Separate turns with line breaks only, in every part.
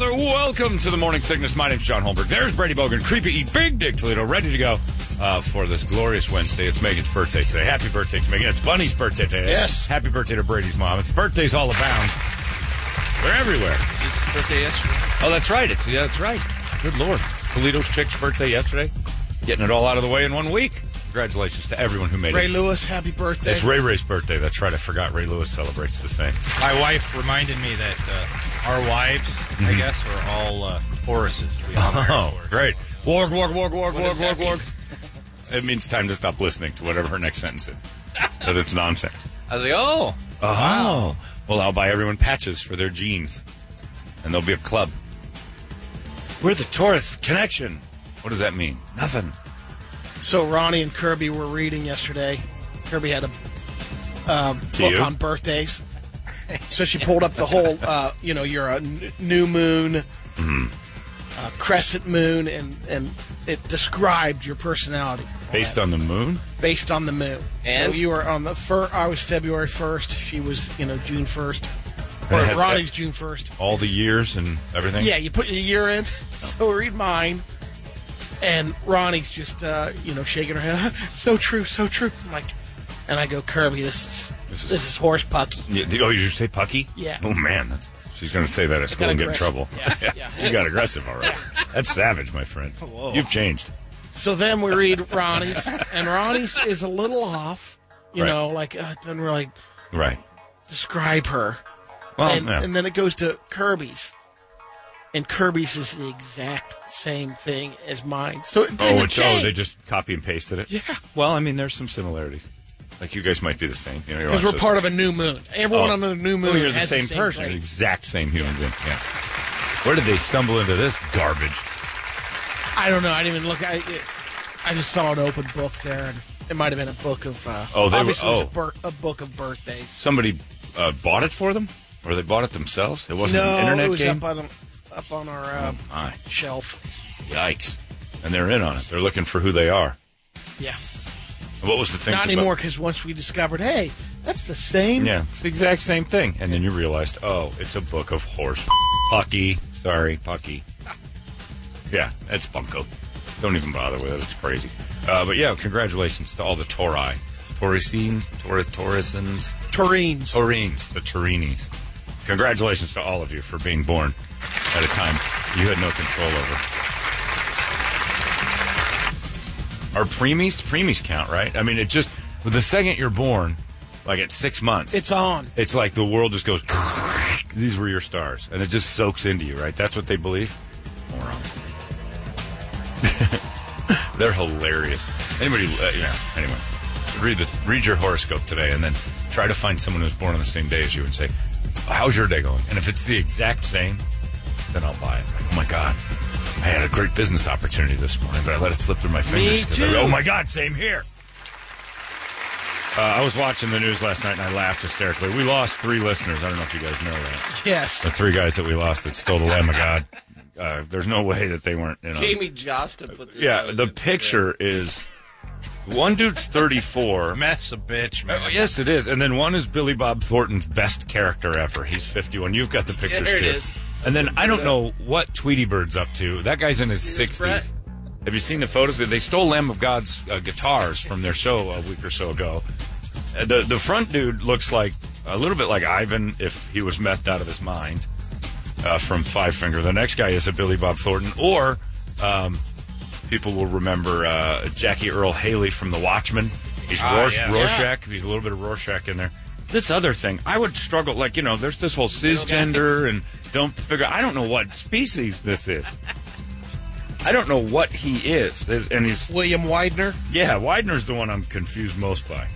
Welcome to the Morning Sickness. My name's John Holmberg. There's Brady Bogan, Creepy Eat Big Dick Toledo, ready to go uh, for this glorious Wednesday. It's Megan's birthday today. Happy birthday to Megan. It's Bunny's birthday today.
Yes.
Happy birthday to Brady's mom. It's birthdays all abound. They're everywhere.
His birthday yesterday.
Oh, that's right. It's yeah, that's right. Good lord, Toledo's chick's birthday yesterday. Getting it all out of the way in one week. Congratulations to everyone who made
Ray
it.
Lewis, happy birthday.
It's Ray Ray's birthday. That's right. I forgot Ray Lewis celebrates the same.
My wife reminded me that uh, our wives, I
Mm-hmm.
guess, are all uh, Tauruses. We all married
Oh,
Taurus.
great. Warg, warg, warg, warg,
What
warg,
does
warg,
that mean?
warg. It means time to stop listening to whatever her next sentence is. Because it's nonsense.
I was like, oh,
Oh. Well, I'll buy everyone patches for their jeans. And there'll be a club. We're the Taurus Connection. What does that mean? Nothing.
So Ronnie and Kirby were reading yesterday. Kirby had a um,
To
book
you?
on birthdays. So she pulled up the whole, uh, you know, your uh, n- new moon,
Mm-hmm.
uh, crescent moon, and, and it described your personality
Based on the moon?
based on the moon.
And?
so you were on the fir- I was February first. She was, you know, June first.
And
Or
it has
Ronnie's
e-
June first.
All the years and everything?
Yeah, you put your year in. So read mine. And Ronnie's just, uh, you know, shaking her head. so true, so true. I'm like, and I go, Kirby, this is
This
this
is-
is, horse pucky.
Yeah, do- oh, you say Pucky?
Yeah.
Oh man, that's, she's going to say that at school
got
and get in
aggressive.
trouble. you got aggressive already. That's savage, my friend. You've changed.
So then we read Ronnie's, and Ronnie's is a little off. You
Right.
know, like uh, doesn't really
Right.
describe her.
Well,
and,
Oh, yeah.
and then it goes to Kirby's, and Kirby's is the exact same thing as mine. So it didn't
oh, it's, oh,
change.
they just copy and pasted it.
Yeah.
Well, I mean, there's some similarities. Like you guys might be the same. You know,
because we're part of a new moon. Everyone on the new moon
Oh. you're the
has
same,
the same
person,
trait.
exact same human being. Yeah. Where did they stumble into this garbage?
I don't know. I didn't even look. I it, I just saw an open book there, and it might have been a book of. Uh,
Oh, they were-
obviously it
oh.
was a, bir- a book of birthdays.
Somebody uh, bought it for them, or they bought it themselves? It wasn't an
No,
internet
it was
game. Oh,
up on up on our uh,
My
shelf.
yikes! And they're in on it. They're looking for who they are.
Yeah,
And What was the thing?
not anymore because once we discovered, hey, that's the same.
Yeah, it's the exact same thing. And then you realized, oh, it's a book of horse. Pucky. Sorry, Pucky. Yeah, that's bunko. Don't even bother with it. It's crazy. Uh, but yeah, congratulations to all the Tori. Taurusines, Taurus, Taurusins,
Tureens.
Oh. Taurines, the Taurinis. Congratulations to all of you for being born at a time you had no control over. Are preemies? Preemies count, right? I mean, it just, the second you're born, like at six months
It's on.
it's like the world just goes. These were your stars, and it just soaks into you, right? That's what they believe. Moron. They're hilarious. Anybody, uh, yeah. Anyway, read the read your horoscope today, and then try to find someone who's born on the same day as you, and say, "How's your day going?" And if it's the exact same, then I'll buy it. Like, oh my god, I had a great business opportunity this morning, but I let it slip through my fingers. 'cause I-
too.
oh my god, same here. Uh, I was watching the news last night and I laughed hysterically. We lost three listeners. I don't know if you guys know that. The
Yes.
three guys that we lost that stole the Lamb of God. Uh, there's no way that they weren't. You know,
Jamie Josta put this.
yeah,
out as
the
a-
picture is one dude's 34.
meth's a bitch, man.
Oh, yes, it is. And then one is Billy Bob Thornton's best character ever. He's 51. You've got the pictures
there it
too.
is.
And then I don't know what Tweety Bird's up to. That guy's in his
See this,
60s.
Brett?
Have you seen the photos? They stole Lamb of God's uh, guitars from their show a week or so ago. Uh, The the front dude looks like a little bit like Ivan if he was methed out of his mind uh, from Five Finger. The next guy is a Billy Bob Thornton, or um, people will remember uh, Jackie Earl Haley from The Watchmen. He's
Ah,
Rorsch-
yeah.
Rorschach. He's a little bit of Rorschach in there. This other thing, I would struggle. Like you know, there's this whole cisgender and don't figure. I don't know what species this is. I don't know what he is, There's- and he's
William Widener.
yeah, Widener's the one I'm confused most by.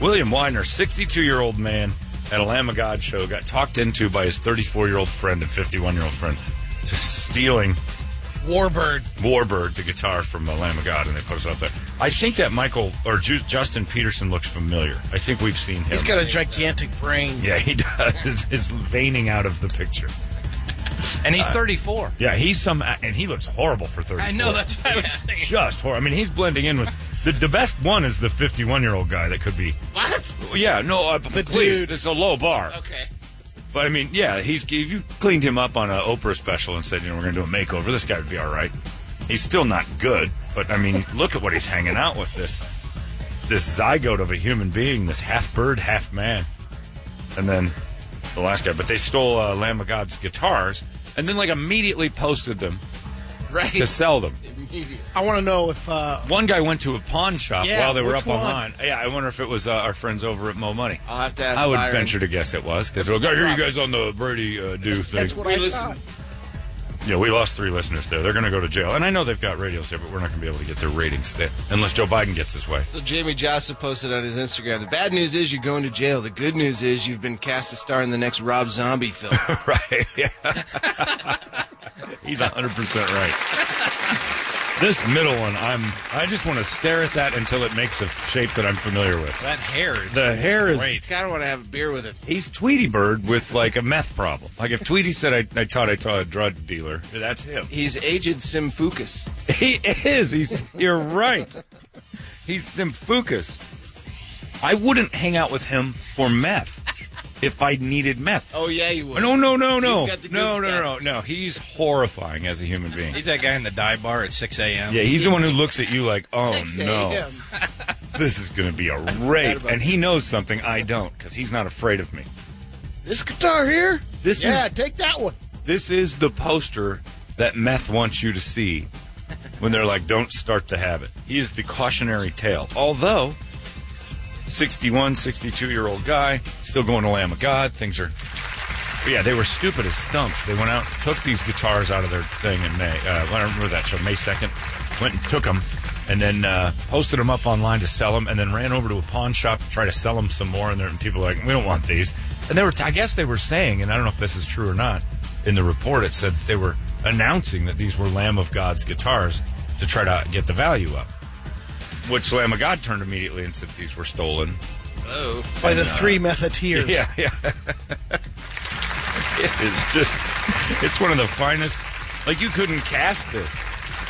William Widener, 62 year old man at a Lamb of God show, got talked into by his 34 year old friend and 51 year old friend to stealing
Warbird.
Warbird, the guitar from uh, Lamb of God, and they put us up there. I think that Michael or Ju- Justin Peterson looks familiar. I think we've seen him.
He's got a gigantic brain.
yeah, he does. It's veining out of the picture.
And he's 34.
Yeah, he's some, and he looks horrible for 30.
Uh, I know, that's what I was saying.
just horrible. I mean, he's blending in with the, the best one is the 51 year old guy that could be
What?
Yeah, no, uh, but
The
please,
dude-
this is a low bar.
Okay.
But I mean, yeah, he's if you cleaned him up on a Oprah special and said, you know, we're going to do a makeover, this guy would be all right. He's still not good, but I mean, look at what he's hanging out with this this zygote of a human being, this half bird, half man. And then the last guy, but they stole uh, Lamb of God's guitars and then like immediately posted them
Right.
to sell them.
Immediate.
I want to know if uh,
One guy went to a pawn shop
Yeah,
while they were
which
up
one? Oh,
online. Yeah, I wonder if it was uh, our friends over at Mo Money.
I'll have to ask
I would
Byron.
venture to guess it was because we'll go hear you guys on the Brady uh, do thing.
that's what
We
I
listen.
thought.
Yeah, we lost three listeners there. They're going to go to jail. And I know they've got radios there, but we're not going to be able to get their ratings there unless Joe Biden gets his way.
So Jamie Jossip posted on his Instagram. The bad news is you're going to jail. The good news is you've been cast to star in the next Rob Zombie film.
right. Yeah. He's 100% right. This middle one, I'm I just want to stare at that until it makes a shape that I'm familiar with.
That hair is
The hair is-
great.
God, I want to have a beer with him.
He's Tweety Bird with like a meth problem. Like if Tweety said I, I taught I taught a drug dealer, that's him.
He's aged Sim Fucus.
He is. He's. You're right. He's Symphucus. I wouldn't hang out with him for meth if I needed meth.
Oh yeah, you would.
No, no, no, no,
He's got the good
no, no,
stuff.
no, no, no. He's horrifying as a human being.
He's that guy in the dive bar at 6 a.m.
Yeah, he's the one who looks at you like, oh
6
no,
a.m..
this is going to be a rape,
about
and he knows something I don't because he's not afraid of me.
This guitar here?
This
yeah,
is
take that one.
this is the poster that meth wants you to see when they're like, don't start the habit. He is the cautionary tale. Although, 61, 62 year old guy, still going to Lamb of God. Things are. but yeah, they were stupid as stumps. They went out, took these guitars out of their thing in May. Uh, I don't remember that show, May 2nd. Went and took them and then uh, posted them up online to sell them and then ran over to a pawn shop to try to sell them some more. And, there, and people were like, we don't want these. And they were, I guess they were saying, and I don't know if this is true or not, in the report it said that they were announcing that these were Lamb of God's guitars to try to get the value up. Which Lamb of God turned immediately and said these were stolen
Oh,
By the three methodeers.
yeah, yeah. it is just, it's one of the finest. Like, you couldn't cast this.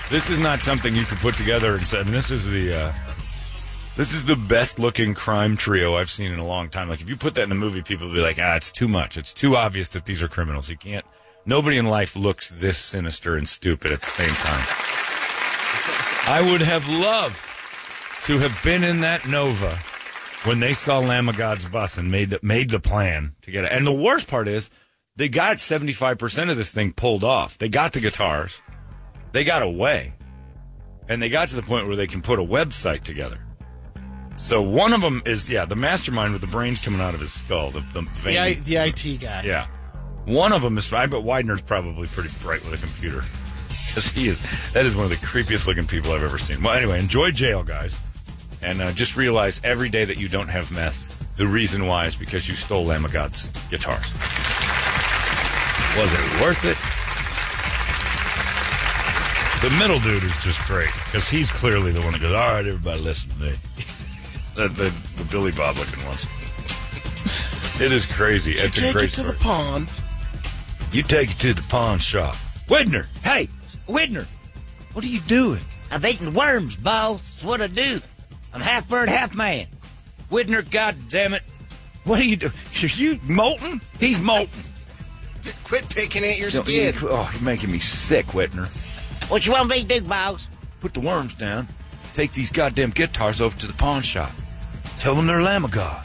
This is not something you could put together and say, I mean, this is the, uh, this is the best looking crime trio I've seen in a long time. Like, if you put that in the movie, people would be like, ah, it's too much. It's too obvious that these are criminals. You can't, nobody in life looks this sinister and stupid at the same time. I would have loved to have been in that Nova when they saw Lamb of God's bus and made the, made the plan to get it. And the worst part is they got 75% of this thing pulled off. They got the guitars. They got away. And they got to the point where they can put a website together. So one of them is, yeah, the mastermind with the brains coming out of his skull. The, the vein.
The, I, the IT guy.
Yeah. One of them is, I bet Widener's probably pretty bright with a computer. Because he is, that is one of the creepiest looking people I've ever seen. Well, anyway, enjoy jail, guys. And uh, just realize every day that you don't have meth, the reason why is because you stole Lamb of God's guitars. Was it worth it? The middle dude is just great because he's clearly the one that goes, all right, everybody listen to me. the, the, the Billy Bob looking one. It is crazy. It's a
Take
great
it to
story.
the pawn.
You take it to the pawn shop. Widner, hey, Widner, what are you doing?
I've eaten worms, boss. That's what I do. I'm half bird, half man.
Widner, God damn it, what are you doing? You molten? He's molten.
quit picking at your
Don't
skin.
you- oh, you're making me sick, Widner.
What you want me to do, boss?
Put the worms down. Take these goddamn guitars over to the pawn shop. Tell them they're Lamb of God.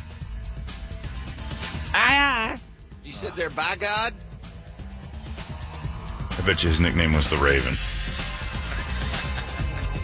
Aye, aye.
You sit there, by God.
I bet you his nickname was the Raven.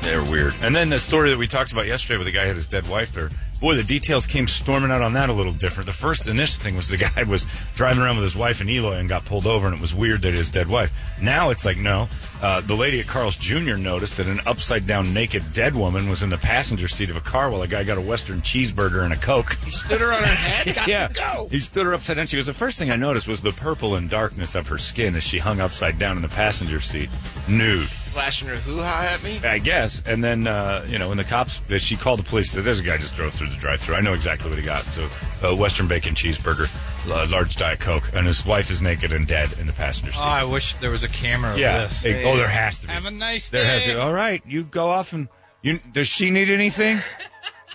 They're weird. And then the story that we talked about yesterday with the guy who had his dead wife there. Boy, the details came storming out on that a little different. The first initial thing was the guy was driving around with his wife and Eloy and got pulled over, and it was weird that his dead wife. Now it's like, no. Uh, the lady at Carl's Jr. noticed that an upside down naked dead woman was in the passenger seat of a car while a guy got a Western cheeseburger and a Coke
He stood her on her head. Got
yeah.
to go.
He stood her upside down. She goes, The first thing I noticed was the purple and darkness of her skin as she hung upside down in the passenger seat, nude,
Flashing her hoo ha at me.
I guess. And then, uh, you know, when the cops, she called the police, said, There's a guy just drove through the drive thru. I know exactly what he got. So, uh, Western bacon cheeseburger, uh, large Diet Coke, and his wife is naked and dead in the passenger seat.
Oh, I wish there was a camera of
yeah.
this.
Hey, oh, there has to be.
Have a nice
There has
day.
it. All right, you go off and you. Does she need anything?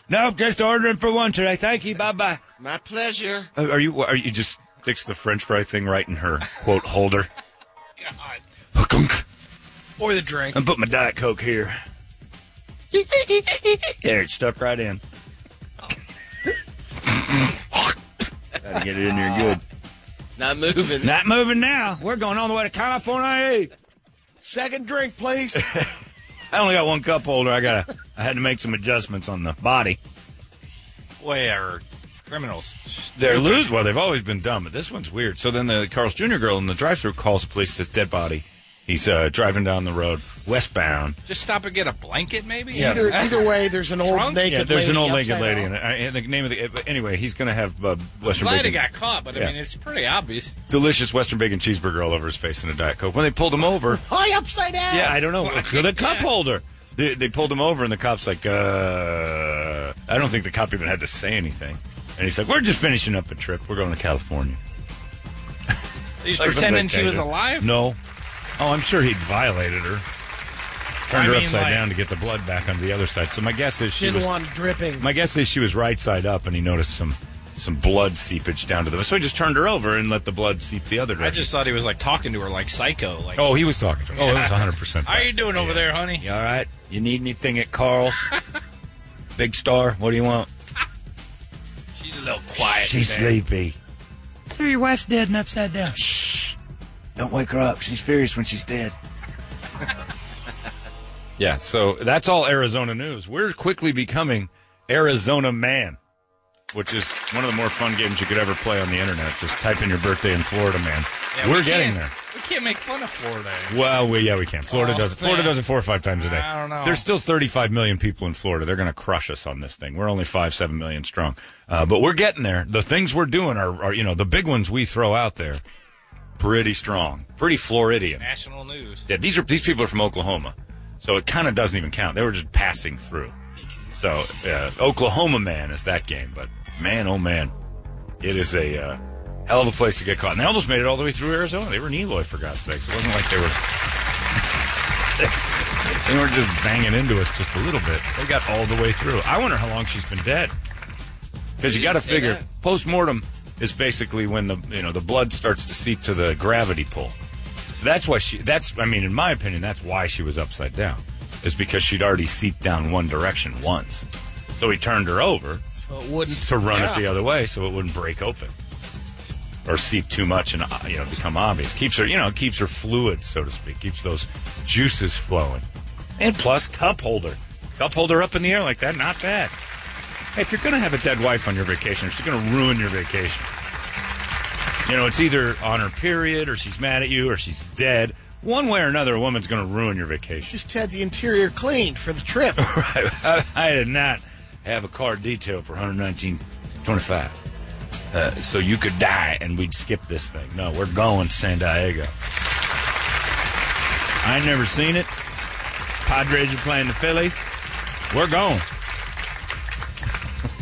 no, just ordering for one today. Thank you. Bye bye.
My pleasure.
Are Uh, you? Are you just? Sticks the French fry thing right in her quote holder.
God.
Hukunk.
Or the drink.
And put my Diet Coke here. there, it's stuck right in. Gotta get it in there good.
Not moving.
Not moving now. We're going all the way to California.
Second drink, please.
I only got one cup holder. I gotta. I had to make some adjustments on the body.
Way are criminals.
They're loose. Well, they've always been dumb, but this one's weird. So then the Carl's Jr. girl in the drive-thru calls the police. Says dead body. He's uh, driving down the road westbound.
Just stop and get a blanket, maybe.
Either either way, there's an old
Drunk?
naked
yeah, there's
lady.
an old naked
upside
lady
down.
in it. I, and the name of the but anyway. He's gonna have uh, Western
Glad he
bacon,
got caught, but I
Yeah.
mean, it's pretty obvious.
delicious Western bacon cheeseburger all over his face and a diet coke. When they pulled him over,
Why upside down?
yeah, I don't know the cup holder. They, they pulled him over, and the cop's like, uh, I don't think the cop even had to say anything. And he's like, We're just finishing up a trip. We're going to California.
He's
Like some
pretending she was
vacation.
alive.
No. Oh, I'm sure he violated her. Turned
I
her
mean,
upside
like-
down to get the blood back onto the other side. So my guess is she
Didn't
was
want dripping.
my guess is she was right side up, and he noticed some some blood seepage down to the. So he just turned her over and let the blood seep the other
I
direction.
just thought he was like talking to her like psycho. Like,
oh, he was talking to her. Oh, it was 100. percent
how you doing over there, honey?
You all right? You need anything at Carl's? Big Star, what do you want?
She's a little quiet.
She's
today.
sleepy. So your wife's dead and upside down. Shh. Don't wake her up. She's furious when she's dead.
Yeah, so that's all Arizona news. We're quickly becoming Arizona Man, which is one of the more fun games you could ever play on the internet. Just type in your birthday in Florida Man.
Yeah,
We're
we
getting
can't-
there.
We can't make fun of Florida.
Well, we, yeah, we can. Florida
Oh,
does it. Florida
man.
does it four or five times a day.
I don't know.
There's still 35 million people in Florida. They're going to crush us on this thing. We're only five, seven million strong, uh, but we're getting there. The things we're doing are, are, you know, the big ones we throw out there, pretty strong, pretty Floridian.
National news.
Yeah, these are these people are from Oklahoma, so it kind of doesn't even count. They were just passing through. So uh, Oklahoma man is that game, but man, oh man, it is a uh, hell of a place to get caught. And they almost made it all the way through Arizona. They were in Eloy for God's sakes. It wasn't like they were they were just banging into us just a little bit. They got all the way through. I wonder how long she's been dead. Because you got to
say
figure
that.
post mortem is basically when the you know the blood starts to seep to the gravity pull. So that's why she. That's I mean, in my opinion, that's why she was upside down. Is because she'd already seeped down one direction once. So he turned her over
So it wouldn't.
to run
yeah.
it the other way, so it wouldn't break open or seep too much and uh, you know become obvious. Keeps her, you know, keeps her fluid, so to speak. Keeps those juices flowing. And plus, cup holder, cup holder up in the air like that, not bad. Hey, if you're gonna have a dead wife on your vacation, she's gonna ruin your vacation. You know, it's either on her period, or she's mad at you, or she's dead. One way or another, a woman's gonna ruin your vacation.
Just had the interior cleaned for the trip.
I, I did not have a car detail for 119.25. Uh, so you could die and we'd skip this thing. No, we're going to San Diego. I ain't never seen it. Padres are playing the Phillies. We're going.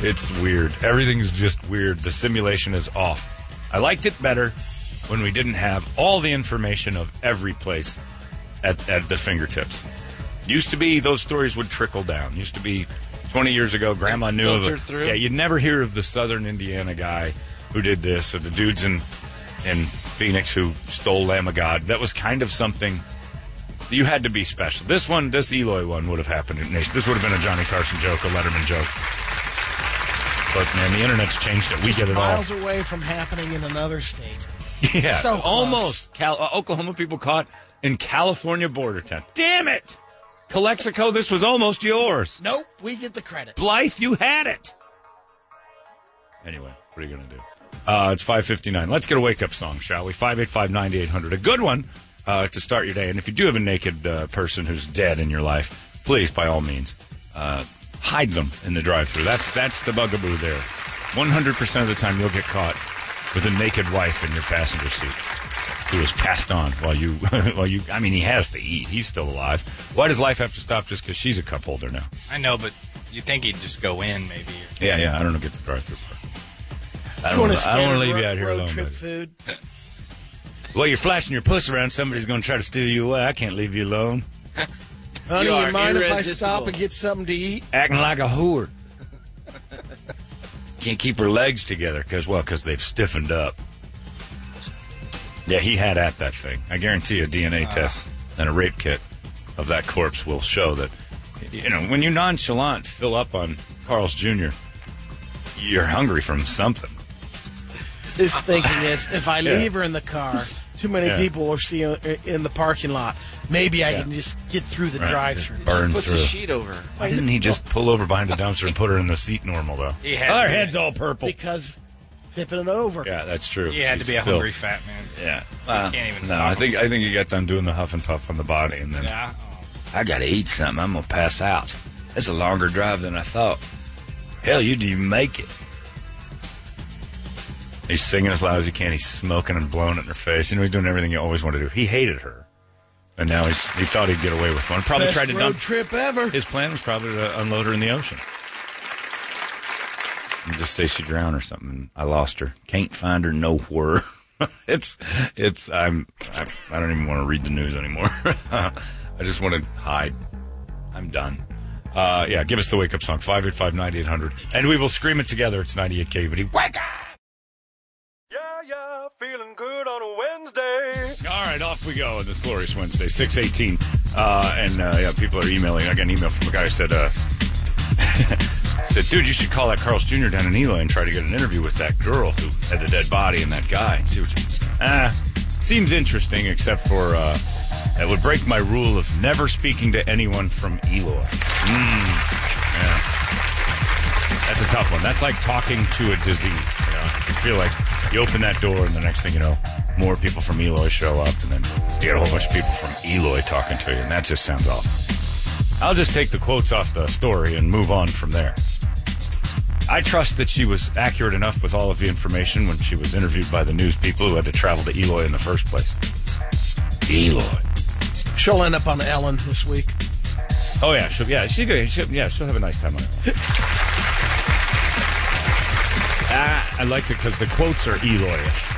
it's weird. Everything's just weird. The simulation is off. I liked it better when we didn't have all the information of every place at, at the fingertips. Used to be those stories would trickle down. Used to be 20 years ago, grandma knew of
Filter
it.
through.
Yeah, you'd never hear of the southern Indiana guy who did this or the dudes in, in Phoenix who stole Lamb of God. That was kind of something you had to be special. This one, this Eloy one would have happened. in nation. This would have been a Johnny Carson joke, a Letterman joke. But man, the internet's changed it. We
Just
get it all.
miles away from happening in another state.
Yeah,
So close.
almost. Cal- uh, Oklahoma people caught in California border town. Damn it, Calexico, this was almost yours.
Nope, we get the credit.
Blythe, you had it. Anyway, what are you going to do? Uh, it's 559. Let's get a wake-up song, shall we? 585-9800. A good one uh, to start your day. And if you do have a naked uh, person who's dead in your life, please, by all means, uh, hide them in the drive-thru. That's, that's the bugaboo there. 100% of the time you'll get caught with a naked wife in your passenger seat who was passed on while you, while you, I mean, he has to eat. He's still alive. Why does life have to stop just because she's a cup holder now?
I know, but you think he'd just go in, maybe.
Yeah, yeah. I don't know. Get the drive through part. I don't,
wanna
wanna, I don't want
standard
to leave you
ro-
out here
road
alone.
Trip
buddy.
food.
Well, you're flashing your puss around. Somebody's going to try to steal you away. I can't leave you alone.
Honey, you,
are
mind if I stop
irresistible.
and get something to eat?
Acting like a whore. can't keep her legs together because well, because they've stiffened up. Yeah, he had at that thing. I guarantee a
Ah.
DNA test and a rape kit of that corpse will show that. You know, when you nonchalant fill up on Carl's Jr., you're hungry from something.
His thinking is, if I
Yeah.
leave her in the car, too many
Yeah.
people will see her in the parking lot. Maybe I
Yeah.
can just get through the
Right?
drive-through.
Burn
Puts a
through.
sheet over. her.
Why didn't he just pull over behind the dumpster and put her in the seat normal though?
He had
Oh, her
to.
head's all purple.
because tipping it over.
Yeah, that's true.
You had to
She
be a
spilled.
hungry fat man.
Yeah, Uh,
You can't even
no,
stop
I think I think you got them doing the huff and puff on the body, and then
Yeah. Oh.
I gotta eat something. I'm gonna pass out. That's a longer drive than I thought. Hell, you didn't even make it. He's singing as loud as he can. He's smoking and blowing it in her face. You know, he's doing everything you always want to do. He hated her, and now he's he thought he'd get away with one. Probably
Best
tried to
road
dump.
trip ever.
His plan was probably to unload her in the ocean. And just say she drowned or something. I lost her. Can't find her nowhere. it's, it's, I'm, I, I don't even want to read the news anymore. I just want to hide. I'm done. Uh, yeah, give us the wake up song, 585 9800. And we will scream it together. It's 98K, but wake up!
Yeah, yeah, feeling good on a Wednesday.
All right, off we go on this glorious Wednesday, six eighteen, uh, and uh, yeah, people are emailing. I got an email from a guy who said, uh, "said Dude, you should call that Carl's Jr. down in Eloy and try to get an interview with that girl who had the dead body and that guy." See what? Ah, seems interesting, except for uh, it would break my rule of never speaking to anyone from Eloy. Mm, yeah. That's a tough one. That's like talking to a disease. You know, you feel like you open that door, and the next thing you know, more people from Eloy show up, and then you get a whole bunch of people from Eloy talking to you, and that just sounds awful. I'll just take the quotes off the story and move on from there. I trust that she was accurate enough with all of the information when she was interviewed by the news people who had to travel to Eloy in the first place. Eloy.
She'll end up on Ellen this week.
Oh yeah, she'll yeah she's good. She'll, yeah, she'll have a nice time on it. ah, I liked it because the quotes are Eloyish.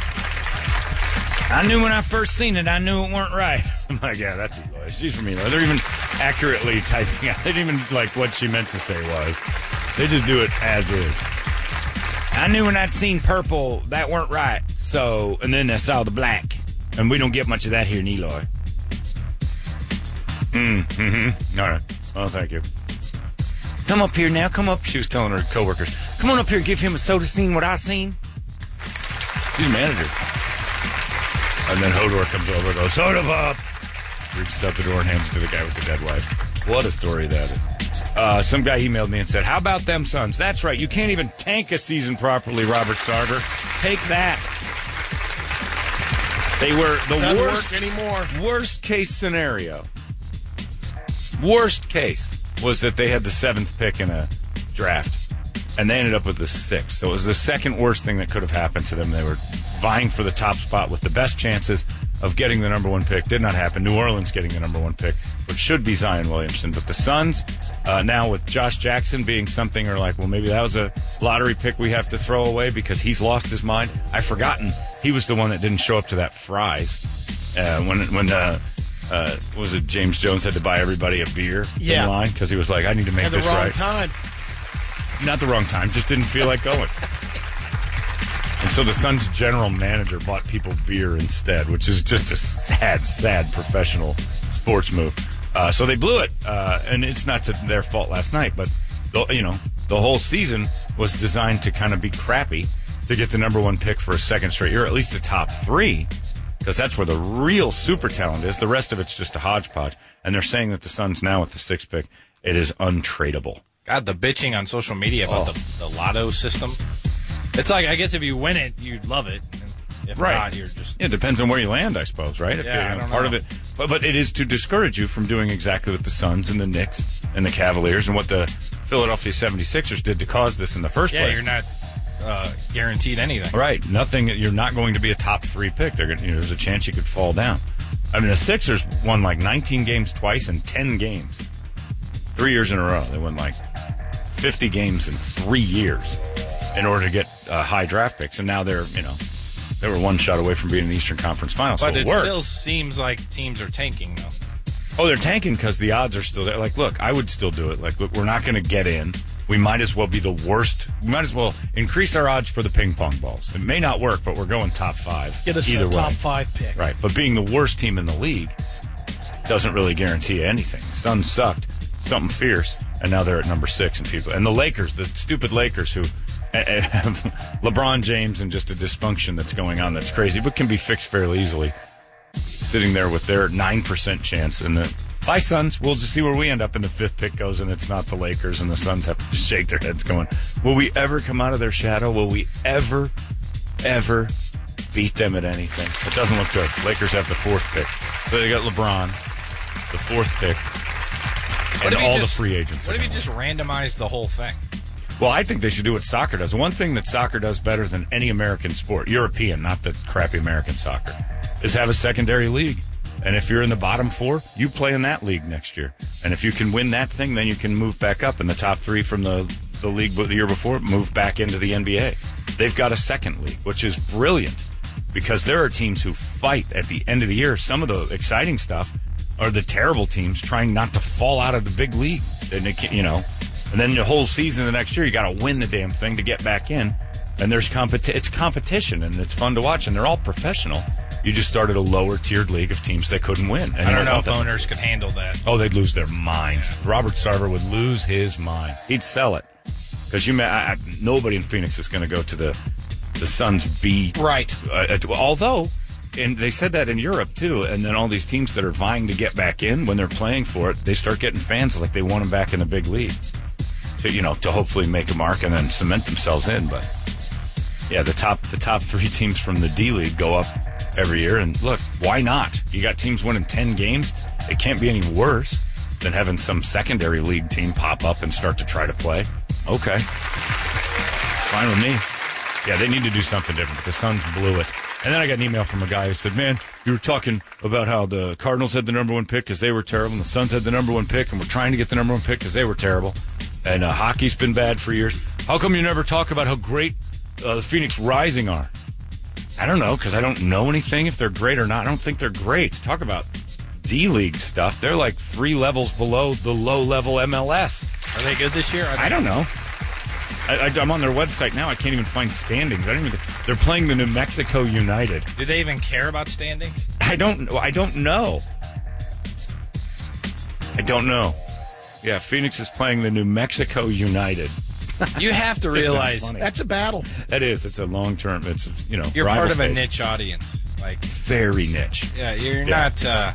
I knew when I first seen it, I knew it weren't right. I'm like, yeah, that's Eloy. She's from Eloy. They're even accurately typing out. They didn't even like what she meant to say was. They just do it as is. I knew when I'd seen purple, that weren't right. So, and then I saw the black, and we don't get much of that here in Eloy. All right. Well, thank you. Come up here now. Come up. She was telling her coworkers, "Come on up here. and Give him a soda. Seen what I seen." She's manager. And then Hodor comes over, and goes soda pop, reaches out the door and hands it to the guy with the dead wife. What a story that is. Uh, some guy emailed me and said, "How about them sons?" That's right. You can't even tank a season properly, Robert Sarver. Take that. They were the
Doesn't
worst
work anymore.
worst case scenario, worst case was that they had the seventh pick in a draft, and they ended up with the sixth. So it was the second worst thing that could have happened to them. They were vying for the top spot with the best chances of getting the number one pick. Did not happen. New Orleans getting the number one pick, which should be Zion Williamson, but the Suns. Uh, now with Josh Jackson being something, or like, well, maybe that was a lottery pick we have to throw away because he's lost his mind. I've forgotten he was the one that didn't show up to that fries uh, when when uh, uh, was it James Jones had to buy everybody a beer
Yeah.
in line because he was like, I need to make
At the
this
wrong
right.
time.
Not the wrong time, just didn't feel like going. And so the Suns' general manager bought people beer instead, which is just a sad, sad professional sports move. Uh, so they blew it, uh, and it's not to their fault last night, but the, you know the whole season was designed to kind of be crappy to get the number one pick for a second straight year, at least a top three, because that's where the real super talent is. The rest of it's just a hodgepodge, and they're saying that the Suns now with the sixth pick, it is untradeable.
God, the bitching on social media
Oh.
about the, the lotto system. It's like I guess if you win it, you'd love it. And if
Right.
not, you're just
It depends on where you land, I suppose, right? If
Yeah,
you're,
I don't
part
know.
of it, but, but it is to discourage you from doing exactly what the Suns and the Knicks and the Cavaliers and what the Philadelphia 76ers did to cause this in the first
yeah,
place.
you're not uh, guaranteed anything.
Right. Nothing. You're not going to be a top three pick. They're gonna, you know, there's a chance you could fall down. I mean, the Sixers won like 19 games twice and 10 games, three years in a row. They won like 50 games in three years in order to get uh, high draft picks, and now they're you know they were one shot away from being in the Eastern Conference Finals.
But
so it,
it
worked.
still seems like teams are tanking though.
Oh, they're tanking because the odds are still there. Like, look, I would still do it. Like, look, we're not going to get in. we might as well be the worst. We might as well increase our odds for the ping pong balls. It may not work, but we're going top five.
Get us
either
a top
way.
five pick.
Right. But being the worst team in the league doesn't really guarantee you anything. Sun sucked, something fierce, and now they're at number six. And people and the Lakers, the stupid Lakers, who eh, eh, have LeBron James and just a dysfunction that's going on that's crazy, but can be fixed fairly easily. Sitting there with their nine percent chance, and the bye Suns. We'll just see where we end up, and the fifth pick goes, and it's not the Lakers, and the Suns have to shake their heads, going, "Will we ever come out of their shadow? Will we ever, ever?" beat them at anything. It doesn't look good. Lakers have the fourth pick. So they got LeBron, the fourth pick,
What
and
if you
all
just-
the free agents.
What
are
if you
gonna
just randomized the whole thing?
win. Well, I think they should do what soccer does. One thing that soccer does better than any American sport, European, not the crappy American soccer, is have a secondary league. And if you're in the bottom four, you play in that league next year. And if you can win that thing, then you can move back up. And the top three from the, the league the year before move back into the NBA. They've got a second league, which is brilliant because there are teams who fight at the end of the year. Some of the exciting stuff are the terrible teams trying not to fall out of the big league, and it can, you know, and then the whole season the next year you got to win the damn thing to get back in. And there's competi- it's competition and it's fun to watch, and they're all professional. You just started a lower tiered league of teams that couldn't win. And
I
you
don't know
want
if
that.
owners could handle that.
Oh, they'd lose their minds. Robert Sarver would lose his mind. He'd sell it because you may, I, I, nobody in Phoenix is going to go to the the Suns B
Right.
uh, uh, although, and they said that in Europe too, and then all these teams that are vying to get back in when they're playing for it, they start getting fans like they want them back in the big league. To you know, to hopefully make a mark and then cement themselves in. But yeah, the top the top three teams from the D League go up every year, and look, why not? You got teams winning ten games. It can't be any worse than having some secondary league team pop up and start to try to play. Okay, it's fine with me. Yeah, they need to do something different, but the Suns blew it. And then I got an email from a guy who said, Man, you were talking about how the Cardinals had the number one pick because they were terrible, and the Suns had the number one pick, and we're trying to get the number one pick because they were terrible. And uh, hockey's been bad for years. How come you never talk about how great uh, the Phoenix Rising are? I don't know because I don't know anything if they're great or not. I don't think they're great. Talk about D League stuff. They're like three levels below the low level MLS.
Are they good this year? Are they-
I don't know. I, I, am on their website now. I can't even find standings. I don't even. They're playing the New Mexico United.
do they even care about standings?
I don't. I don't know. I don't know. Yeah, Phoenix is playing the New Mexico United.
You have to realize
funny.
That's a battle.
That is. It's a long term. It's you know.
you're
rival
part of a
state.
niche audience. Like,
Very niche.
yeah, you're
Yeah.
not. Uh,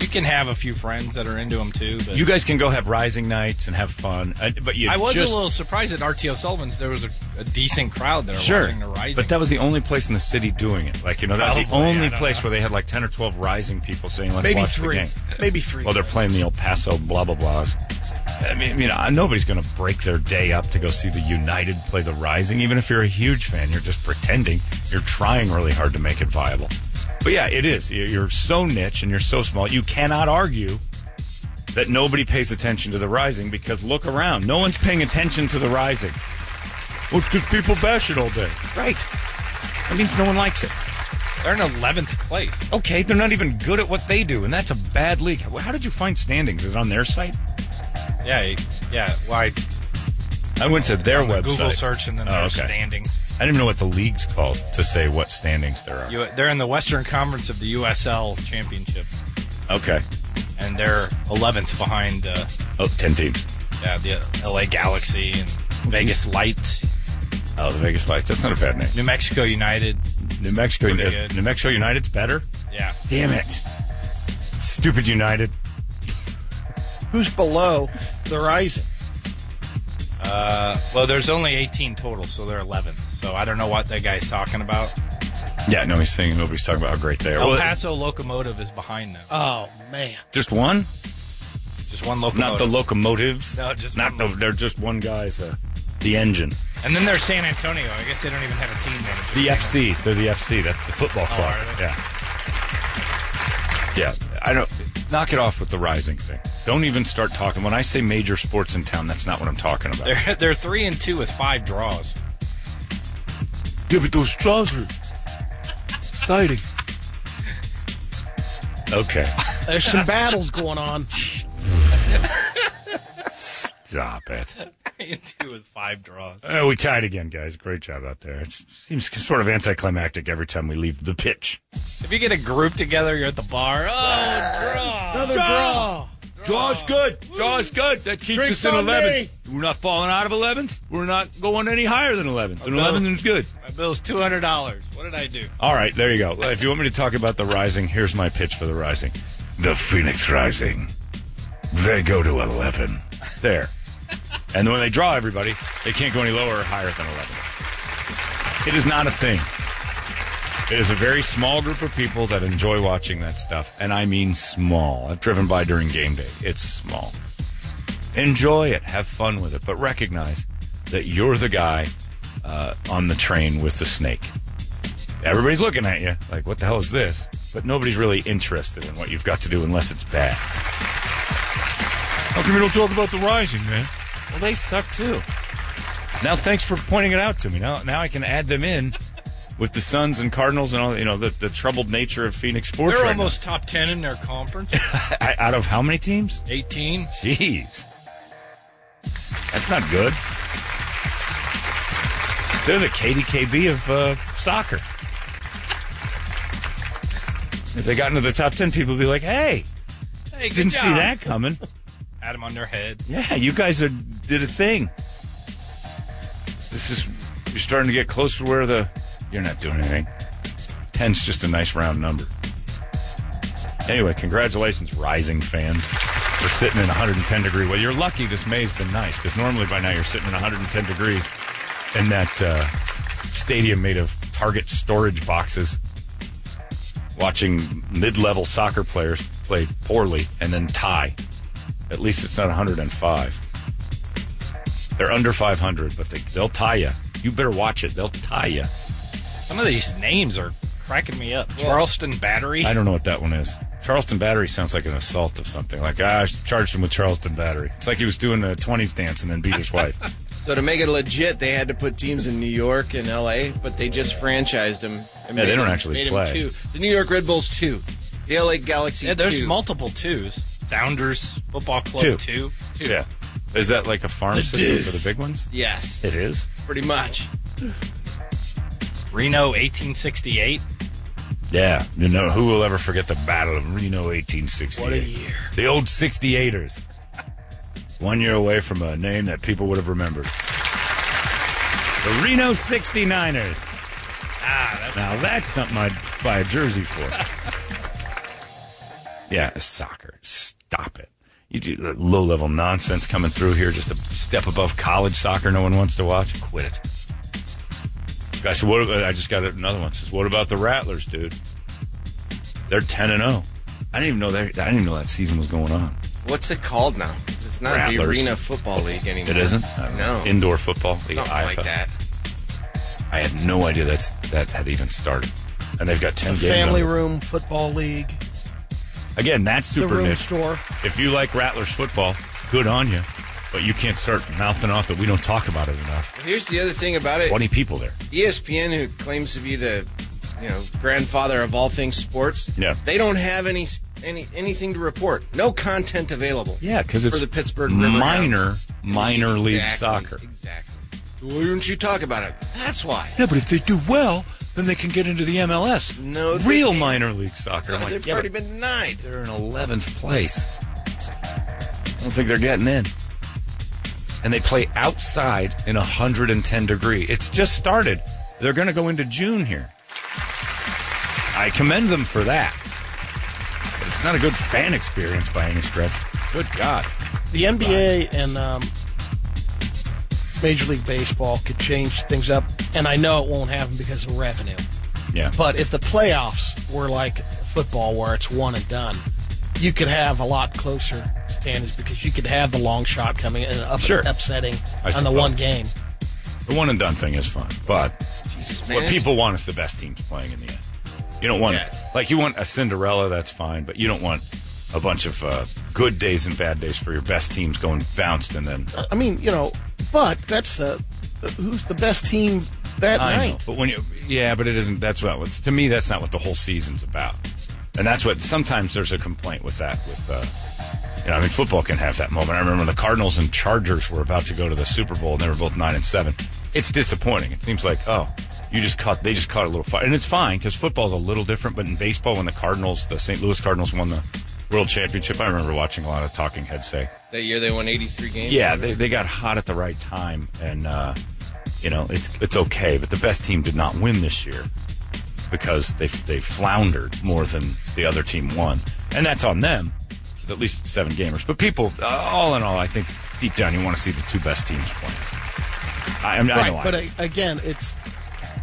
you can have a few friends that are into them too. But
You guys can go have rising nights and have fun. I, but you.
I was
just,
a little surprised at RTO Sullivan's. There was a, a decent crowd there watching the rising.
But that was the only place in the city doing it. Like you know, that's the
Probably, I
only
don't
place where they had like ten or twelve rising people saying, "Let's
Maybe
watch the
three.
game."
Maybe three.
Well, they're playing the El Paso blah blah blahs. I mean, you know, nobody's going to break their day up to go see the United play the Rising. Even if you're a huge fan, you're just pretending. You're trying really hard to make it viable. But yeah, it is. You- You're so niche and you're so small. You cannot argue that nobody pays attention to the Rising because look around. No one's paying attention to the Rising. Well, it's because people bash it all day. Right. That means no one likes it.
They're in eleventh place.
Okay, they're not even good at what they do, and that's a bad league. How how did you find standings? Is it on their site?
Yeah, you- yeah. Why?
I went to their
Well,
website.
Google search and then
Oh,
their
okay.
standings.
I didn't even know what the league's called to say what standings there are.
You, they're in the Western Conference of the USL Championship,
Okay.
and they're eleventh behind uh,
Oh, 10 teams.
yeah, the LA Galaxy and Vegas Lights,
Oh, the Vegas Lights. That's not a bad name.
New Mexico United.
New Mexico,
Pretty good.
New Mexico United's better.
Yeah,
Damn it. Stupid United.
Who's below the rising?
Well, there's only 18 total, so they're 11. So I don't know what that guy's talking about.
Yeah, no, he's saying nobody's talking about how great they are.
El
Well,
Paso Locomotive is behind them.
Oh man.
just one?
Just one locomotive.
Not the locomotives.
No, just
not
one.
the, they're just one guy's uh, the engine.
and then there's San Antonio. I guess they don't even have a team manager.
The FC. They're the FC. That's the football club.
Oh,
are they?
yeah. Yeah. I don't knock it off with the rising thing. Don't even start talking. When I say major sports in town, that's not what I'm talking about.
They're they're three and two with five draws.
Give it those trousers. Exciting.
Okay.
There's some battles going on.
Stop it.
into with five draws.
Uh, we tied again, guys. Great job out there. It seems sort of anticlimactic every time we leave the pitch.
If you get a group together, you're at the bar. Oh, draw.
Another draw.
Jaw's good. Jaw's good. That keeps
Drinks on me.
We're not falling out of 11th. We're not going any higher than 11th. And 11th is good.
My bill's two hundred dollars. What did I do?
All right, there you go. If you want me to talk about the Rising, here's my pitch for the Rising. The Phoenix Rising. They go to 11. There. And when they draw everybody, they can't go any lower or higher than 11. It is not a thing. It is a very small group of people that enjoy watching that stuff. And I mean small. I've driven by during game day. It's small. Enjoy it. Have fun with it. But recognize that you're the guy uh, on the train with the snake. Everybody's looking at you like, what the hell is this? But nobody's really interested in what you've got to do unless it's bad. How come you don't talk about the rising, man? Well, they suck too. Now, thanks for pointing it out to me. Now, now I can add them in with the Suns and Cardinals and all. You know the, the troubled nature of Phoenix sports.
They're
right now.
almost top ten in their conference.
I- out of how many teams?
Eighteen.
Jeez. That's not good. They're the KDKB of uh, soccer. If they got into the top 10, people would be like, hey,
Hey, good
didn't see
job.
that coming.
Had them on their head.
Yeah, you guys are, did a thing. This is, you're starting to get closer to where the, you're not doing anything. 10's just a nice round number. Anyway, congratulations, rising fans. We're sitting in 110 degree. Well, you're lucky this May's been nice because normally by now you're sitting in 110 degrees in that uh, stadium made of Target storage boxes, watching mid-level soccer players play poorly and then tie. At least it's not 105. They're under 500, but they, they'll tie you. You better watch it. They'll tie you.
Some of these names are cracking me up. Charleston Battery.
I don't know what that one is. Charleston Battery sounds like an assault of something. Like, ah, I charged him with Charleston Battery. It's like he was doing a 20s dance and then beat his wife.
So to make it legit, they had to put teams in New York and L.A., but they just franchised them. And
Yeah, they
made
don't
them-
actually
made them
play.
two. The New York Red Bulls two, the L.A. Galaxy
yeah, there's
two.
multiple twos. Sounders Football Club
Two.
two.
yeah. Is that like a farm system for the big ones?
yes,
It is.
pretty much.
Reno 1868.
Yeah. You know, who will ever forget the Battle of Reno 1868?
What a year.
The old 68ers. One year away from a name that people would have remembered. The Reno 69ers.
Ah, that's
Now that's something I'd buy a jersey for. yeah, soccer. Stop it. You do the low level nonsense coming through here, just a step above college soccer no one wants to watch. Quit it. Guys, what? ab- I just got another one. Says, what about the Rattlers, dude? They're ten and zero. I didn't even know that. I didn't even know that season was going on.
What's it called now? 'Cause It's not
Rattlers.
the Arena Football League anymore.
It isn't. I don't know.
No.
indoor football. League,
Something like
IFL.
that.
I had no idea that's that had even started. And they've got ten
The
games.
family
on.
room football league.
Again, that's
The
super
room
niche.
store.
If you like Rattlers football, good on you. But you can't start mouthing off that we don't talk about it enough.
Here's the other thing about it. E
20 people there.
ESPN, who claims to be the you know grandfather of all things sports,
Yeah.
they don't have any any anything to report. No content available.
Yeah, because it's
for the Pittsburgh Riverhounds.
minor, minor league
Exactly,
soccer.
Exactly. Why don't you talk about it? That's why.
Yeah, but if they do well, then they can get into the MLS.
No, they
real
can't.
minor league soccer.
So
I'm like,
they've
yeah,
already
but
been denied.
they're in 11th place. I don't think they're getting in. And they play outside in 110 degree. It's just started. They're going to go into June here. I commend them for that. But it's not a good fan experience by any stretch. Good God.
The NBA and um, Major League Baseball could change things up, and I know it won't happen because of revenue.
Yeah.
But if the playoffs were like football, where it's one and done, you could have a lot closer standings because you could have the long shot coming in and up
Sure.
upsetting
I
on the
suppose.
one game.
The one and done thing is fun, but
Jesus, man,
what people want is the best teams playing in the end. You don't want
Yeah.
like you want a Cinderella, that's fine, but you don't want a bunch of uh, good days and bad days for your best teams going bounced and then
I mean, you know, but that's the who's the best team that
I know,
night.
but when you yeah, but it isn't. That's what what's- to me. That's not what the whole season's about, and that's what sometimes there's a complaint with that with uh, You know, I mean, football can have that moment. I remember the Cardinals and Chargers were about to go to the Super Bowl, and they were both nine and seven. It's disappointing. It seems like oh, you just caught they just caught a little fire, and it's fine because football's a little different. But in baseball, when the Cardinals, the St. Louis Cardinals, won the World Championship, I remember watching a lot of talking heads say,
That year they won 83 games.
yeah, they, they got hot at the right time, and uh, you know it's it's okay. But the best team did not win this year because they they floundered more than the other team won, and that's on them. 'cause At least it's seven gamers, but people, uh, all in all, I think deep down you want to see the two best teams playing. I, I'm, I know
right,
I
but
do.
a, again, it's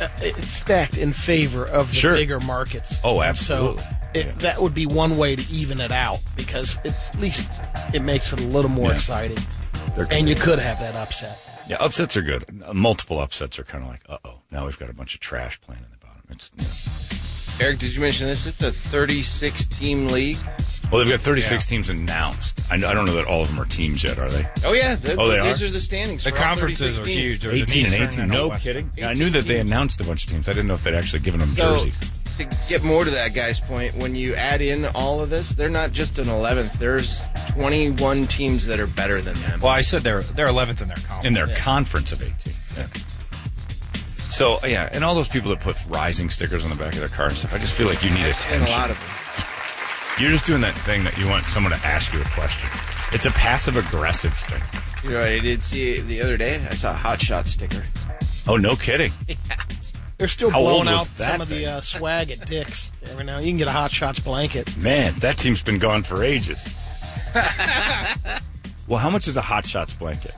uh, it's stacked in favor of the
Sure.
bigger markets.
Oh,
And So
absolutely.
it,
Yeah.
that would be one way to even it out because at least it makes it a little more
Yeah.
exciting.
There could
And
be-
you could have that upset.
Yeah, upsets are good. Uh, Multiple upsets are kind of like, uh oh, now we've got a bunch of trash playing in the bottom. It's you know.
Eric, did you mention this? It's a 36 team league.
well, they've got 36 teams announced. I, I don't know that all of them are teams yet, are they?
Oh yeah, th-
Oh, they
these
are?
are the standings.
The
for all
conferences
36
are
teams.
huge. There's an
18 and
Eastern
18.
a
No
Western.
kidding. Yeah, I knew that they announced a bunch of teams. I didn't know if they'd actually given them
So,
jerseys.
to get more to that guy's point, when you add in all of this, they're not just an 11th. There's 21 teams that are better than them.
Well, I said they're they're 11th in their conference.
in their conference of 18. Yeah. So, yeah, and all those people that put rising stickers on the back of their car and stuff, I just feel like you need
and a
attention.
lot of them.
You're just doing that thing that you want someone to ask you a question. It's a passive aggressive thing.
You know, I did see the other day. I saw a hot shot sticker.
Oh, no kidding.
They're still
How old
blowing
was
out
that
some of
thing?
the uh, swag at Dick's every now. You can get a Hot Shots blanket.
Man, that team's been gone for ages. well, how much is a Hot Shots blanket?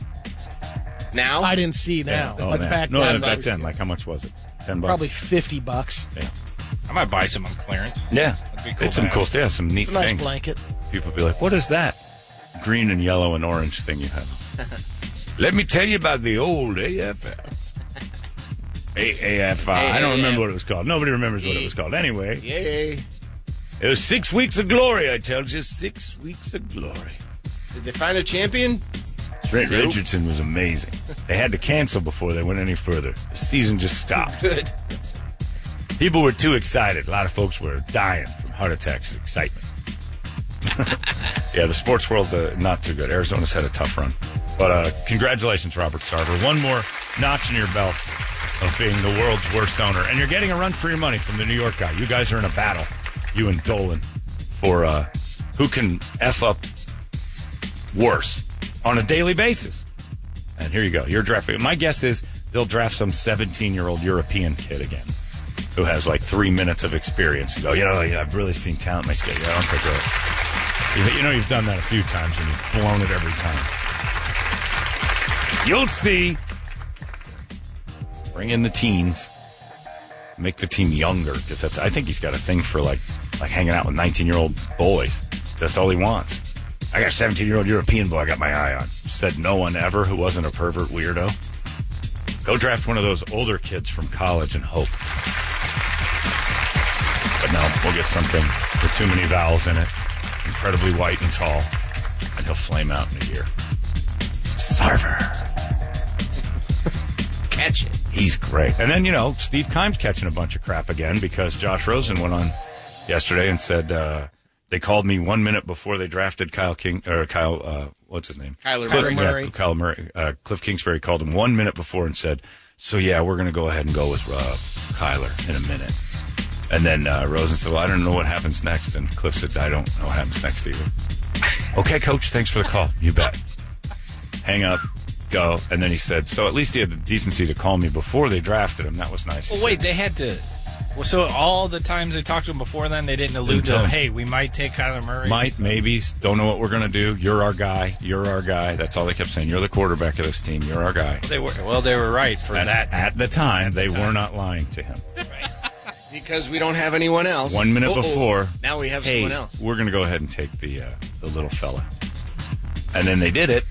Now,
I didn't see now,
Oh,
but
man.
back
no,
then,
back
like,
then, like how much was it? Ten bucks.
probably fifty bucks.
Yeah.
I might buy some on clearance.
Yeah.
be
it's
cool to
some
have.
cool stuff. Yeah, some neat
It's a nice
things.
blanket.
People be like, "What is that green and yellow and orange thing you have?" Let me tell you about the old AFL. AAFI. I don't remember what it was called. Nobody remembers what it was called. Anyway,
yay!
it was six weeks of glory. I tell you, six weeks of glory.
Did they find a champion?
Trent Richardson was amazing. They had to cancel before they went any further. The season just stopped.
Good.
People were too excited. A lot of folks were dying from heart attacks and excitement. yeah, the sports world uh, not too good. Arizona's had a tough run, but uh, congratulations, Robert Sarver. One more notch in your belt of being the world's worst owner, and you're getting a run for your money from the New York guy. You guys are in a battle, you and Dolan, for uh, who can f up worse on a daily basis. And here you go. You're drafting. My guess is they'll draft some 17 year old European kid again who has like three minutes of experience and go, you know, yeah, I've really seen talent in my skate. Yeah, I don't think really. You, you know, you've done that a few times and you've blown it every time. You'll see. Bring in the teens. Make the team younger because that's. I think he's got a thing for like, like hanging out with 19 year old boys. That's all he wants. I got a 17 year old European boy I got my eye on. Said no one ever who wasn't a pervert weirdo. Go draft one of those older kids from college and hope. But no, we'll get something with too many vowels in it. Incredibly white and tall. And he'll flame out in a year. Sarver.
Catch it.
He's great. And then, you know, Steve Kime's catching a bunch of crap again because Josh Rosen went on yesterday and said uh, they called me one minute before they drafted Kyle King or Kyle, uh, what's his name?
Kyler
Cliff,
Murray.
yeah,
Murray.
Kyle Murray. Uh, Cliff Kingsbury called him one minute before and said, So, yeah, we're going to go ahead and go with uh, Kyler in a minute. And then uh, Rosen said, Well, I don't know what happens next. And Cliff said, I don't know what happens next either. okay, coach, thanks for the call. You bet hang up, go. And then he said, so at least he had the decency to call me before they drafted him. That was nice. He
Well,
said,
wait, they had to. Well, so all the times they talked to him before then, they didn't
Didn't
allude
tell
to,
him.
hey, we might take Kyler Murray.
might, maybes, don't know what we're going to do. You're our guy. You're our guy. That's all they kept saying. You're the quarterback of this team. You're our guy.
They were well, they were right for
At,
that.
at the time, they were not lying to him.
Because we don't have anyone else.
One minute
Uh-oh.
before,
Now we have
hey,
someone else.
we're going to go ahead and take the uh, the little fella. And then they did it.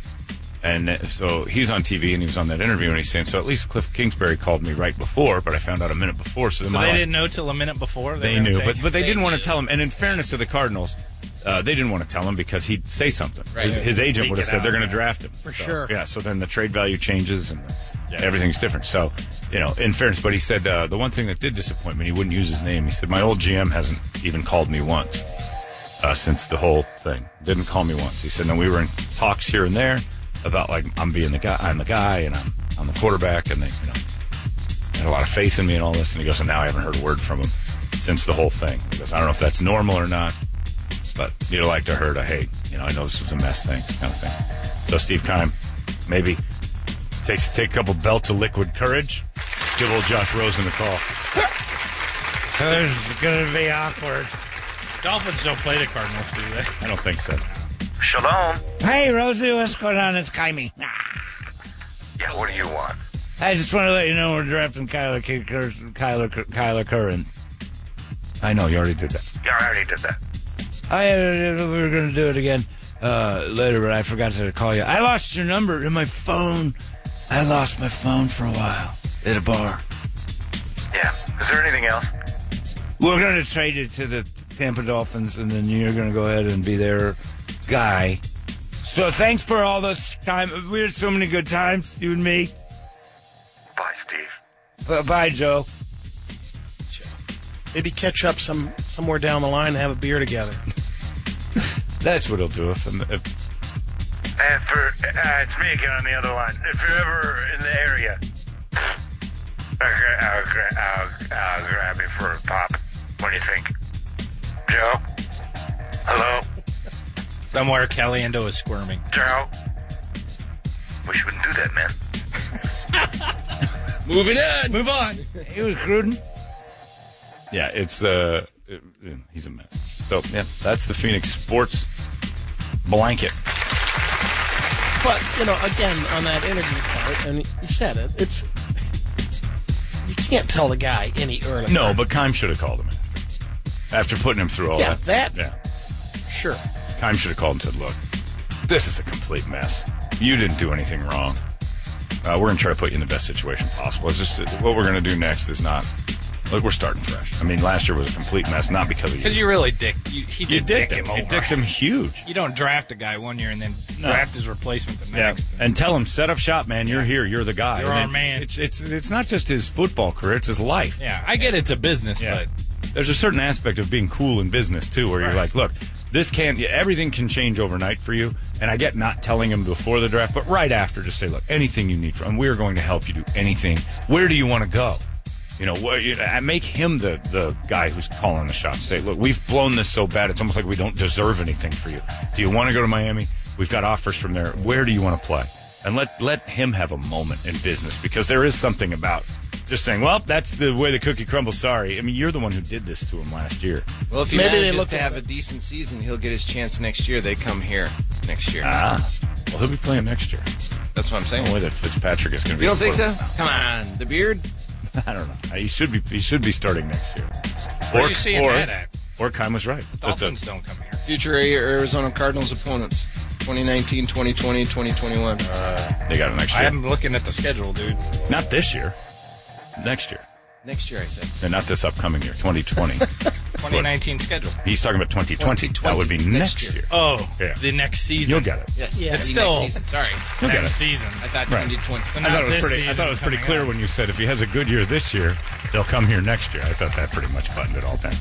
And uh, so he's on TV and he was on that interview and he's saying, so at least Cliff Kingsbury called me right before, but I found out a minute before. So, then
So
my
they
life-
didn't know till a minute before.
They
were
knew,
gonna
but
take-
but they, didn't want to tell him. And in fairness to the Cardinals, uh, they didn't want to tell him because he'd say something. His, his agent
Leak
would have
it
said
out,
they're going to
yeah.
draft him for
sure.
Yeah, so then the trade value changes and everything's different. So you know, in fairness, but he said uh, the one thing that did disappoint me, he wouldn't use his name. He said my old GM hasn't even called me once. uh, since the whole thing. Didn't call me once. He said, "No, we were in talks here and there about like I'm being the guy, I'm the guy, and I'm I'm the quarterback, and they you know had a lot of faith in me and all this." And he goes, "And now I haven't heard a word from him since the whole thing." He goes, "I don't know if that's normal or not, but you like to hurt, I hate. You know, I know this was a mess, thanks, kind of thing." So Steve Kime, maybe takes take a couple belts of liquid courage, give old Josh Rosen a call.
This is gonna be awkward. Dolphins don't play the Cardinals, do they?
I don't think so.
Shalom.
Hey, Rosie, what's going on? It's Kaimi.
Yeah, what do you want?
I just want to let you know we're drafting Kyler, Ki- Cur- Kyler, Cur- Kyler Curran.
I know you already did that.
Yeah, I already did that.
I uh, we were going to do it again uh, later, but I forgot to call you. I lost your number in my phone. I lost my phone for a while at a bar.
Yeah. Is there anything else?
We're going to trade it to the Tampa Dolphins, and then you're going to go ahead and be their guy. So thanks for all this time. We had so many good times, you and me.
Bye, Steve.
B- bye, Joe.
Maybe catch up some somewhere down the line and have a beer together.
That's what he'll do if, if
And for uh, it's me again on the other line. If you're ever in the area, I'll, gra- I'll, gra- I'll, I'll grab you for a pop. What do you think, Joe? Hello,
Somewhere Caliendo is squirming.
Joe. We shouldn't do that, man.
Moving on.
Move on.
It was Gruden.
yeah, it's uh, it- it- he's a mess. So yeah, that's the Phoenix sports blanket.
But you know, again, on that interview part, and you said it. It's you can't tell the guy any earlier.
No, but Kime should have called him after, after putting him through all
Yeah,
that.
that-
Yeah,
sure.
Kime should have called and said, "Look, this is a complete mess. You didn't do anything wrong. Uh, we're gonna try to put you in the best situation possible. It's just uh, what we're gonna do next is not. Look, we're starting fresh. I mean, last year was a complete mess, not because of you.
Because you really dick. You, he
You
did
dicked
dick him
him. You
over.
dicked him huge.
You don't draft a guy one year and then
No.
draft his replacement the
Yeah,
next.
and tell him set up shop, man. You're here. You're the guy.
You're
And
our
then
man.
It's it's it's not just his football career; it's his life.
Yeah, I get it's a business,
Yeah.
but
There's a certain aspect of being cool in business too, where you're like, look, this can't. Everything can change overnight for you. And I get not telling him before the draft, but right after, just say, look, anything you need from, and we're going to help you do anything. Where do you want to go? You know, what, you, I make him the the guy who's calling the shots. Say, look, we've blown this so bad, it's almost like we don't deserve anything for you. Do you want to go to Miami? We've got offers from there. Where do you want to play? And let let him have a moment in business because there is something about just saying, well, that's the way the cookie crumbles. Sorry, I mean, you're the one who did this to him last year.
Well, if he
Maybe they
manages
look
to
at
have
it.
a decent season, he'll get his chance next year. They come here next year.
Ah. Well, he'll be playing next year.
That's what I'm saying.
The way that Fitzpatrick is going to be.
You don't
the
think so?
quarterback.
Come on, the beard.
I don't know. He should be. He should be starting next year.
Where are you seeing
or,
that at?
Or Kime was right. That the-
Dolphins don't come here.
Future Arizona Cardinals opponents 2019, 2020, 2021.
Uh. they got it next
I
year.
am looking at the schedule, dude.
Not this year. Next year,
Next year, I said.
and not this upcoming year, 2020.
2019 schedule.
He's talking about 2020. That would be
2020,
next
next
year.
year.
Oh,
Yeah.
the next season.
You'll get it.
Yes.
Yeah.
That'd be
Still-
Next season. Sorry.
You'll get it.
next season.
I thought
Right.
2020.
I thought
Not
it was
this
pretty. I
season
thought it was pretty
coming
clear
up.
when you said if he has a good year this year, they'll come here next year. I thought that pretty much buttoned it all down.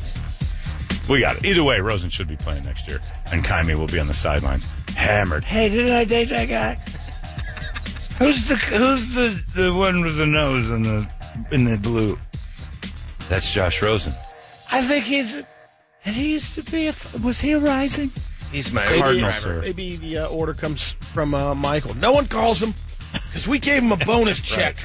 We got it. Either way, Rosen should be playing next year, and Kaimi will be on the sidelines, hammered.
Hey, didn't I date that guy? who's the Who's the the one with the nose and the in the blue?
That's Josh Rosen.
I think he's. He used to be. A, was he a rising?
He's my
Maybe-
Cardinal,
driver.
sir.
Maybe the uh, order comes from uh, Michael. No one calls him because we gave him a bonus check.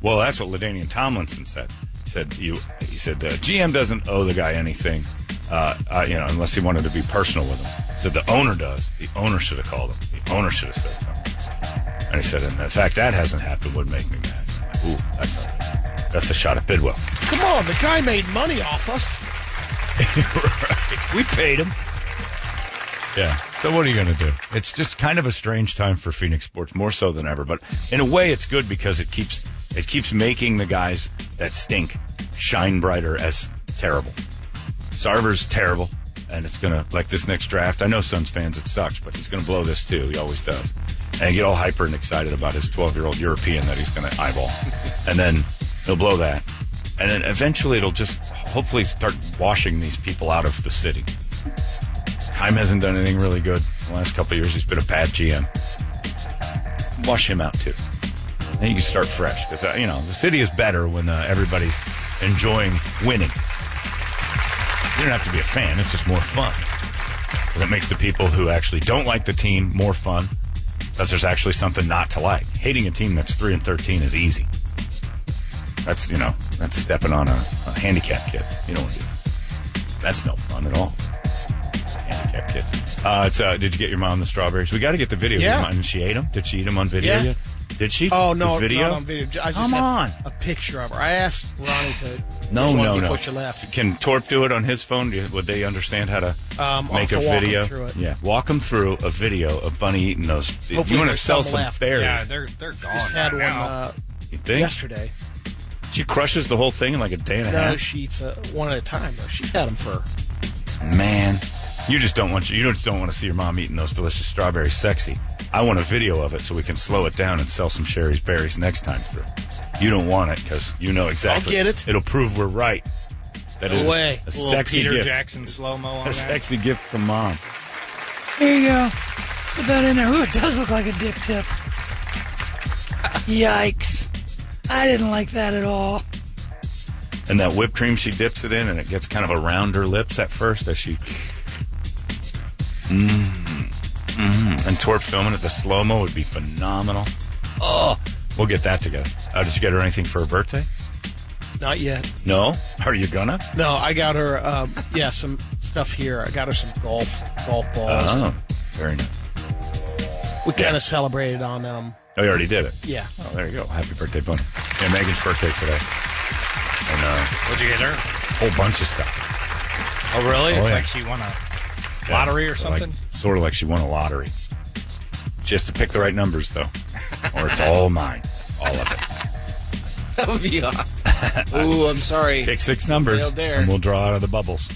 Well, that's what Ladainian Tomlinson said. He said you. He said uh, GM doesn't owe the guy anything, uh, uh, you know, unless he wanted to be personal with him. He said the owner does. The owner should have called him. The owner should have said something. And he said, and the fact that hasn't happened would make me mad. Ooh, that's not, that's a shot at Bidwell.
Come on, the guy made money off us.
We paid him. Yeah. So what are you going to do? It's just kind of a strange time for Phoenix sports, more so than ever. But in a way, it's good because it keeps it keeps making the guys that stink shine brighter as terrible. Sarver's terrible, and it's gonna like this next draft. I know Suns fans it sucks, but he's gonna blow this too. He always does, and get all hyper and excited about his 12 year old European that he's gonna eyeball, and then he'll blow that, and then eventually it'll just hopefully start washing these people out of the city. Heim hasn't done anything really good in the last couple of years. He's been a bad GM. Wash him out too. And you can start fresh because uh, you know the city is better when uh, everybody's enjoying winning. You don't have to be a fan; it's just more fun. Because it makes the people who actually don't like the team more fun. Because there's actually something not to like. Hating a team that's three and thirteen is easy. That's you know that's stepping on a, a handicap kid. You don't want to do that. That's no fun at all. Handicap kids. Uh, it's, uh, did you get your mom the strawberries? We got to get the video.
Yeah.
Did she ate them? Did she eat them on video
Yeah.
yet? Did she?
Oh no,
The video.
not on video. I just
Come
had
on.
a picture of her. I asked Ronnie to
No,
one
no, no.
before she left.
Can Torp do it on his phone? Do you- Would they understand how to
Um, I'll
make a
have to walk 'em
video?
through it.
Yeah, walk them through a video of Bunny eating those. if you
Hopefully
want to
there's
sell
some
some
left.
berries,
Yeah, they're they're
Oh,
gone.
Just had
right
one
now.
uh,
you think
yesterday.
she crushes the whole thing in like a day and a
No,
half?
she eats uh, one at a time though. She's had them for
Man, you just don't want you just don't want to see your mom eating those delicious strawberries, sexy. I want a video of it so we can slow it down and sell some Sherry's berries next time through. You don't want it because you know exactly.
get it.
It'll prove we're right. That
No
is
way.
a
A little
sexy
Peter
gift.
Jackson slow mo on
A
that.
sexy gift from mom.
There you go. Put that in there. Ooh, it does look like a dip tip. Yikes. I didn't like that at all.
and that whipped cream she dips it in and it gets kind of around her lips at first as she mm, mm. and torp filming it the slow-mo would be phenomenal oh we'll get that together uh, did you get her anything for her birthday
not yet.
no are you gonna
No, I got her. Um, yeah, some stuff here. I got her some golf golf balls.
oh very nice
we kind of celebrated on um.
oh you already did it
Yeah,
oh there you go happy birthday bunny yeah megan's birthday today and uh
What'd you get her?
whole bunch of stuff
Oh, really?
Oh,
it's
yeah.
like she won a
Yeah,
lottery or
like-
something.
sort of like she won a lottery just to pick the right numbers though or it's all mine all of it
That would be awesome. Ooh, I'm sorry.
Pick six numbers,
Failed there.
and we'll draw out of the bubbles.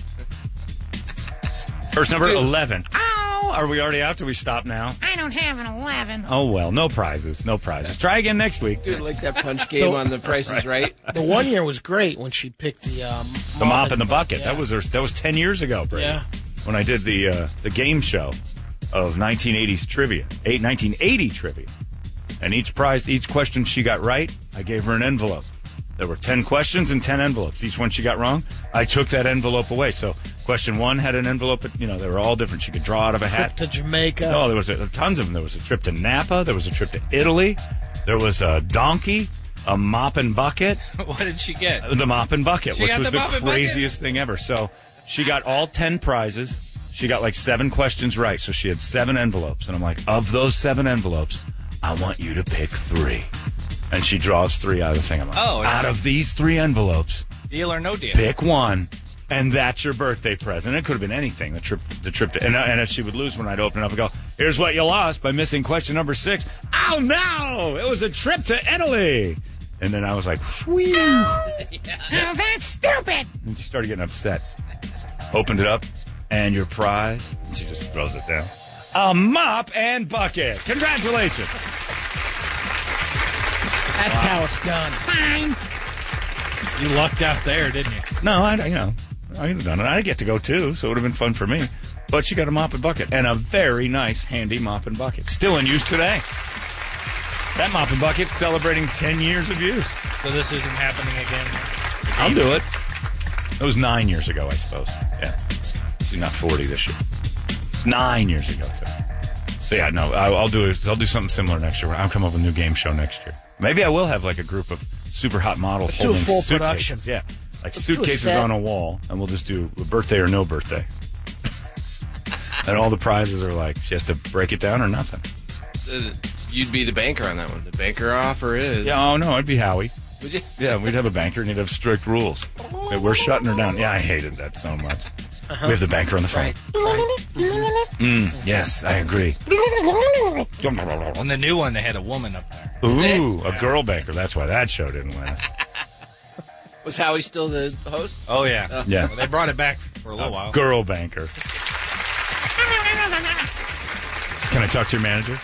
First number, 11. Ow! Are we already out? Do we stop now?
I don't have an 11.
Oh, well. No prizes. No prizes. Try again next week.
Dude, like that punch game on the prices, right?
the one year was great when she picked the um,
The mop in the bucket.
yeah.
That was her, that was 10 years ago, Brady.
Yeah.
When I did the uh, the game show of 1980s trivia. Eight, 1980 trivia. And each prize, each question she got right, I gave her an envelope. There were 10 questions and 10 envelopes. Each one she got wrong, I took that envelope away. So question one had an envelope, but, you know, they were all different. She could draw out of a hat.
trip to Jamaica.
Oh, there was a, tons of them. There was a trip to Napa. There was a trip to Italy. There was a donkey, a mop and bucket,
what did she get?
the mop and bucket,
She
which
got
was
the
the,
mop and bucket?
craziest thing ever. So she got all ten prizes. She got like seven questions right. So she had seven envelopes, and I'm like, of those seven envelopes, I want you to pick three. And she draws three out of the thing. I'm like,
Oh, it's-
out of these three envelopes,
Deal or no deal?
pick one, and that's your birthday present. It could have been anything. The trip, the trip to, and, uh, and if she would lose one, I'd open it up and go, "Here's what you lost by missing question number six. Oh no, it was a trip to Italy. And then I was like, "Whew."
Now that's stupid.
and she started getting upset. Opened it up, and your prize. And she just throws it down. A mop and bucket. Congratulations.
That's how it's done.
Fine.
You lucked out there, didn't you?
No, I you know, I could have done it. I get to go too, so it would have been fun for me. But she got a mop and bucket and a very nice, handy mop and bucket, still in use today. That mop and bucket celebrating ten years of use.
So this isn't happening again.
I'll do it. That was nine years ago, I suppose. Yeah, she's not forty this year. Nine years ago, too. So yeah, no, I, I'll do it. I'll do something similar next year. I'll come up with a new game show next year. Maybe I will have like a group of super hot models
do a
holding
full
suitcases.
production.
Yeah, like
do a
suitcases
set.
on a wall, and we'll just do a birthday or no birthday. and all the prizes are like she has to break it down or nothing.
Uh, You'd be the banker on that one. The banker offer is.
Yeah, oh no, it'd be Howie.
Would you?
Yeah, we'd have a banker and he'd have strict rules. Yeah,
Oh.
We're shutting her down. Yeah, I hated that so much. We have the banker on the phone.
Uh-huh.
Mm,
Right. right.
Yes, I agree.
On the new one, they had a woman up there.
Ooh, a girl banker. That's why that show didn't last.
Was Howie still the host?
Oh yeah.
Yeah. Uh,
Well, they brought it back for a little while.
Girl banker. Can I talk to your manager?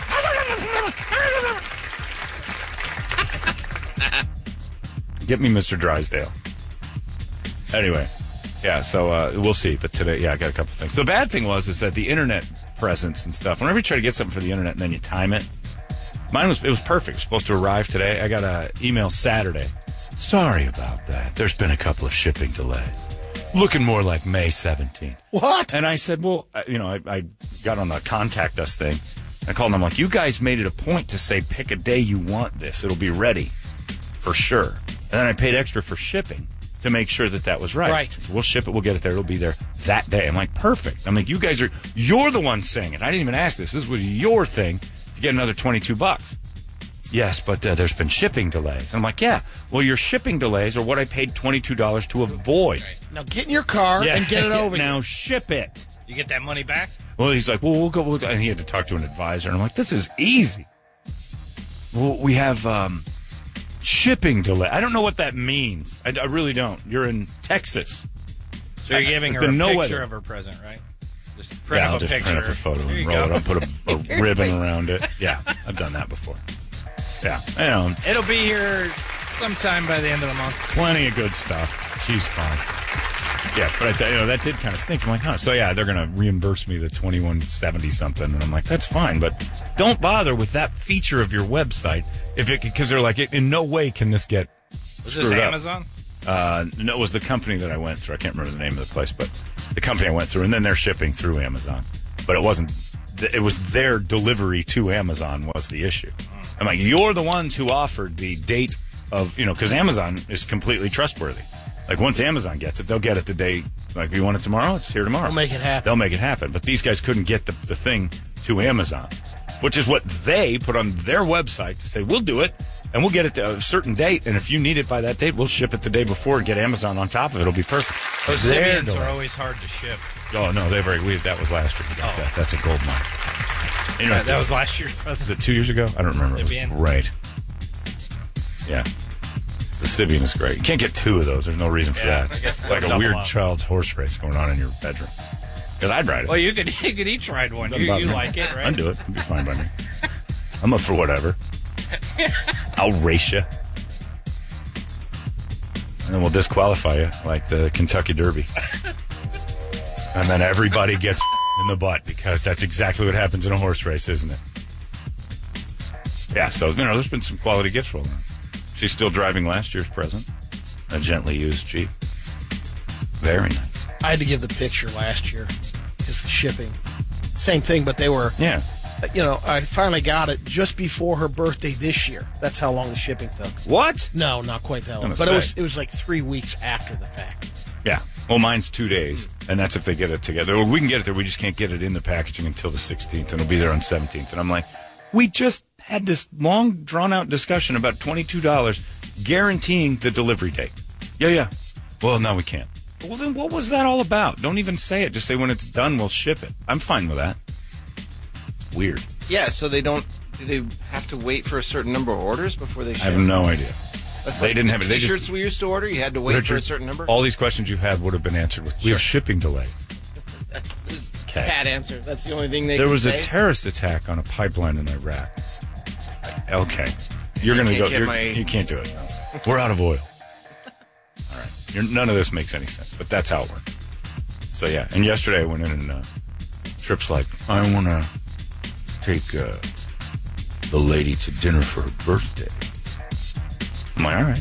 Get me Mr. Drysdale. Anyway, Yeah, so uh, we'll see. But today, yeah, I got a couple things. The bad thing was is that the internet presence and stuff. Whenever you try to get something for the internet and then you time it, mine was it was perfect. It was supposed to arrive today. I got an email Saturday. Sorry about that. There's been a couple of shipping delays. Looking more like May 17th.
What?
And I said, well, I- you know, I, I got on the contact us thing. I called and I'm like, you guys made it a point to say pick a day you want this. It'll be ready for sure. And then I paid extra for shipping to make sure that that was right.
Right.
So we'll ship it. We'll get it there. It'll be there that day. I'm like, perfect. I'm like, you guys are, you're the one saying it. I didn't even ask this. This was your thing to get another 22 bucks. Yes, but uh, there's been shipping delays. I'm like, yeah. Well, your shipping delays are what I paid $22 to avoid.
Now get in your car
Yeah.
and get it over.
now
here.
ship it.
You get that money back?
Well, he's like, well, we'll go. We'll, and he had to talk to an advisor. And I'm like, this is easy. Well, we have um, shipping delay. I don't know what that means. I, I really don't. You're in Texas.
So you're giving her a
There's Uh, been no
picture
weather.
of her present, right? Just print
Yeah, I'll
up a
just
picture.
print up a photo
There
and
you
roll
go.
it up, put a, a ribbon around it. Yeah, I've done that before. Yeah, I know.
It'll be here sometime by the end of the month.
plenty of good stuff. She's fine. Yeah, but I th- you know that did kind of stink. I'm like, huh? So yeah, they're gonna reimburse me the twenty one seventy something, and I'm like, that's fine, but don't bother with that feature of your website if it because they're like, in no way can this get.
Was this
Screwed up.
Amazon?
Uh, no, it was the company that I went through. I can't remember the name of the place, but the company I went through, and then they're shipping through Amazon, but it wasn't. th- It was their delivery to Amazon was the issue. I'm like, you're the ones who offered the date of you know because Amazon is completely trustworthy. Like once Amazon gets it, they'll get it the day. Like you want it tomorrow, it's here tomorrow.
They'll make it happen.
They'll make it happen. But these guys couldn't get the, the thing to Amazon, which is what they put on their website to say we'll do it and we'll get it to a certain date. And if you need it by that date, we'll ship it the day before and get Amazon on top of it. It'll be perfect.
Those
Their
Simeons are
delays.
always hard to ship.
Oh no, they've already. We, that was last year. We got that. That's a gold mine. Anyway,
Oh. That, that was last year's present.
was it two years ago? I don't remember. It was
Sibian.
right. Yeah. The Sibian is great. You can't get two of those. There's no reason for
Yeah,
that.
I guess
It's like a
double
weird
up.
child's horse race going on in your bedroom. Because I'd ride it.
Well, you could you could each ride one.
Doesn't
You,
bother
you
me.
like it, right?
I'd do it. It'd be fine by me. I'm up for whatever. I'll race you. And then we'll disqualify you like the Kentucky Derby. and then everybody gets in the butt because that's exactly what happens in a horse race, isn't it? Yeah, so, you know, there's been some quality gifts rolling around. She's still driving last year's present, a gently used Jeep. Very nice.
I had to give the picture last year because the shipping. Same thing, but they were,
Yeah.
Uh, you know, I finally got it just before her birthday this year. That's how long the shipping took.
What?
No, not quite that long,
Gonna
but it was
say.
it was like three weeks after the fact.
Yeah. Well, mine's two days, and that's if they get it together. Or we can get it there. We just can't get it in the packaging until the 16th, and it'll be there on 17th. And I'm like, we just had this long, drawn out discussion about $22 guaranteeing the delivery date. Yeah, yeah. Well, no, we can't. Well, then what was that all about? Don't even say it. Just say when it's done, we'll ship it. I'm fine with that. Weird.
Yeah, so they don't. Do they have to wait for a certain number of orders before they ship?
I have no idea.
That's
they
like
didn't have it. They just-
T-shirts we used to order, you had to wait for a certain number.
All these questions you've had would have been answered with we have shipping delays.
That's this
Okay.
bad answer. That's the only thing they.
There
can
was a
say.
terrorist attack on a pipeline in Iraq. Okay, you're
I
gonna
can't
go.
get
You're,
my-
You can't do it. No. We're out of oil. All right, you're, none of this makes any sense, but that's how it works. So yeah, and yesterday I went in and uh, Trip's like, I want to take uh, the lady to dinner for her birthday. I'm like, all right.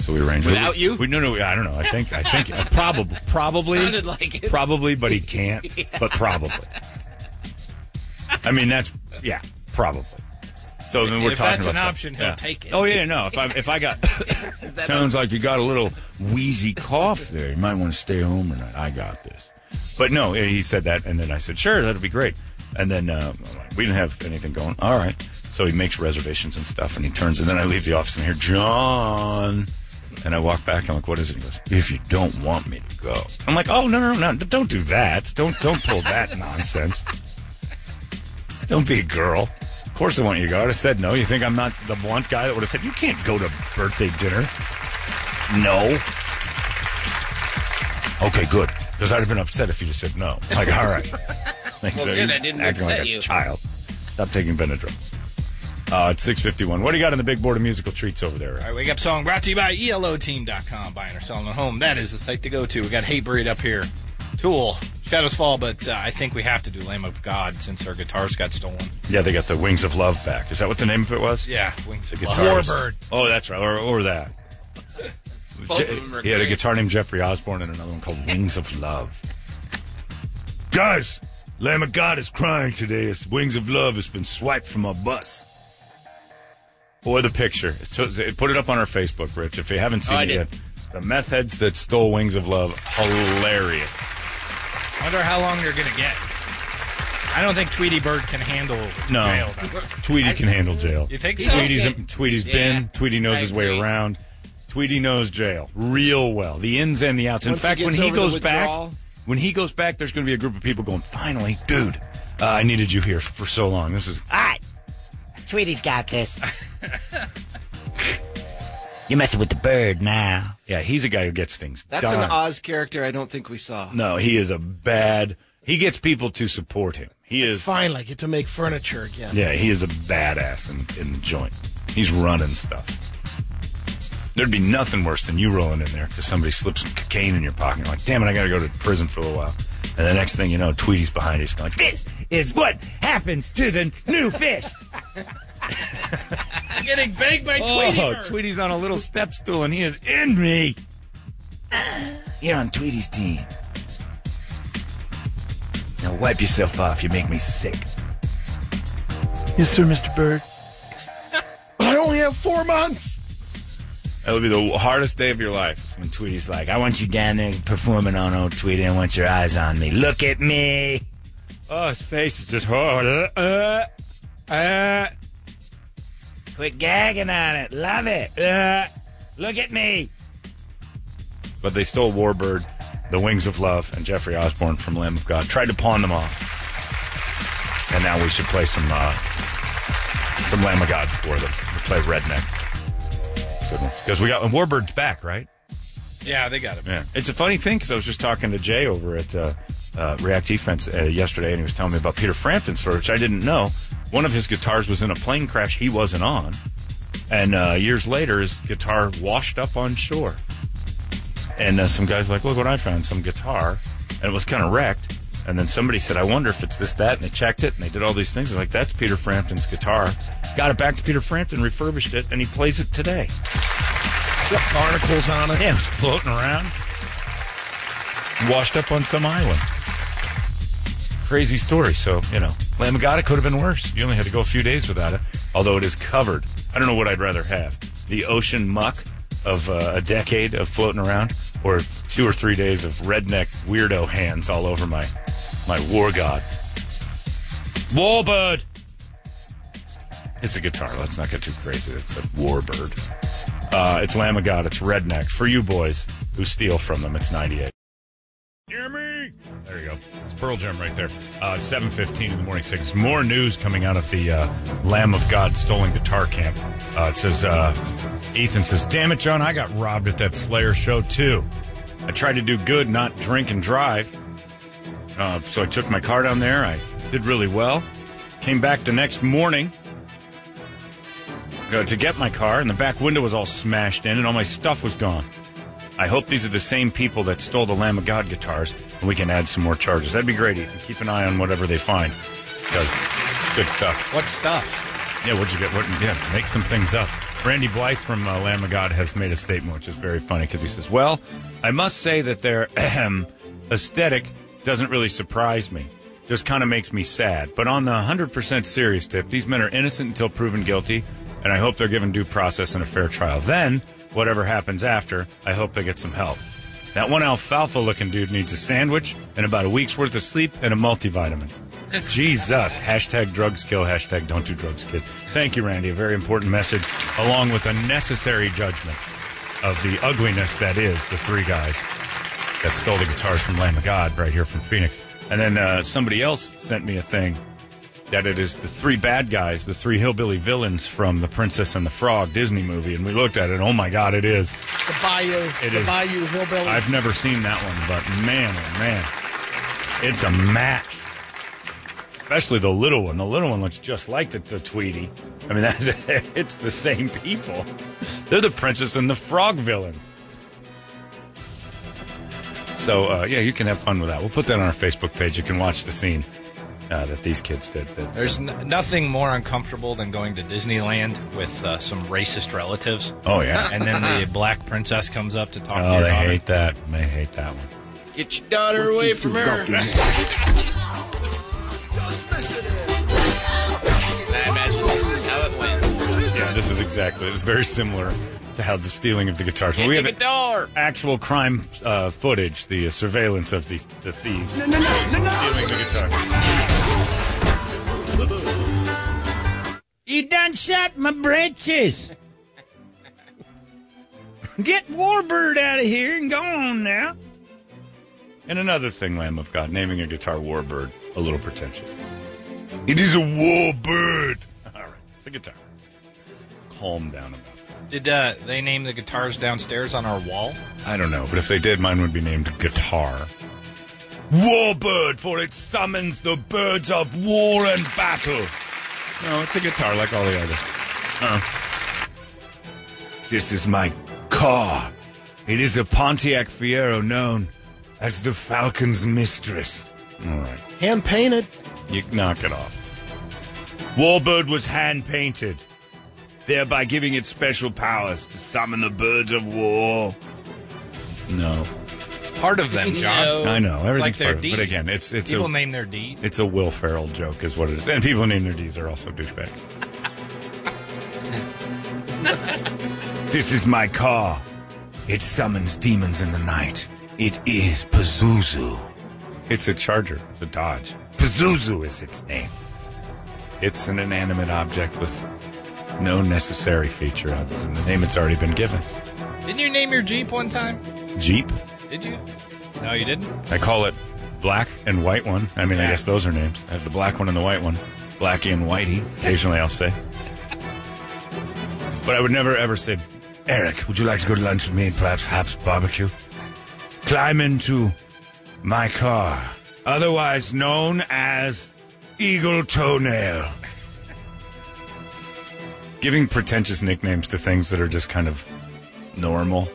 So we arranged
Without
we,
you?
We, no, no, I don't know. I think, I think, probably, probably,
Sounded like it.
probably, but he can't. But probably. I mean, that's yeah, probably. So then we're
If
talking
that's
about
an
stuff.
option, he'll take it.
Oh yeah, no. If I if I got sounds like you got a little wheezy cough there. You might want to stay home or not. I got this. But no, he said that, and then I said, sure, that'd be great. And then uh, we didn't have anything going. All right. So he makes reservations and stuff, and he turns, and then I leave the office and I hear John, and I walk back. and I'm like, what is it? He goes, if you don't want me to go, I'm like, oh no no no, no, don't do that. Don't don't pull that nonsense. Don't be a girl. Of course I want you to go. I would have said no. You think I'm not the blunt guy that would have said, you can't go to birthday dinner? No. Okay, good. Because I'd have been upset if you just said no. Like, all right. Thanks,
Well,
sir.
good,
You
I didn't
acting like
upset
a
you.
child. Stop taking Benadryl. Uh, it's 651. What do you got on the big board of musical treats over there?
All right, wake up song brought to you by E ELOteam.com. Buying or selling a home, that is the site to go to. We got Hatebreed up here, Tool, Shadows Fall, but uh, I think we have to do Lamb of God since our guitars got stolen.
Yeah, they got the Wings of Love back. Is that what the name of it was?
Yeah, Wings of Love.
guitarist.
Warbird.
Oh, that's right. Or, or that.
Both of them are
he had a
great.
guitar named Jeffrey Osborne and another one called Wings of Love.
Guys, Lamb of God is crying today as Wings of Love has been swiped from our bus.
Or the picture. It's- Put it up on our Facebook, Rich, if you haven't seen
Oh, I
it
did.
yet. The meth heads that stole Wings of Love. Hilarious.
Wonder how long they're gonna get. I don't think Tweety Bird can handle
No.
jail. though.
Tweety can handle jail.
You think so?
Tweety's,
Okay.
Tweety's
Yeah,
been. Tweety knows
I
his way
agree.
around. Tweety knows jail real well. The ins and the outs. In
Once he
fact, when
gets
he
over the
goes back,
withdrawal.
when he goes back, there's going to be a group of people going, "Finally, dude, uh, I needed you here for so long. This is
All right. Tweety's got this. You're messing with the bird now.
yeah." He's a guy who gets things
That's
done.
an Oz character I don't think we saw.
no, he is a bad. He gets people to support him. He is.
Finally, get to make furniture again.
Yeah, he is a badass in, in the joint. He's running stuff. There'd be nothing worse than you rolling in there because somebody slips some cocaine in your pocket. You're like, damn it, I got to go to prison for a little while. And the next thing you know, Tweety's behind you. He's like, this.
Is what happens to the new fish.
Getting banged by
Oh, Tweety's on a little step stool and he is in me.
You're on Tweety's team. Now wipe yourself off. You make me sick.
Yes, sir, Mr. Bird.
I only have four months.
That would be the hardest day of your life.
When Tweety's like, I want you down there performing on old Tweety. I want your eyes on me. Look at me.
Oh, his face is just hard. Uh, uh, uh.
Quit gagging on it. Love it. Uh, look at me.
But they stole Warbird, The Wings of Love, and Jeffrey Osborne from Lamb of God. Tried to pawn them off. And now we should play some uh, some Lamb of God for them. We play Redneck. Good one. Because we got and Warbird's back, right?
Yeah, they got him.
Yeah. It's a funny thing because I was just talking to Jay over at uh, uh, React Defense uh, yesterday, and he was telling me about Peter Frampton's story, which I didn't know. One of his guitars was in a plane crash he wasn't on, and uh, years later, his guitar washed up on shore. And uh, some guys like, look what I found, some guitar, and it was kind of wrecked. And then somebody said, I wonder if it's this, that, and they checked it, and they did all these things. They're like, that's Peter Frampton's guitar. Got it back to Peter Frampton, refurbished it, and he plays it today.
Got barnacles on it.
Yeah, it was floating around. Washed up on some island. Crazy story. So, you know, Lamb of God, it could have been worse. You only had to go a few days without it, although it is covered. I don't know what I'd rather have the ocean muck of uh, a decade of floating around, or two or three days of redneck weirdo hands all over my, my war god. Warbird! It's a guitar. Let's not get too crazy. It's a warbird. Uh, it's Lamb of God. It's Redneck. For you boys who steal from them, it's 98. Hear me? There you go. It's Pearl Jam right there. Uh, it's 7.15 in the morning. Six. More news coming out of the uh, Lamb of God stolen guitar camp. Uh, it says, uh, Ethan says, Damn it, John, I got robbed at that Slayer show, too. I tried to do good, not drink and drive. Uh, so I took my car down there. I did really well. Came back the next morning uh, to get my car, and the back window was all smashed in, and all my stuff was gone. I hope these are the same people that stole the Lamb of God guitars, and we can add some more charges. That'd be great, Ethan. Keep an eye on whatever they find, because good stuff.
What stuff?
Yeah, what'd you get? What? Yeah, make some things up. Randy Blythe from uh, Lamb of God has made a statement, which is very funny because he says, "Well, I must say that their ahem, aesthetic doesn't really surprise me. Just kind of makes me sad. But on the 100% serious tip, these men are innocent until proven guilty, and I hope they're given due process and a fair trial. Then, whatever happens after, I hope they get some help. That one alfalfa-looking dude needs a sandwich and about a week's worth of sleep and a multivitamin." Jesus. Hashtag drugs kill. Hashtag don't do drugs, kids. Thank you, Randy. A very important message, along with a necessary judgment of the ugliness that is the three guys that stole the guitars from Lamb of God right here from Phoenix. And then uh, somebody else sent me a thing that it is the three bad guys, the three hillbilly villains from the Princess and the Frog Disney movie. And we looked at it. Oh, my God, it is.
The bayou.
It
the
is.
bayou hillbilly.
I've never seen that one, but man, oh man, it's a match. especially the little one. The little one looks just like the, the Tweety. I mean, that, it's the same people. They're the princess and the frog villains. So uh, yeah, you can have fun with that. We'll put that on our Facebook page. You can watch the scene uh, that these kids did. That-
There's n- nothing more uncomfortable than going to Disneyland with uh, some racist relatives.
Oh, yeah.
and then the black princess comes up to talk to
oh,
your
they
daughter.
hate that. They hate that one.
Get your daughter away from her. I imagine this is how it went.
Yeah, this is exactly. It's very similar to how the stealing of the guitars. we have
door.
actual crime uh, footage, the uh, surveillance of the the thieves stealing the guitars.
You done shot my britches. Get Warbird out of here and go on now.
And another thing, Lamb of God, naming a guitar Warbird a little pretentious. It is a Warbird. All right, the guitar. Calm down about. it.
Did uh, they name the guitars downstairs on our wall?
I don't know, but if they did, mine would be named Guitar. Warbird, for it summons the birds of war and battle. No, it's a guitar like all the others. Uh-uh. This is my car. It is a Pontiac Fiero known as the Falcon's Mistress. All right.
Hand painted.
You knock it off. Warbird was hand painted, thereby giving it special powers to summon the birds of war. No,
Part of them, John.
I know everything's
like their
part of it, but
deed.
again, it's it's
People
a
name their deeds.
it's a Will Ferrell joke, is what it is, and people who name their D's are also douchebags. this is my car. It summons demons in the night. It is Pazuzu. It's a Charger. It's a Dodge. Pazuzu is its name. It's an inanimate object with no necessary feature other than the name it's already been given.
Didn't you name your Jeep one time?
Jeep.
Did you? No, you didn't.
I call it black and white one. I mean, I
Yeah.
guess those are names. I have the black one and the white one. Blackie and Whitey. Occasionally I'll say. But I would never ever say,
Eric, would you like to go to lunch with me and perhaps Haps Barbecue? Climb into my car, otherwise known as Eagle Toenail.
giving pretentious nicknames to things that are just kind of normal.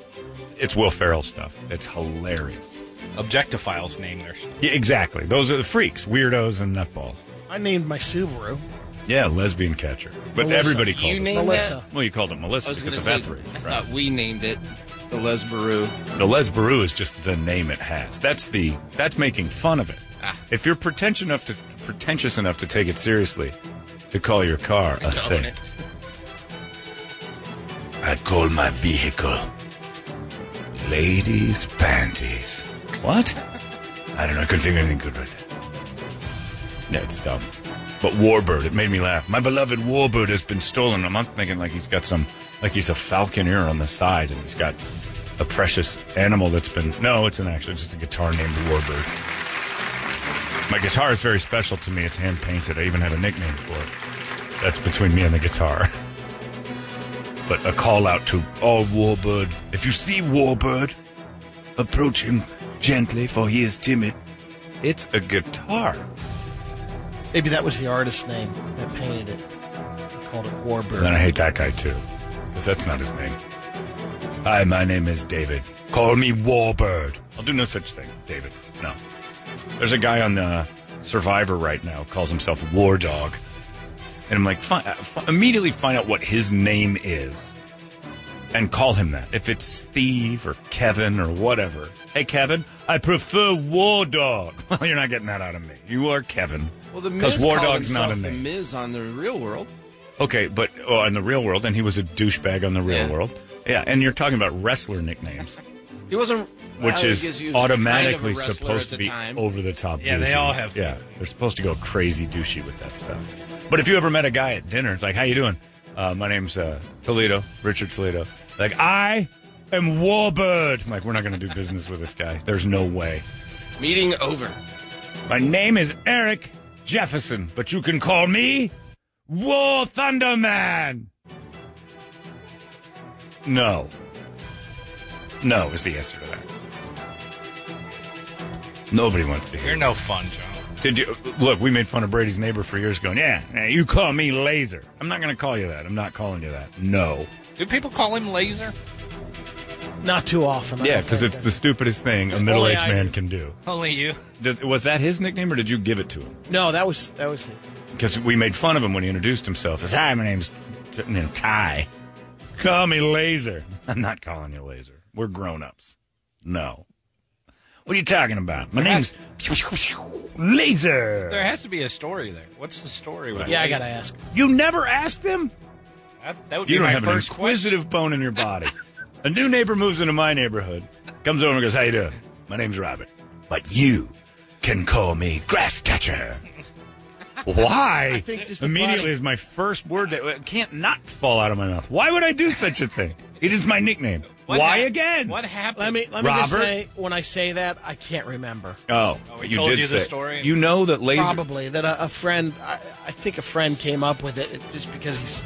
It's Will Ferrell stuff. It's hilarious.
Objectophiles name their. sh-
Yeah, exactly. Those are the freaks, weirdos, and nutballs.
I named my Subaru.
Yeah, lesbian catcher. But
Melissa.
everybody called
You
it.
named
Melissa.
well, you called it Melissa
I was going to
because
say,
of
I
Etheridge. right?
thought we named it the Lesbaru.
The Les Baru is just the name it has. That's the that's making fun of it.
Ah.
If you're pretentious enough to pretentious enough to take it seriously, to call your car a thing,
it.
I'd call my vehicle Ladies' Panties.
what?
I don't know, I couldn't think of anything good right there.
Yeah, it's dumb. But Warbird, it made me laugh. My beloved Warbird has been stolen. I'm not thinking like he's got some like he's a falconer on the side and he's got a precious animal that's been no, it's an actually just a guitar named Warbird. My guitar is very special to me. It's hand painted. I even have a nickname for it. That's between me and the guitar. but a call out to all Warbird.
If you see Warbird, approach him gently, for he is timid.
It's a guitar.
Maybe that was the artist's name that painted it. He called it Warbird.
And then I hate that guy too. Because that's not his name.
Hi, my name is David. Call me Warbird.
I'll do no such thing, David. No. There's a guy on uh, Survivor right now calls himself War Dog, and I'm like, fi- uh, fi- immediately find out what his name is, and call him that. If it's Steve or Kevin or whatever, hey Kevin, I prefer War Dog. Well, you're not getting that out of me. You are Kevin.
Well, the
because
Miz
War
called
Dog's not a
himself the
name.
Miz on the real world.
Okay, but oh, in the real world, and he was a douchebag on the real
Yeah.
world. Yeah, and you're talking about wrestler nicknames.
He wasn't. well,
which
he gives
is
you kind of a
automatically
wrestler
supposed to
at the
be
time.
over the top.
Yeah, they
douchey.
all have-
Yeah, they're supposed to go crazy douchey with that stuff. But if you ever met a guy at dinner, it's like, "How you doing? Uh, my name's uh, Toledo, Richard Toledo. Like, I am Warbird. I'm like, we're not going to do business with this guy. There's no way.
Meeting over.
My name is Eric Jefferson, but you can call me War Thunderman. No. No is the answer to that. Nobody wants to hear.
You're no fun, John.
Did you look? We made fun of Brady's neighbor for years, going, "Yeah, yeah, you call me laser." I'm not going to call you that. I'm not calling you that. No.
Do people call him Laser?
Not too often. I
Yeah,
don't
because
think.
it's the stupidest thing a middle-aged
I
man
do.
can do.
Only you.
Does, was that his nickname, or did you give it to him?
no. That was that was his.
Because we made fun of him when he introduced himself. As hi, my name's you know, Ty. Call me Laser. I'm not calling you Laser. We're grown-ups. No. What are you talking about? My name's Laser.
There has to be a story there. What's the story with
Yeah, I
Laser?
gotta ask.
You never asked him.
That, that would
You
be
don't
my
have an
first question.
inquisitive bone in your body. a new neighbor moves into my neighborhood, comes over and goes, "How you doing? My name's Robert, but you can call me Grass Catcher." Why?
think just
immediately
applying-
is my first word that it can't not fall out of my mouth. Why would I do such a thing? It is my nickname.
What
Why
hap-
again?
What happened?
Let me let me just
Robert?
say when I say that I can't remember.
Oh,
we told you the story.
You know that laser.
Probably that a, a friend. I, I think a friend came up with it just because he's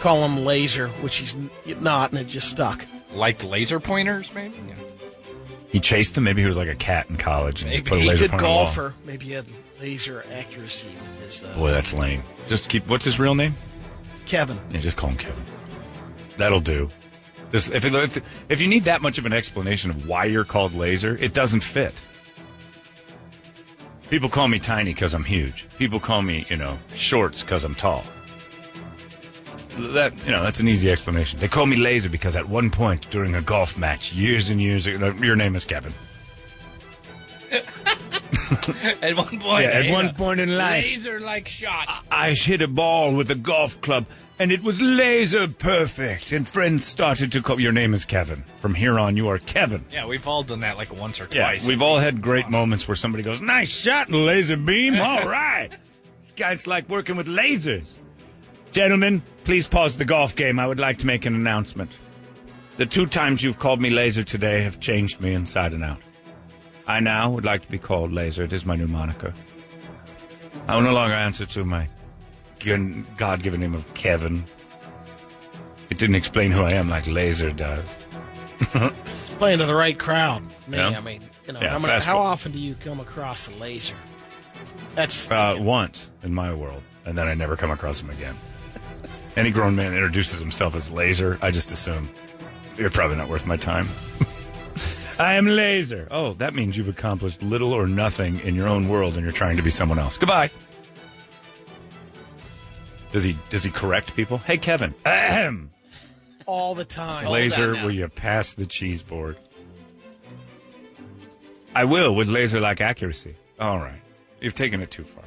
call him laser, which he's n- not, and it just stuck.
Like laser pointers, maybe? Yeah.
He chased him. Maybe he was like a cat in college and just
Maybe.
put a
He's
laser
He's a good
point on the wall.
golfer. Maybe he had laser accuracy with his uh,
Boy, that's lame. Just keep. What's his real name?
Kevin.
Yeah, just call him Kevin. That'll do. This, if, it, if, if you need that much of an explanation of why you're called laser, it doesn't fit. People call me tiny because I'm huge. People call me, you know, shorts because I'm tall. That you know, that's an easy explanation. They call me laser because at one point during a golf match, years and years ago, your name is Kevin.
At one point.
Yeah,
I
at
hit
one
a
point in life,
Laser-like shot.
I hit a ball with a golf club and it was laser perfect. And friends started to call your name is Kevin. From here on, you are Kevin.
Yeah, we've all done that like once or
Yeah,
twice.
we've all had great moments where somebody goes, "Nice shot, laser beam." All right, this guy's like working with lasers. Gentlemen, please pause the golf game. I would like to make an announcement. The two times you've called me laser today have changed me inside and out. I now would like to be called laser. It is my new moniker. I will no longer answer to my gun- God-given name of Kevin. It didn't explain who I am like laser does.
He's playing to the right crowd. Me,
Yeah.
I mean, you know,
Yeah,
how, many-
fast
how
one.
often do you come across a laser? That's
Uh, once in my world, and then I never come across him again. Any grown man introduces himself as Laser, I just assume you're probably not worth my time. I am Laser. Oh, that means you've accomplished little or nothing in your own world, and you're trying to be someone else. Goodbye. Does he does he correct people? Hey, Kevin. Ahem.
all the time.
Laser, will you pass the cheese board? I will with laser like accuracy. All right. You've taken it too far.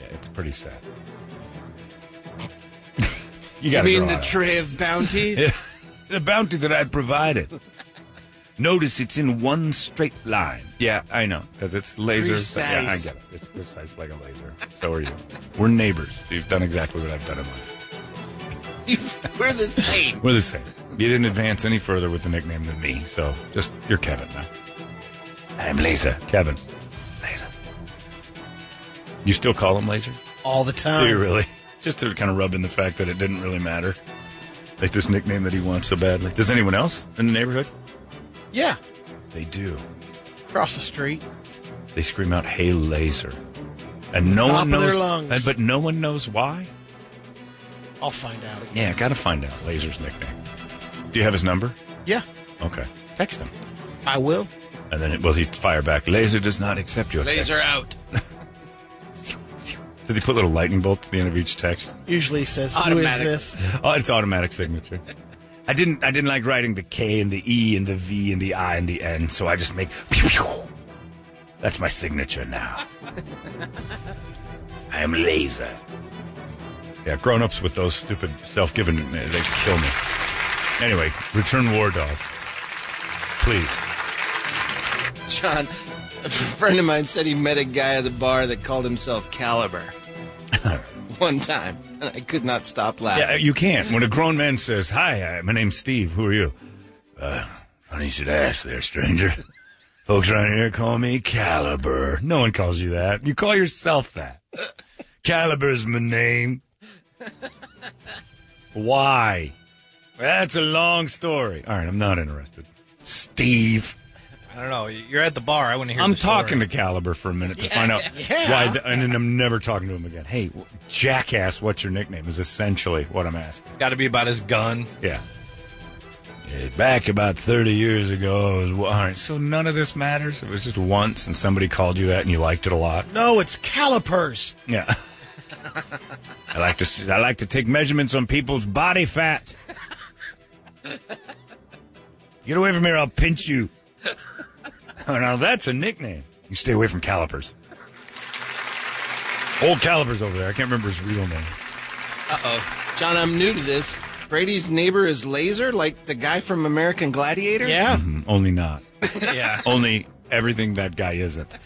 Yeah, it's pretty sad. you
You
got
mean the tray of bounty?
the bounty that I provided. Notice it's in one straight line. Yeah, I know, because it's laser. Yeah, I
Precise.
get it. It's precise like a laser. So are you. We're neighbors. You've done exactly what I've done in life.
We're the same.
We're the same. You didn't advance any further with the nickname than me, so just you're Kevin now. I'm Laser. Kevin. Laser. You still call him Laser?
all the
Do you
time.
really? Just to kind of rub in the fact that it didn't really matter. Like this nickname that he wants so badly. Does anyone else in the neighborhood?
Yeah,
They do.
across the street.
They scream out, "Hey, Laser!" And no
Top
one
of
knows.
their lungs.
and- But no one knows why.
I'll find out again.
Yeah, gotta find out Laser's nickname. Do you have his number?
Yeah,
Okay, text him.
I will.
And then it, will he fire back? Laser does not accept your
Laser
text.
out.
Does he put little lightning bolts at the end of each text?
Usually he says, "Who is
Automatic.
this?"
Oh, it's automatic signature. I didn't. I didn't like writing the K and the E and the V and the I and the N, so I just make. pew, pew. That's my signature now. I am laser. Yeah, grown-ups with those stupid self-given, they kill me. Anyway, return War Dog, please.
John, a friend of mine said he met a guy at the bar that called himself Caliber one time, and I could not stop laughing.
Yeah, uh, you can't. When a grown man says, "Hi, I, my name's Steve. Who are you?" Uh, funny you should ask, there, stranger. Folks around here call me Caliber. No one calls you that. You call yourself that. Caliber's my name. Why? That's a long story. All right, I'm not interested. Steve.
I don't know. You're at the bar. I want to hear.
I'm
the story.
talking to Caliber for a minute to find out why, the, and then I'm never talking to him again. Hey, w- jackass, what's your nickname? Is essentially what I'm asking.
It's got to be about his gun.
Yeah. Yeah, Back about 30 years ago, I was, all right, so none of this matters. It was just once, and somebody called you that, and you liked it a lot.
No, it's calipers.
Yeah. I like to s- I like to take measurements on people's body fat. Get away from here! I'll pinch you. Oh, now that's a nickname. You stay away from calipers. Old calipers over there. I can't remember his real name.
Uh oh. John, I'm new to this. Brady's neighbor is Laser, like the guy from American Gladiator?
Yeah.
Mm, Only not.
Yeah.
Only everything that guy isn't.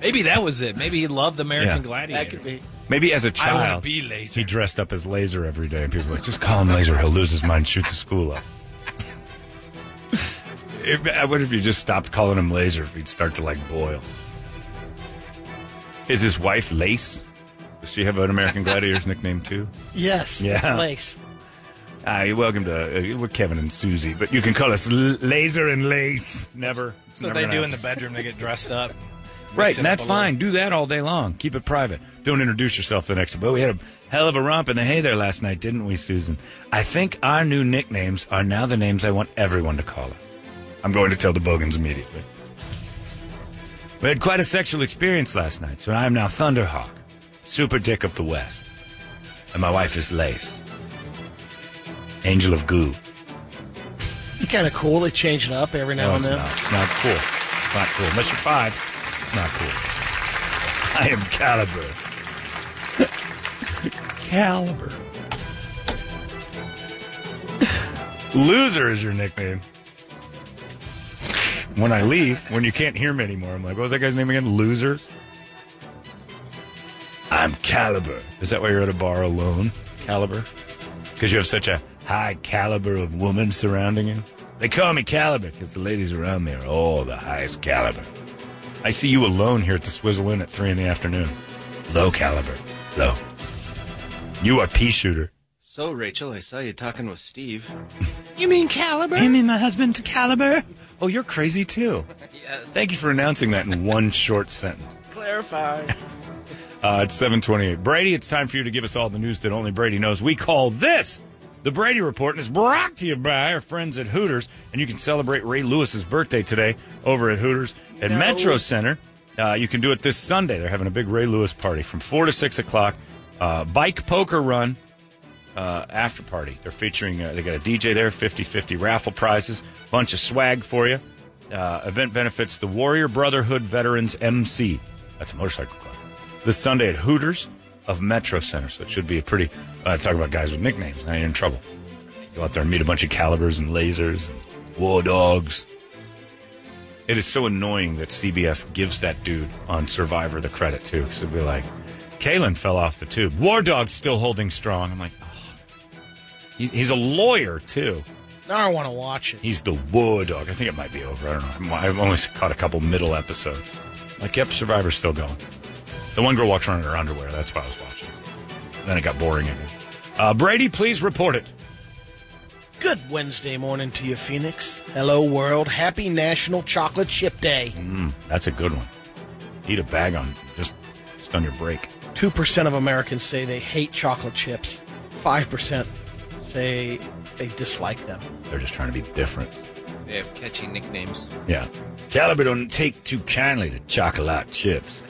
Maybe that was it. Maybe he loved American
Yeah.
Gladiator.
That could be.
Maybe as a
I wanna
child,
be laser.
he dressed up as Laser every day, and people were like, just call him Laser. He'll lose his mind, shoot the school up. If- I wonder if you just stopped calling him Laser, if he'd start to like boil. Is his wife Lace? Does she have an American Gladiator's nickname too?
Yes.
Yeah.
That's lace.
Ah, you're welcome to uh, we're Kevin and Susie, but you can call us L- Laser and Lace. Never. It's
That's what
never
they
gonna
do
happen.
in the bedroom. They get dressed up.
Right,
Mix it
and
up
that's
a little.
fine. Do that all day long. Keep it private. Don't introduce yourself the next. But we had a hell of a romp in the hay there last night, didn't we, Susan? I think our new nicknames are now the names I want everyone to call us. I'm going to tell the Bogans immediately. We had quite a sexual experience last night, so I am now Thunderhawk, Super Dick of the West, and my wife is Lace, Angel of Goo.
Be kind of cool. They change it up every now
No,
and
it's
then.
not. It's not cool. It's not cool. Unless you're five, it's not cool. I am Caliber. Caliber. Loser is your nickname. When I leave, when you can't hear me anymore, I'm like, what was that guy's name again? Loser? I'm Caliber. Is that why you're at a bar alone? Caliber? Because you have such a high caliber of women surrounding you? They call me Caliber because the ladies around me are all the highest caliber. I see you alone here at the Swizzle Inn at 3 in the afternoon. Low caliber. Low. You are pea shooter.
So, Rachel, I saw you talking with Steve. You mean Caliber?
mean my husband to Caliber? Oh, you're crazy too.
Yes.
Thank you for announcing that in one short sentence.
Clarify.
Uh, it's 728. Brady, it's time for you to give us all the news that only Brady knows. We call this the Brady Report, and it's brought to you by our friends at Hooters. And you can celebrate Ray Lewis's birthday today over at Hooters at Metro Center. Uh, you can do it this Sunday. They're having a big Ray Lewis party from 4 to 6 o'clock. Uh, bike poker run uh, after party. They're featuring, uh, they got a DJ there, 50 50 raffle prizes, bunch of swag for you. Uh, event benefits the Warrior Brotherhood Veterans MC. That's a motorcycle club. This Sunday at Hooters of Metro Center. So it should be a pretty, uh, talk about guys with nicknames. Now you're in trouble. Go out there and meet a bunch of calibers and lasers and war dogs. It is so annoying that CBS gives that dude on Survivor the credit too, because it'd be like, Kalen fell off the tube. War dog's still holding strong. I'm like, he- He's a lawyer too.
Now I want to watch it.
He's the war dog. I think it might be over. I don't know. I've only caught a couple middle episodes. Like, yep, Survivor's still going. The one girl walks around in her underwear. That's why I was watching. Then it got boring again. Uh, Brady, please report it.
Good Wednesday morning to you, Phoenix. Hello, world. Happy National Chocolate Chip Day.
That's a good one. Eat a bag on just just on your break.
2% of Americans say they hate chocolate chips, 5% say they dislike them.
They're just trying to be different.
They have catchy nicknames.
Yeah. Caliber don't take too kindly to chocolate chips.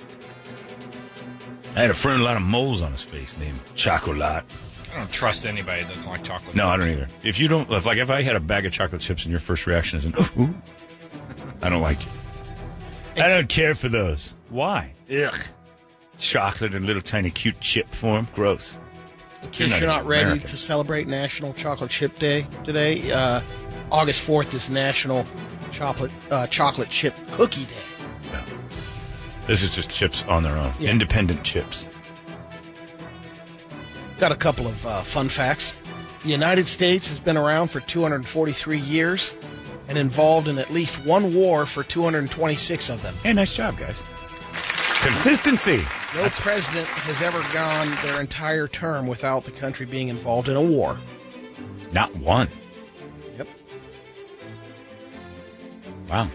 I had a friend with a lot of moles on his face named Chocolat.
I don't trust anybody that doesn't like chocolate.
No, I don't either. If you don't, if like if I had a bag of chocolate chips and your first reaction is, an, "Ooh, ooh," I don't like you. I don't care for those. Why? Ugh. Chocolate in little tiny cute chip form. Gross.
In case
not
you're not
even
ready
American.
to celebrate National Chocolate Chip Day today, uh, August 4th is National Chocolate uh, Chocolate Chip Cookie Day.
This is just chips on their own.
Yeah.
Independent chips.
Got a couple of uh, fun facts. The United States has been around for 243 years and involved in at least one war for 226 of them.
Hey, nice job, guys. Consistency.
No president has ever gone their entire term without the country being involved in a war.
Not one.
Yep.
Wow.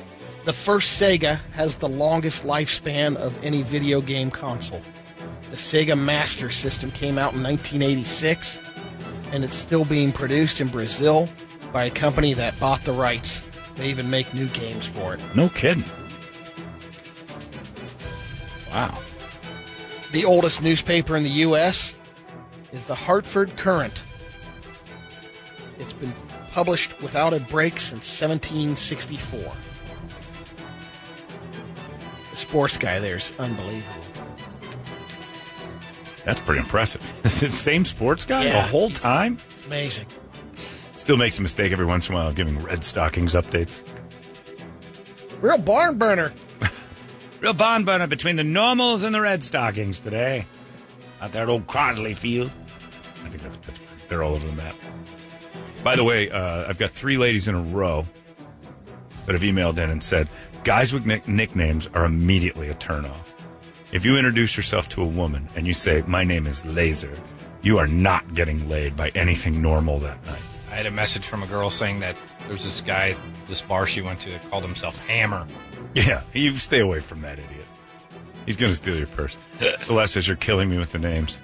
The first Sega has the longest lifespan of any video game console. The Sega Master System came out in 1986, and it's still being produced in Brazil by a company that bought the rights. They even make new games for it.
No kidding. Wow.
The oldest newspaper in the U.S. is the Hartford Current. It's been published without a break since 1764. The sports guy there is unbelievable.
That's pretty impressive. Is it same sports guy
Yeah.
the whole time?
It's amazing.
Still makes a mistake every once in a while of giving Red Stockings updates.
Real barn burner.
Real bond burner between the normals and the red stockings today. Out there at old Crosley Field.
I think that's Pittsburgh. They're all over the map. By the way, uh, I've got three ladies in a row that have emailed in and said, guys with nick- nicknames are immediately a turnoff. If you introduce yourself to a woman and you say, my name is Laser, you are not getting laid by anything normal that night.
I had a message from a girl saying that there's this guy, at this bar she went to, that called himself Hammer.
Yeah, you stay away from that idiot. He's going to steal your purse. Celeste says, You're killing me with the names.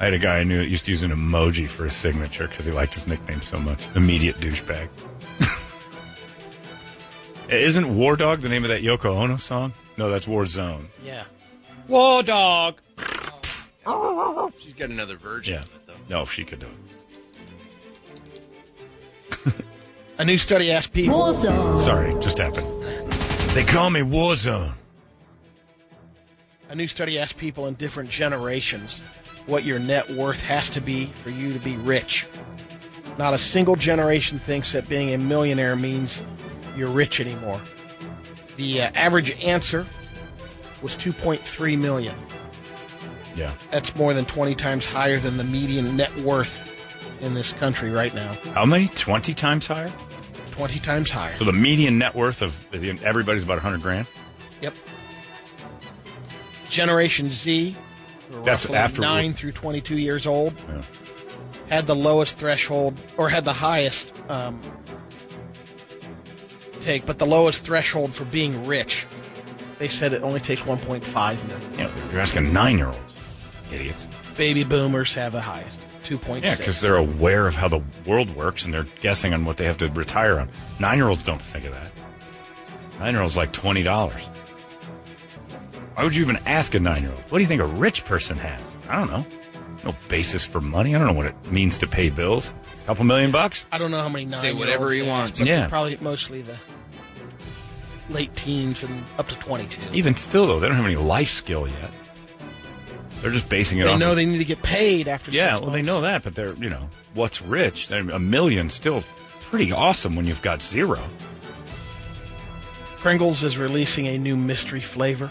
I had a guy I knew that used to use an emoji for his signature because he liked his nickname so much. Immediate douchebag. Eh, Isn't War Dog the name of that Yoko Ono song? No, that's War Zone.
Yeah.
War dog.
She's got another version
Yeah.
of it, though.
No, she could do it.
A new study asked people.
Sorry, just happened. They call me War Zone.
A new study asked people in different generations what your net worth has to be for you to be rich. Not a single generation thinks that being a millionaire means you're rich anymore. The uh, average answer was 2.3 million.
Yeah.
That's more than 20 times higher than the median net worth in this country right now.
How many? 20 times higher?
20 times higher.
So the median net worth of everybody's about 100 grand?
Yep. Generation Z, who are
That's
roughly
after-
nine through twenty-two years old,
Yeah.
had the lowest threshold, or had the highest um, take, but the lowest threshold for being rich. They said it only takes one point five million.
Yeah, you're asking nine year olds. Idiots.
Baby boomers have the highest, two point
Yeah,
six.
because they're aware of how the world works and they're guessing on what they have to retire on. Nine year olds don't think of that. Nine year olds like twenty dollars. Why would you even ask a nine year old? What do you think a rich person has? I don't know. No basis for money. I don't know what it means to pay bills. A couple million bucks?
I don't know how many nine.
whatever he wants.
Yeah.
probably mostly the late teens and up to twenty-two.
Even still though, they don't have any life skill yet. They're just basing it
they
off
know
of-
they need to get paid after.
Yeah,
six
well, they
months.
know that, but they're you know what's rich. I mean, A million still pretty awesome when you've got zero.
Pringles is releasing a new mystery flavor,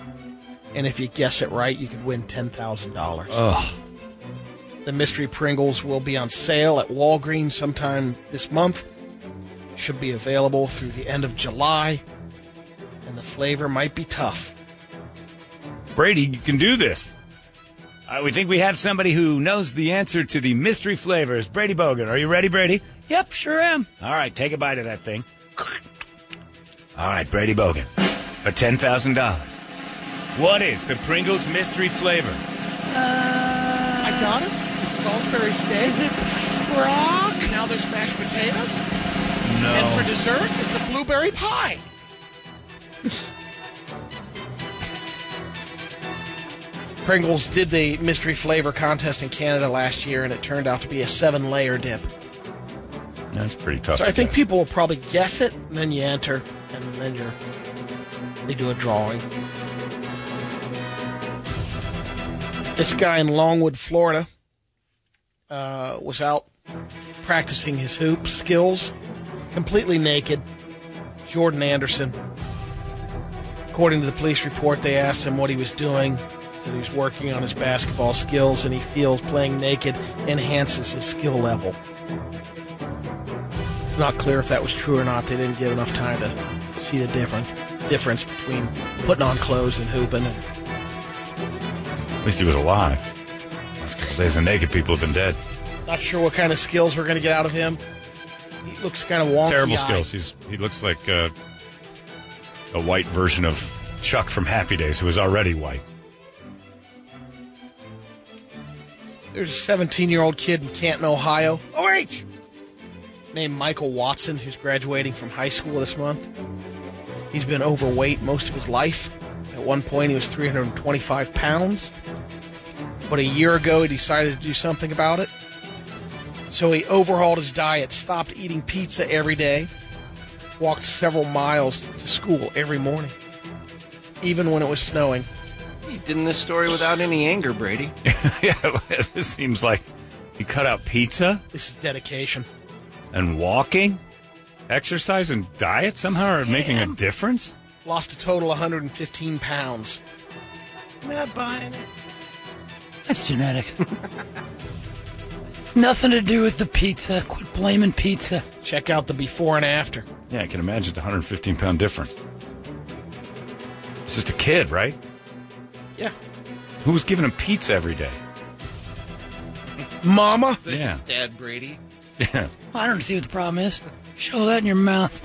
and if you guess it right, you could win ten thousand dollars.
Ugh.
The mystery Pringles will be on sale at Walgreens sometime this month. Should be available through the end of July, and the flavor might be tough.
Brady, you can do this.
Uh, we think we have somebody who knows the answer to the mystery flavors. Brady Bogan, are you ready, Brady? Yep, sure am. All right, take a bite of that thing. All right, Brady Bogan, for ten thousand dollars. What is the Pringles mystery flavor?
I got it. It's Salisbury steak. Is it frog? Now there's mashed potatoes, and for dessert, it's a blueberry pie. Pringles did the mystery flavor contest in Canada last year, and it turned out to be a seven layer dip.
That's pretty tough.
So
to
I think
guess.
people will probably guess it, and then you enter, and then you're they do a drawing. This guy in Longwood, Florida, uh, was out practicing his hoop skills, completely naked. Jordan Anderson. According to the police report, they asked him what he was doing. Said he was working on his basketball skills, and he feels playing naked enhances his skill level. It's not clear if that was true or not. They didn't give enough time to see the difference difference between putting on clothes and hooping.
at least he was alive. Last couple days, the naked people have been dead.
Not sure what kind of skills we're going to get out of him. He looks kind of wonky.
Terrible skills. He's he looks like uh, a white version of Chuck from Happy Days, who was already white.
There's a 17 year old kid in Canton, Ohio, OH, named Michael Watson, who's graduating from high school this month. He's been overweight most of his life. At one point, he was 325 pounds. But a year ago, he decided to do something about it. So he overhauled his diet, stopped eating pizza every day, walked several miles to school every morning, even when it was snowing.
You did in this story without any anger, Brady.
yeah, this seems like you cut out pizza
This is dedication.
and walking, exercise and diet somehow are making a difference.
Lost a total of 115 pounds.
Not buying it.
That's genetics.
It's nothing to do with the pizza. Quit blaming pizza.
Check out the before and after.
Yeah, I can imagine the 115 pound difference. It's just a kid, right?
Yeah.
Who was giving him pizza every day?
Mama.
Yeah.
Dad Brady.
Yeah.
I don't see what the problem is. Show that in your mouth.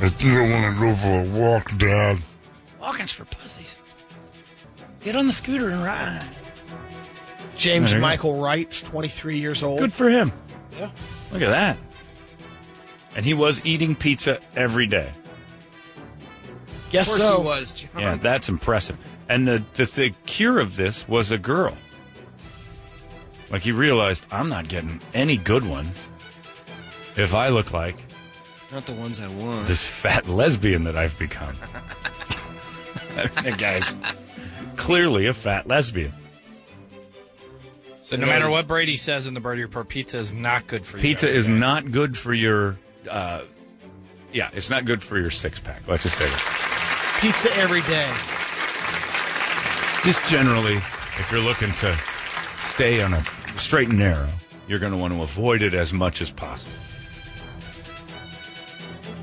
I think I want to go for a walk, Dad.
Walking's for pussies. Get on the scooter and ride.
James
There you go.
Michael Wright's 23 years old.
Good for him.
Yeah.
Look at that. And he was eating pizza every day.
Of
Guess
course
so.
he was, John.
Yeah, that's impressive. And the, the the cure of this was a girl. Like he realized, I'm not getting any good ones if I look like
Not the ones I want.
this fat lesbian that I've become. that guy's clearly a fat lesbian.
So no matter what Brady says in the Brady Report, pizza is not good for you.
Pizza is not good for your. Uh, yeah, it's not good for your six pack. Let's just say that.
Pizza every day.
Just generally, if you're looking to stay on a straight and narrow, you're going to want to avoid it as much as possible.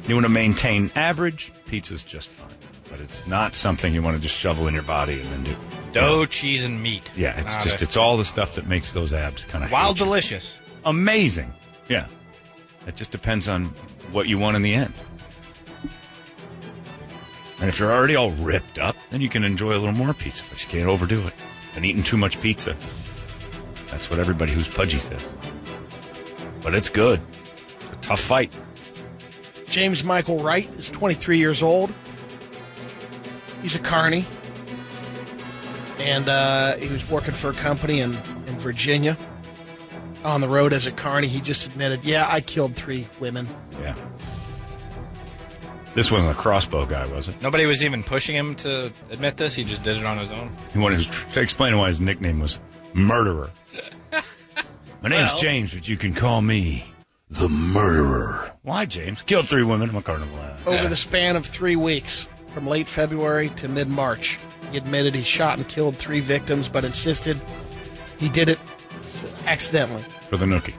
You want to maintain average, pizza's just fine. But it's not something you want to just shovel in your body and then do.
dough, cheese, and meat.
Yeah, it's
Not
just,
a-
it's all the stuff that makes those abs kind of
wild delicious.
amazing. Yeah. It just depends on what you want in the end. And if you're already all ripped up, then you can enjoy a little more pizza, but you can't overdo it. And eating too much pizza. That's what everybody who's pudgy says. But it's good. It's a tough fight.
James Michael Wright is 23 years old. He's a carny. And uh, he was working for a company in, in Virginia on the road as a carny. He just admitted, yeah, I killed three women.
Yeah. This wasn't a crossbow guy, was it?
Nobody was even pushing him to admit this. He just did it on his own.
He wanted to explain why his nickname was Murderer. My name's
Well-
James, but you can call me the Murderer. Why, James? Killed three women. I'm a carnival. uh, ass.
Over the span of three weeks, from late February to mid March, he admitted he shot and killed three victims, but insisted he did it s- accidentally.
For the nookie.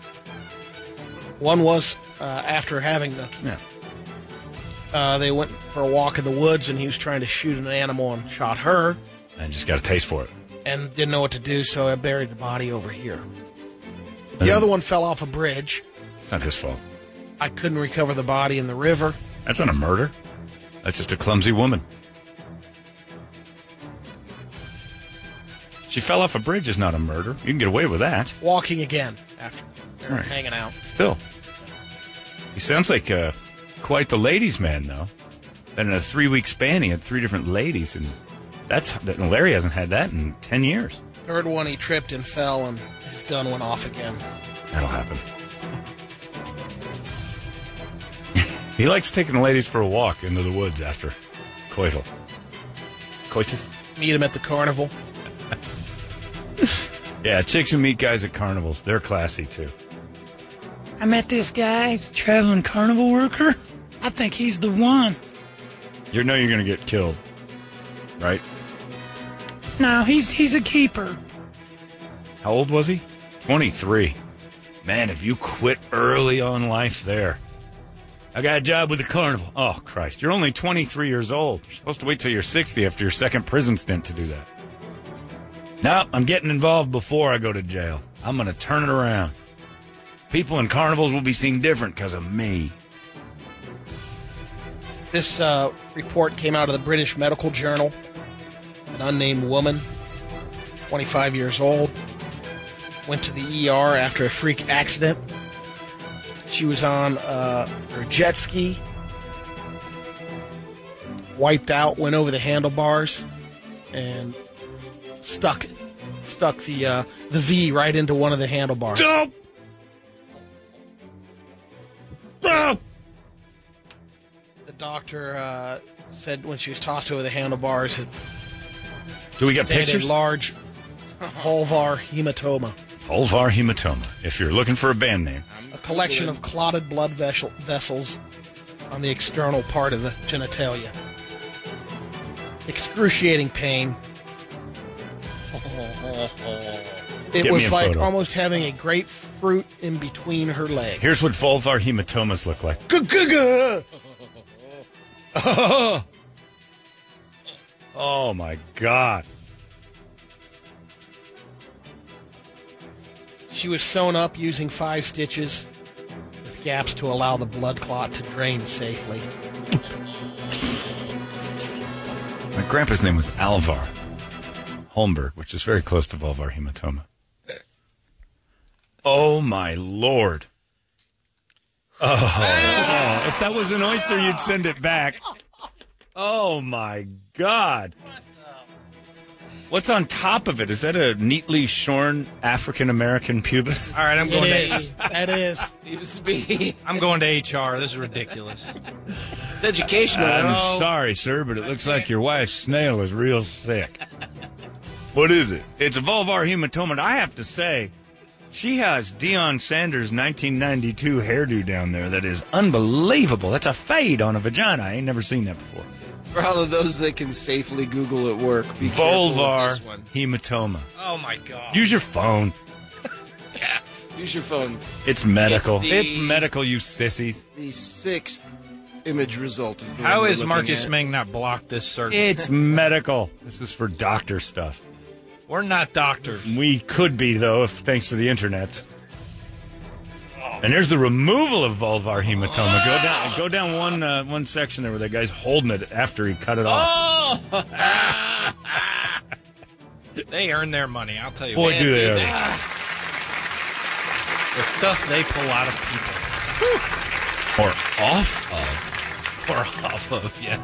One was uh, after having the
Yeah.
uh, they went for a walk in the woods and he was trying to shoot an animal and shot her
And just got a taste for it.
and didn't know what to do, so I buried the body over here. The other one fell off a bridge.
It's not his fault.
I couldn't recover the body in the river.
That's not a murder. That's just a clumsy woman. She fell off a bridge is not a murder. You can get away with that.
Walking again after they're
Right.
hanging out.
Still. He sounds like uh, quite the ladies' man, though. And in a three week span, he had three different ladies, and that's that. Larry hasn't had that in 10 years.
Third one, he tripped and fell, and his gun went off again.
That'll happen. he likes taking the ladies for a walk into the woods after coital. Coitus?
Meet him at the carnival.
Yeah, chicks who meet guys at carnivals, they're classy too.
I met this guy, he's a traveling carnival worker. I think he's the one.
You know you're going to get killed, right?
No, he's he's a keeper.
How old was he? 23. Man, if you quit early on life there. I got a job with the carnival. Oh, Christ. You're only 23 years old. You're supposed to wait till you're 60 after your second prison stint to do that. No, I'm getting involved before I go to jail. I'm going to turn it around. People in carnivals will be seen different because of me.
This uh, report came out of the British Medical Journal. An unnamed woman, 25 years old, went to the ER after a freak accident. She was on uh, her jet ski, wiped out, went over the handlebars, and stuck it. Stuck the uh, the V right into one of the handlebars.
Dope.
The doctor uh, said when she was tossed over the handlebars, it
Do we get
stated
pictures?
large vulvar hematoma,
Vulvar hematoma. If you're looking for a band name,
a collection of clotted blood vessel- vessels on the external part of the genitalia. Excruciating pain. It
Get me a
was like
photo.
almost having a grapefruit in between her legs.
here's what vulvar hematomas look like. Oh, oh my God.
She was sewn up using five stitches with gaps to allow the blood clot to drain safely.
My grandpa's name was Alvar Holmberg, which is very close to vulvar hematoma. Oh my lord. Oh, if that was an oyster, you'd send it back. Oh my god. What's on top of it? Is that a neatly shorn African American pubis?
All right, I'm going
It
to
is. That is.
Seems to be.
I'm going to HR. This is ridiculous.
It's educational.
I'm sorry, sir, but it looks like your wife's snail is real sick. What is it? It's a vulvar hematoma. and I have to say, she has Dion Sanders' 1992 hairdo down there that is unbelievable. That's a fade on a vagina. I ain't never seen that before.
For all of those that can safely Google at work, be careful with
Vulvar
this one.
hematoma.
Oh my god.
Use your phone.
Use your phone.
It's medical.
It's
It's,
the-
medical, you sissies.
The sixth image result is the
How
one
is
we're looking
Marcus
at.
Meng not blocked this surgery?
It's medical. This is for doctor stuff.
We're not doctors.
We could be, though, if thanks to the internet. And there's the removal of vulvar hematoma. Go down, go down one uh, one section there where that guy's holding it after he cut it
Oh,
off.
They earn their money. I'll tell you.
Boy,
what.
do they ever.
The stuff they pull out of people
Or off of.
or off of, yeah.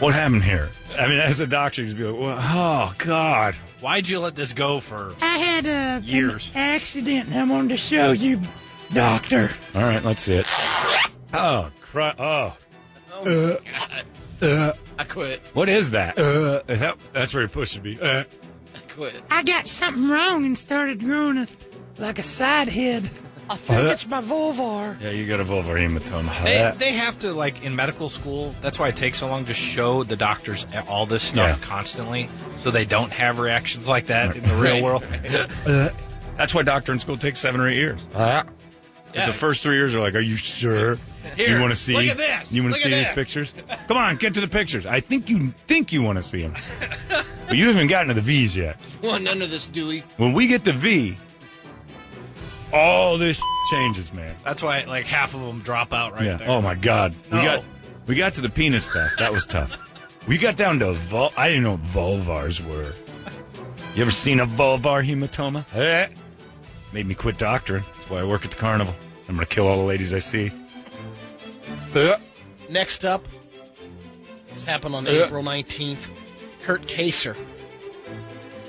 What happened here? I mean, as a doctor, you'd be like, well, oh God,
Why'd you let this go for
I had a
Years.
an accident, and I wanted to show you, doctor.
All right, let's see it. Oh, cry! Oh,
I quit.
what is that? Is that- that's where your push should be. Uh,
I quit.
I got something wrong and started growing a, like a side head.
I think it's my vulvar.
yeah, you got a vulvar hematoma.
They, they have to like in medical school. That's why it takes so long. Just show the doctors all this stuff
Yeah.
constantly, so they don't have reactions like that in the real world.
That's why doctor in school takes seven or eight years.
Yeah.
The first three years are like, are you sure?
Here,
you want to see?
look at this.
You want to
Look
see
at
these
this.
pictures? Come on, get to the pictures. I think you think you want to see them, but you haven't gotten to the V's yet.
Well, none of this Dewey.
When we get to V, all this changes, man.
That's why like half of them drop out right
yeah.
there.
Oh my God.
No.
We got we got to the penis stuff. That was tough. we got down to vul- I didn't know what vulvars were. You ever seen a vulvar hematoma? Eh. Made me quit doctoring. That's why I work at the carnival. I'm gonna kill all the ladies I see.
Uh,
Eh.
Next up, this happened on April 19th. Kurt Kaser,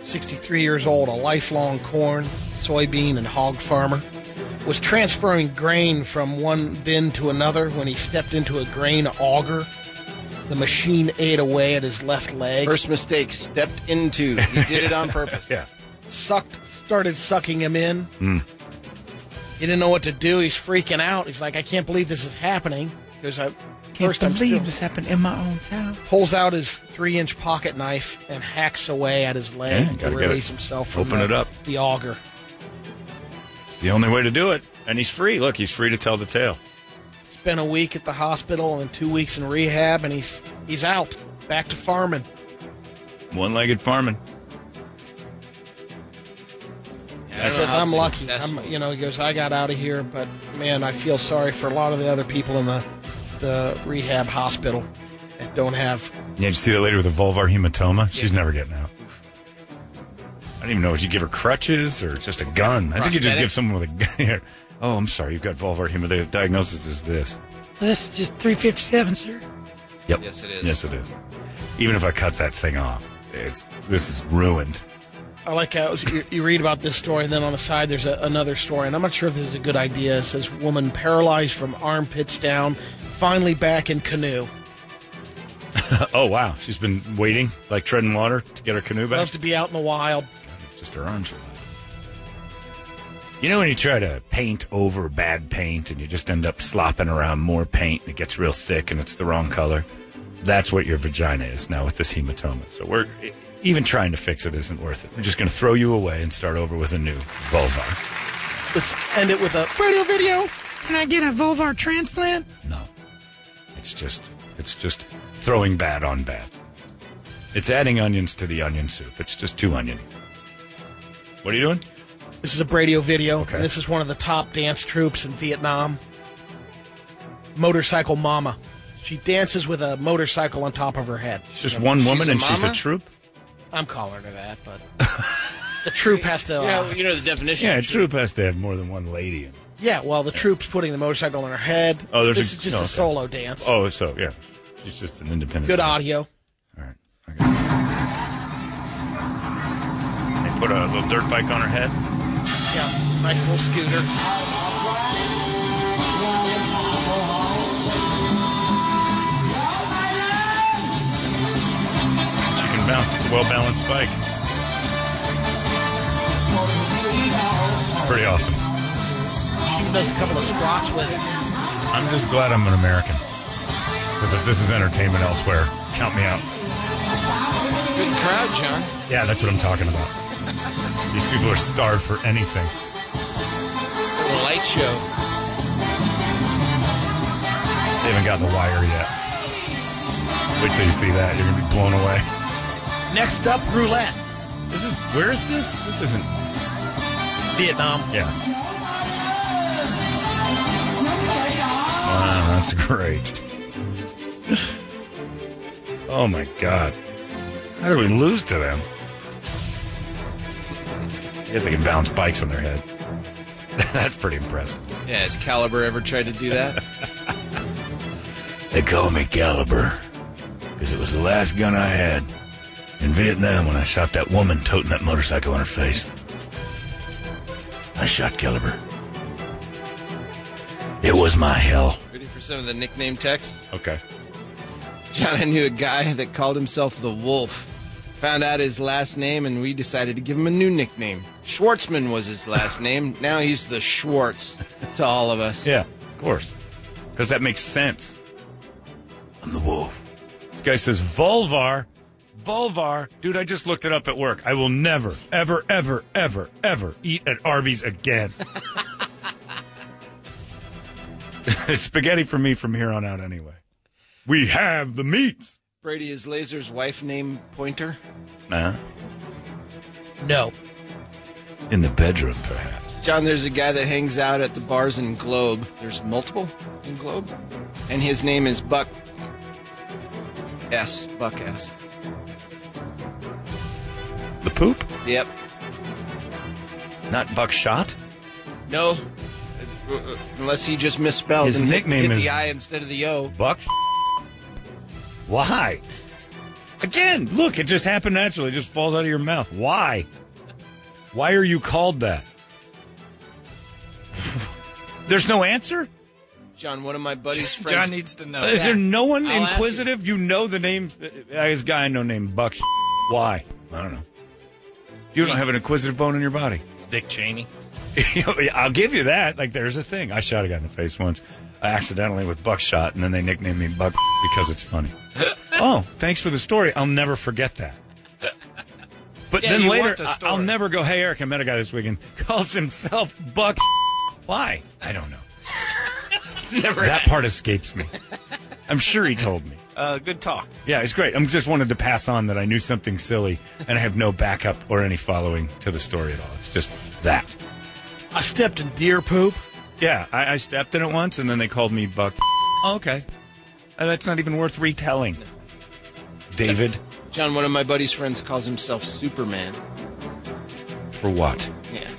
63 years old, a lifelong corn, soybean, and hog farmer, was transferring grain from one bin to another when he stepped into a grain auger. The machine ate away at his left leg,
First mistake stepped into. He did it on purpose.
Yeah.
sucked, started sucking him in.
Hmm.
He didn't know what to do. He's freaking out. He's like, I can't believe this is happening. Because I
Can't
first I'm
believe
still-
this happened in my own town.
pulls out his three inch pocket knife and hacks away at his leg
Yeah,
to
gotta get
release
it.
himself from
Open
the,
it up.
the auger.
It's the only way to do it. And he's free. Look, he's free to tell the tale.
Spent a week at the hospital and two weeks in rehab, and he's he's out, back to farming.
One legged farming.
He says, "I'm lucky." I'm, you know, he goes, "I got out of here, but man, I feel sorry for a lot of the other people in the the rehab hospital that don't have
Yeah, did you see that lady with a vulvar hematoma? She's never getting out. I don't even know. Did you give her crutches or just a gun? I think you just
Prosthetic?
give someone with a gun. Yeah. Oh, I'm sorry. You've got vulvar hematoma. The diagnosis is this.
This is just 357, sir.
Yep. Yes, it is. Yes, it is. Even if I cut that thing off, it's this is ruined.
I like how you, you read about this story, and then on the side there's a, another story, and I'm not sure if this is a good idea. It says woman paralyzed from armpits down, finally back in canoe.
oh wow, she's been waiting like treading water to get her canoe back.
Love to be out in the wild.
Just her arms. Are You know when you try to paint over bad paint and you just end up slopping around more paint and it gets real thick and it's the wrong color? That's what your vagina is now with this hematoma. So we're e- even trying to fix it isn't worth it. We're just going to throw you away and start over with a new vulvar.
Let's end it with a radio video.
Can I get a vulvar transplant?
It's just it's just throwing bad on bad. It's adding onions to the onion soup. It's just too oniony. What are you doing?
This is a radio video. and This is one of the top dance troops in Vietnam. Motorcycle Mama. She dances with a motorcycle on top of her head.
It's just one woman and she's a troop.
I'm calling her that, but the troop has to. uh,
you know the definition.
Yeah, a troop has to have more than one lady. In. it.
yeah, well, the troop's putting the motorcycle on her head.
Oh, there's
this
a,
is just
no,
a
okay.
solo dance.
Oh, so yeah, she's just an independent.
Good audio.
They put a little dirt bike on her head.
Yeah, nice little scooter.
She can bounce. It's a well balanced bike. Pretty awesome.
She even does a couple of squats with it.
I'm just glad I'm an American. Because if this is entertainment elsewhere, count me out.
Good crowd, John.
Yeah, that's what I'm talking about. These people are starved for anything.
Little light show.
They haven't gotten the wire yet. Wait till you see that. You're gonna be blown away.
Next up, roulette.
This is where is this? This isn't
Vietnam.
Yeah. Wow, that's great. oh my god. How did we lose to them? I guess they can bounce bikes on their head. that's pretty impressive.
Yeah, has Caliber ever tried to do that?
They call me Caliber because it was the last gun I had in Vietnam when I shot that woman toting that motorcycle on her face. I shot Caliber. It was my hell.
Ready for some of the nickname texts?
Okay.
John, I knew a guy that called himself the Wolf. Found out his last name, and we decided to give him a new nickname. Schwartzman was his last name. Now he's the Schwartz to all of us.
Yeah, of course. Because that makes sense. I'm the wolf. This guy says Volvar. Volvar. Dude, I just looked it up at work. I will never, ever, ever, ever, ever eat at Arby's again. it's spaghetti for me from here on out, anyway. We have the meats.
Brady is Laser's wife name Pointer.
Nah.
No.
In the bedroom, perhaps.
John, there's a guy that hangs out at the bars in Globe. There's multiple in Globe. And his name is Buck S. Buck S.
The poop?
Yep.
Not buckshot?
No. Uh, uh, Unless he just misspelled
His
and hit-
nickname
hit
is-
the I instead of the O.
Buck? Why? Again, look, it just happened naturally. It just falls out of your mouth. Why? Why are you called that? There's no answer?
John, one of my buddy's friends.
John needs to know.
Is there no one
Oh, I'll ask
inquisitive? You know the name. uh, This guy I know named Buck. Why? I don't know. You don't have an inquisitive bone in your body.
It's Dick Cheney.
I'll give you that. Like, there's a thing. I shot a guy in the face once, I accidentally with buckshot, and then they nicknamed me Buck because it's funny. oh, thanks for the story. I'll never forget that. But
Yeah,
then
you
later,
want the
I- I'll
story.
never go. Hey, Eric, I met a guy this weekend. Calls himself Buck. Why? I don't know.
Never
that part escapes me. I'm sure he told me.
Uh, good talk.
Yeah, it's great. I'm just wanted to pass on that I knew something silly, and I have no backup or any following to the story at all. It's just that.
I stepped in deer poop.
Yeah, I, I stepped in it once, and then they called me Buck. Oh, okay. Uh, that's not even worth retelling. David,
John, one of my buddy's friends calls himself Superman.
for what?
Yeah.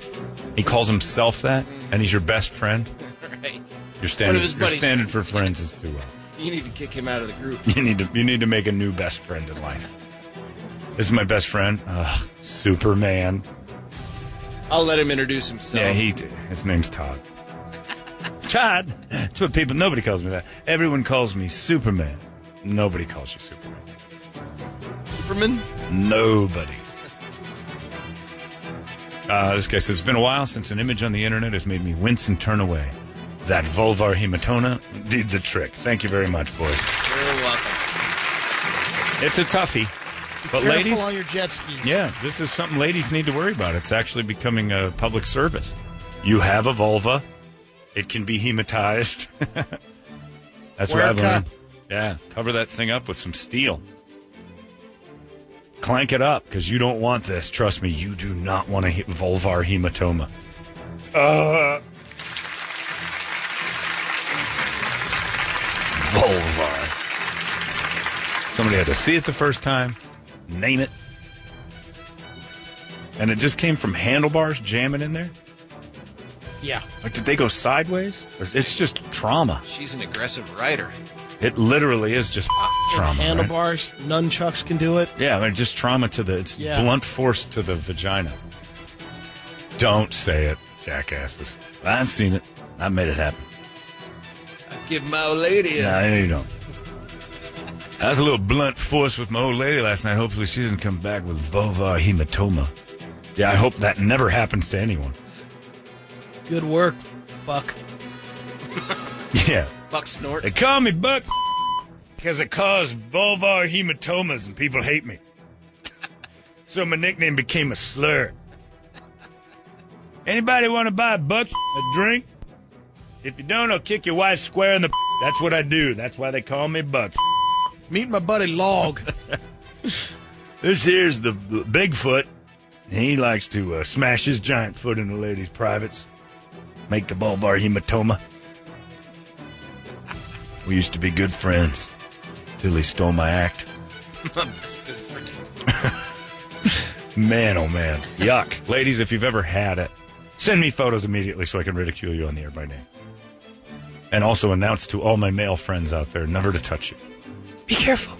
He calls himself that, and he's your best friend.
Right.
Your
One
standard,
of his
your
buddies.
standard for friends is too low.
You need to kick him out of the group.
You need to you need to make a new best friend in life. This is my best friend, Ugh, Superman.
I'll let him introduce himself.
Yeah, he. His name's Todd. Todd. That's what people. Nobody calls me that. Everyone calls me Superman. Nobody calls you Superman.
Superman?
Nobody. Uh, this guy says it's been a while since an image on the internet has made me wince and turn away. That vulvar hematona did the trick. Thank you very much, boys.
You're welcome.
It's a toughie, but
Careful
ladies.
on your jet skis.
Yeah, this is something ladies need to worry about. It's actually becoming a public service. You have a vulva, it can be hematized. That's what
Wear a
I've learned.
cup.
Yeah, cover that thing up with some steel. Clank it up because you don't want this. Trust me, you do not want a he- vulvar hematoma. Uh. Vulvar. Somebody had to see it the first time, name it. And it just came from handlebars jamming in there?
Yeah.
Like, did they go sideways? Or it's just trauma.
She's an aggressive writer.
It literally is just trauma. right?
Handlebars, nunchucks can do it.
Yeah, I mean, just trauma to the. It's
Yeah.
blunt force to the vagina. Don't say it, jackasses. I've seen it. I made it happen.
Give my old lady a.
No, I know you don't. I was a little blunt force with my old lady last night. Hopefully, she doesn't come back with vulvar hematoma. Yeah, I hope that never happens to anyone.
Good work, Buck.
Yeah.
Buck snort.
They call me Buck because I cause vulvar hematomas and people hate me. So my nickname became a slur. Anybody want to buy Buck a drink? If you don't, I'll kick your wife square in the. That's what I do. That's why they call me Buck.
Meet my buddy Log.
This here's the the Bigfoot. He likes to uh, smash his giant foot into ladies' privates, make the bulbar hematoma. We used to be good friends till he stole my act. Man, oh man. Yuck. Ladies, if you've ever had it, send me photos immediately so I can ridicule you on the air by name. And also announce to all my male friends out there never to touch you.
Be careful.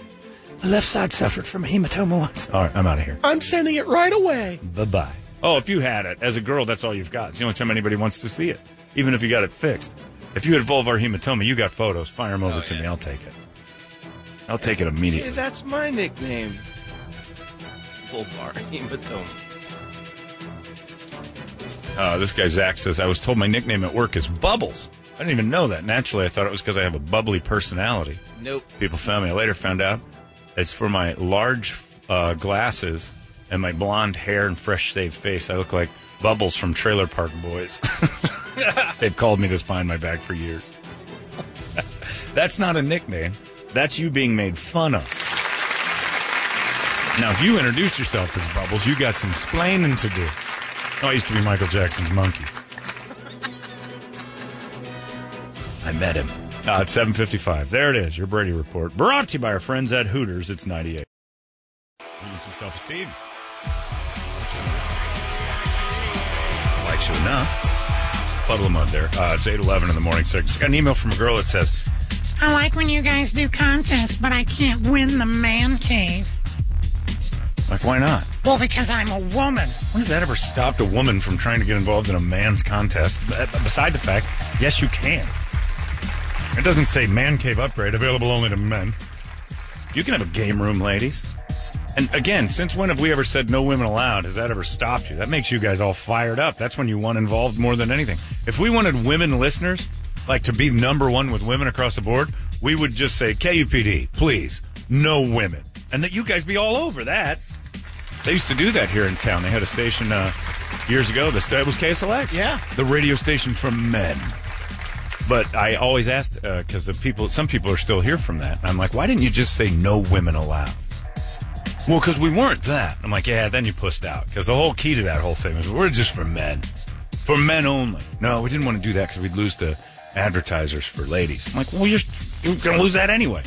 The left side suffered from a hematoma once.
All right, I'm out of here.
I'm sending it right away.
Bye bye. Oh, if you had it as a girl, that's all you've got. It's the only time anybody wants to see it, even if you got it fixed. If you had vulvar hematoma, you got photos. Fire them over to me. I'll take it. I'll take it
Hey,
immediately.
that's my nickname. Bulvar hematoma.
Uh, this guy Zach says, "I was told my nickname at work is Bubbles. I didn't even know that. Naturally, I thought it was because I have a bubbly personality.
Nope.
People found me. I later found out it's for my large uh, glasses and my blonde hair and fresh shaved face. I look like Bubbles from Trailer Park Boys. They've called me this behind my back for years. That's not a nickname. That's you being made fun of. Now, if you introduce yourself as Bubbles, you got some explaining to do. Oh, I used to be Michael Jackson's monkey. I met him. Uh, it's 7.55. There it is, your Brady Report. Brought to you by our friends at Hooters. It's 98. Need some self-esteem. Likes you enough. Puddle of mud there. Uh, it's 8.11 in the morning. So I just got an email from a girl that says,
I like when you guys do contests, but I can't win the man cave.
like, why not?
Well, because I'm a woman.
When has that ever stopped a woman from trying to get involved in a man's contest? B- Beside the fact, yes, you can. It doesn't say man cave upgrade, available only to men. You can have a game room, ladies. And again, since when have we ever said no women allowed? Has that ever stopped you? That makes you guys all fired up. That's when you want involved more than anything. If we wanted women listeners, like to be number one with women across the board, we would just say, KUPD, please, no women. And that you guys be all over that. They used to do that here in town. They had a station uh, years ago. This that was KSLX.
Yeah.
the radio station for men. But I always asked because the people, some people are still here from that. And I'm like, why didn't you just say no women allowed? Well, because we weren't that. I'm like, yeah. Then you pussed out because the whole key to that whole thing was we're just for men, for men only. No, we didn't want to do that because we'd lose the advertisers for ladies. I'm like, well, you're You're going to lose that anyway.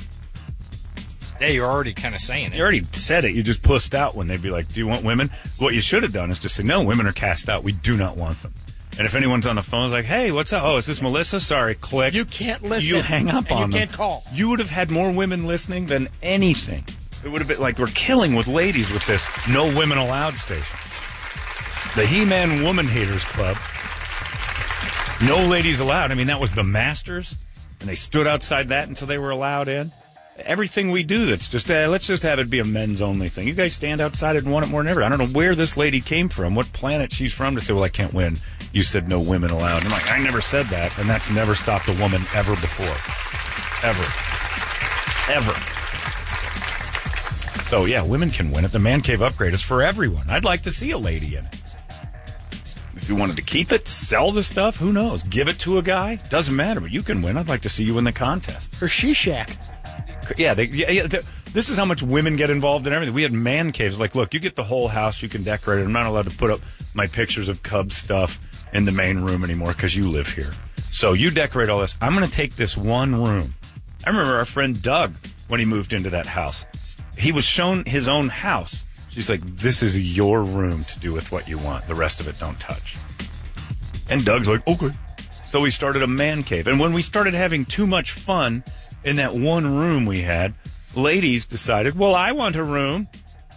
Yeah, you're already kind of saying it.
You already said it. You just pussed out when they'd be like, Do you want women? What you should have done is just say, No, women are cast out. We do not want them. And if anyone's on the phone, it's like, Hey, what's up? Oh, is this Melissa? Sorry, click. You
can't listen.
You hang up
And you
on them.
can't call.
You would have had more women listening than anything. It would have been like, We're killing with ladies with this no women allowed station. The He Man Woman Haters Club. No ladies allowed. I mean, that was the Masters, and they stood outside that until they were allowed in. Everything we do that's just, uh, let's just have it be a men's only thing. You guys stand outside it and want it more than ever. I don't know where this lady came from, what planet she's from to say, well, I can't win. You said no women allowed. And I'm like, I never said that, and that's never stopped a woman ever before. Ever. Ever. So, yeah, women can win it. The Man Cave upgrade is for everyone. I'd like to see a lady in it. If you wanted to keep it, sell the stuff, who knows? Give it to a guy, doesn't matter, but you can win. I'd like to see you in the contest.
Or She Shack.
Yeah, they, yeah, yeah th- this is how much women get involved in everything. We had man caves. Like, look, you get the whole house, you can decorate it. I'm not allowed to put up my pictures of Cub stuff in the main room anymore because you live here. So you decorate all this. I'm going to take this one room. I remember our friend Doug when he moved into that house. He was shown his own house. She's like, this is your room to do with what you want. The rest of it, don't touch. And Doug's like, okay. So we started a man cave. And when we started having too much fun in that one room we had, ladies decided, well, I want a room.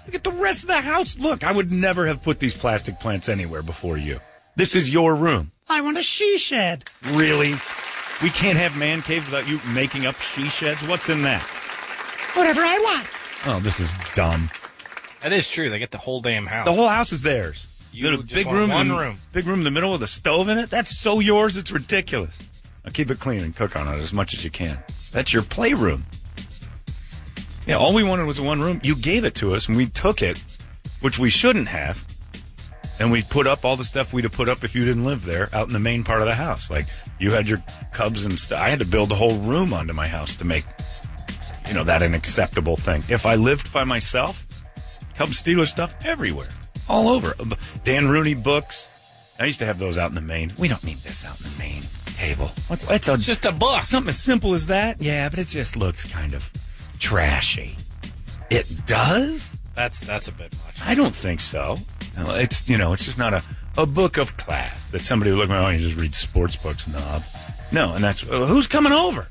Look at the rest of the house. Look, I would never have put these plastic plants anywhere before you. This is your room.
I want a she shed.
Really? We can't have man caves without you making up she sheds? What's in that?
Whatever I want.
Oh, this is dumb.
That is true. They get the whole damn house.
The whole house is theirs.
You
Little
just
big
want
room,
one
in-
room.
big room in the middle with a stove in it. That's so yours. It's ridiculous. Now keep it clean and cook on it as much as you can. That's your playroom. Yeah, all we wanted was one room. You gave it to us, and we took it, which we shouldn't have. And we put up all the stuff we'd have put up if you didn't live there out in the main part of the house. Like you had your cubs and stuff. I had to build a whole room onto my house to make, you know, that an acceptable thing. If I lived by myself, Cub Steeler stuff everywhere, all over. Uh, Dan Rooney books. I used to have those out in the main. We don't need this out in the main table. What, it's, a, just a book. Something as simple as that. Yeah, but it just looks kind of trashy. It does.
That's that's a bit much.
I don't think so. No, It's you know, it's just not a, a book of class that somebody would look at. Oh, you just read sports books, knob. No, and that's uh, who's coming over.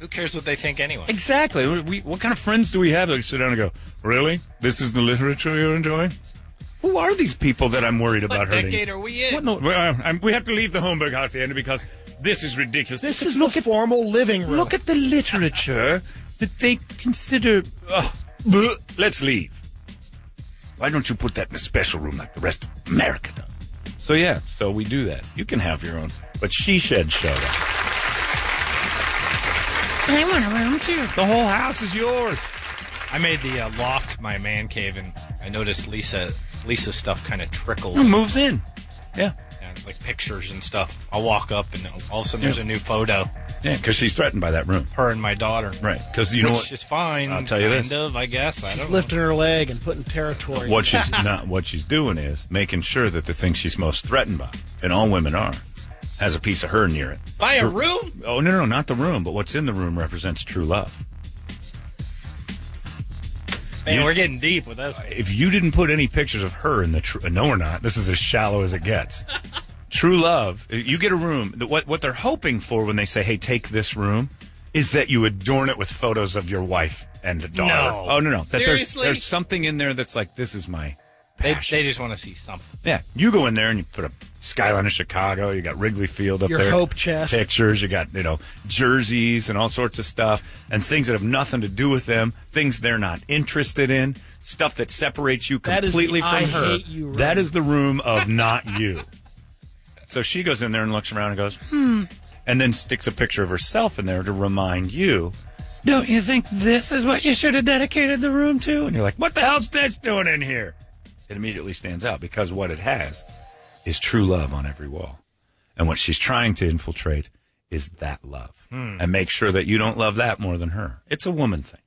Who cares what they think anyway?
Exactly. What- We, what kind of friends do we have that sit down and go, really? This is the literature you're enjoying? Who are these people that I'm worried about hurting?
decade are we in?
What no, we, uh, I'm- we have to leave the Homburg house at the end because this is ridiculous.
This is the formal living room.
Look at the literature that they consider. Ugh, bleh, let's leave. Why don't you put that in a special room like the rest of America does? So yeah, so we do that. You can have your own, but she shed showed up.
I want a room too.
The whole house is yours.
I made the uh, loft my man cave, and I noticed Lisa Lisa's stuff kind of trickles.
Who moves in? Yeah,
And, like pictures and stuff. I'll walk up, and all of a sudden there's a new photo.
yeah, because she's threatened by that room,
Her and my daughter.
right? Because you know
Which
what?
is fine.
I'll tell you
kind
this.
of, I guess. I
She's
don't
lifting her leg and putting territory.
What she's not what she's doing is making sure that the thing she's most threatened by, and all women are, has a piece of her near it.
know. Buy a room?
Oh no, no, not the room, but what's in the room represents true love.
Man,
You-
we're getting deep with this.
If you didn't put any pictures of her in the true, no, we're not. This is as shallow as it gets. true love. You get a room. the- What what they're hoping for when they say, "Hey, take this room." Is that you adorn it with photos of your wife and daughter?
No.
Oh no, no. That there's
Seriously?
there's something in there that's like this is my
They,
passion.
they just want to see something.
Yeah, you go in there and you put a skyline of Chicago. You got Wrigley Field up
Your
there.
hope chest.
pictures. You got you know jerseys and all sorts of stuff and things that have nothing to do with them. Things they're not interested in. Stuff that separates you
That is
completely
the
from
I
her.
hate you room.
that is the room of not you. so she goes in there and looks around and goes, hmm, and then sticks a picture of herself in there to remind you.
Don't you think this is what you should have dedicated the room to?
And you're like, what the hell's this doing in here? It immediately stands out because what it has is true love on every wall. And what she's trying to infiltrate is that love and make sure that you don't love that more than her. It's a woman thing.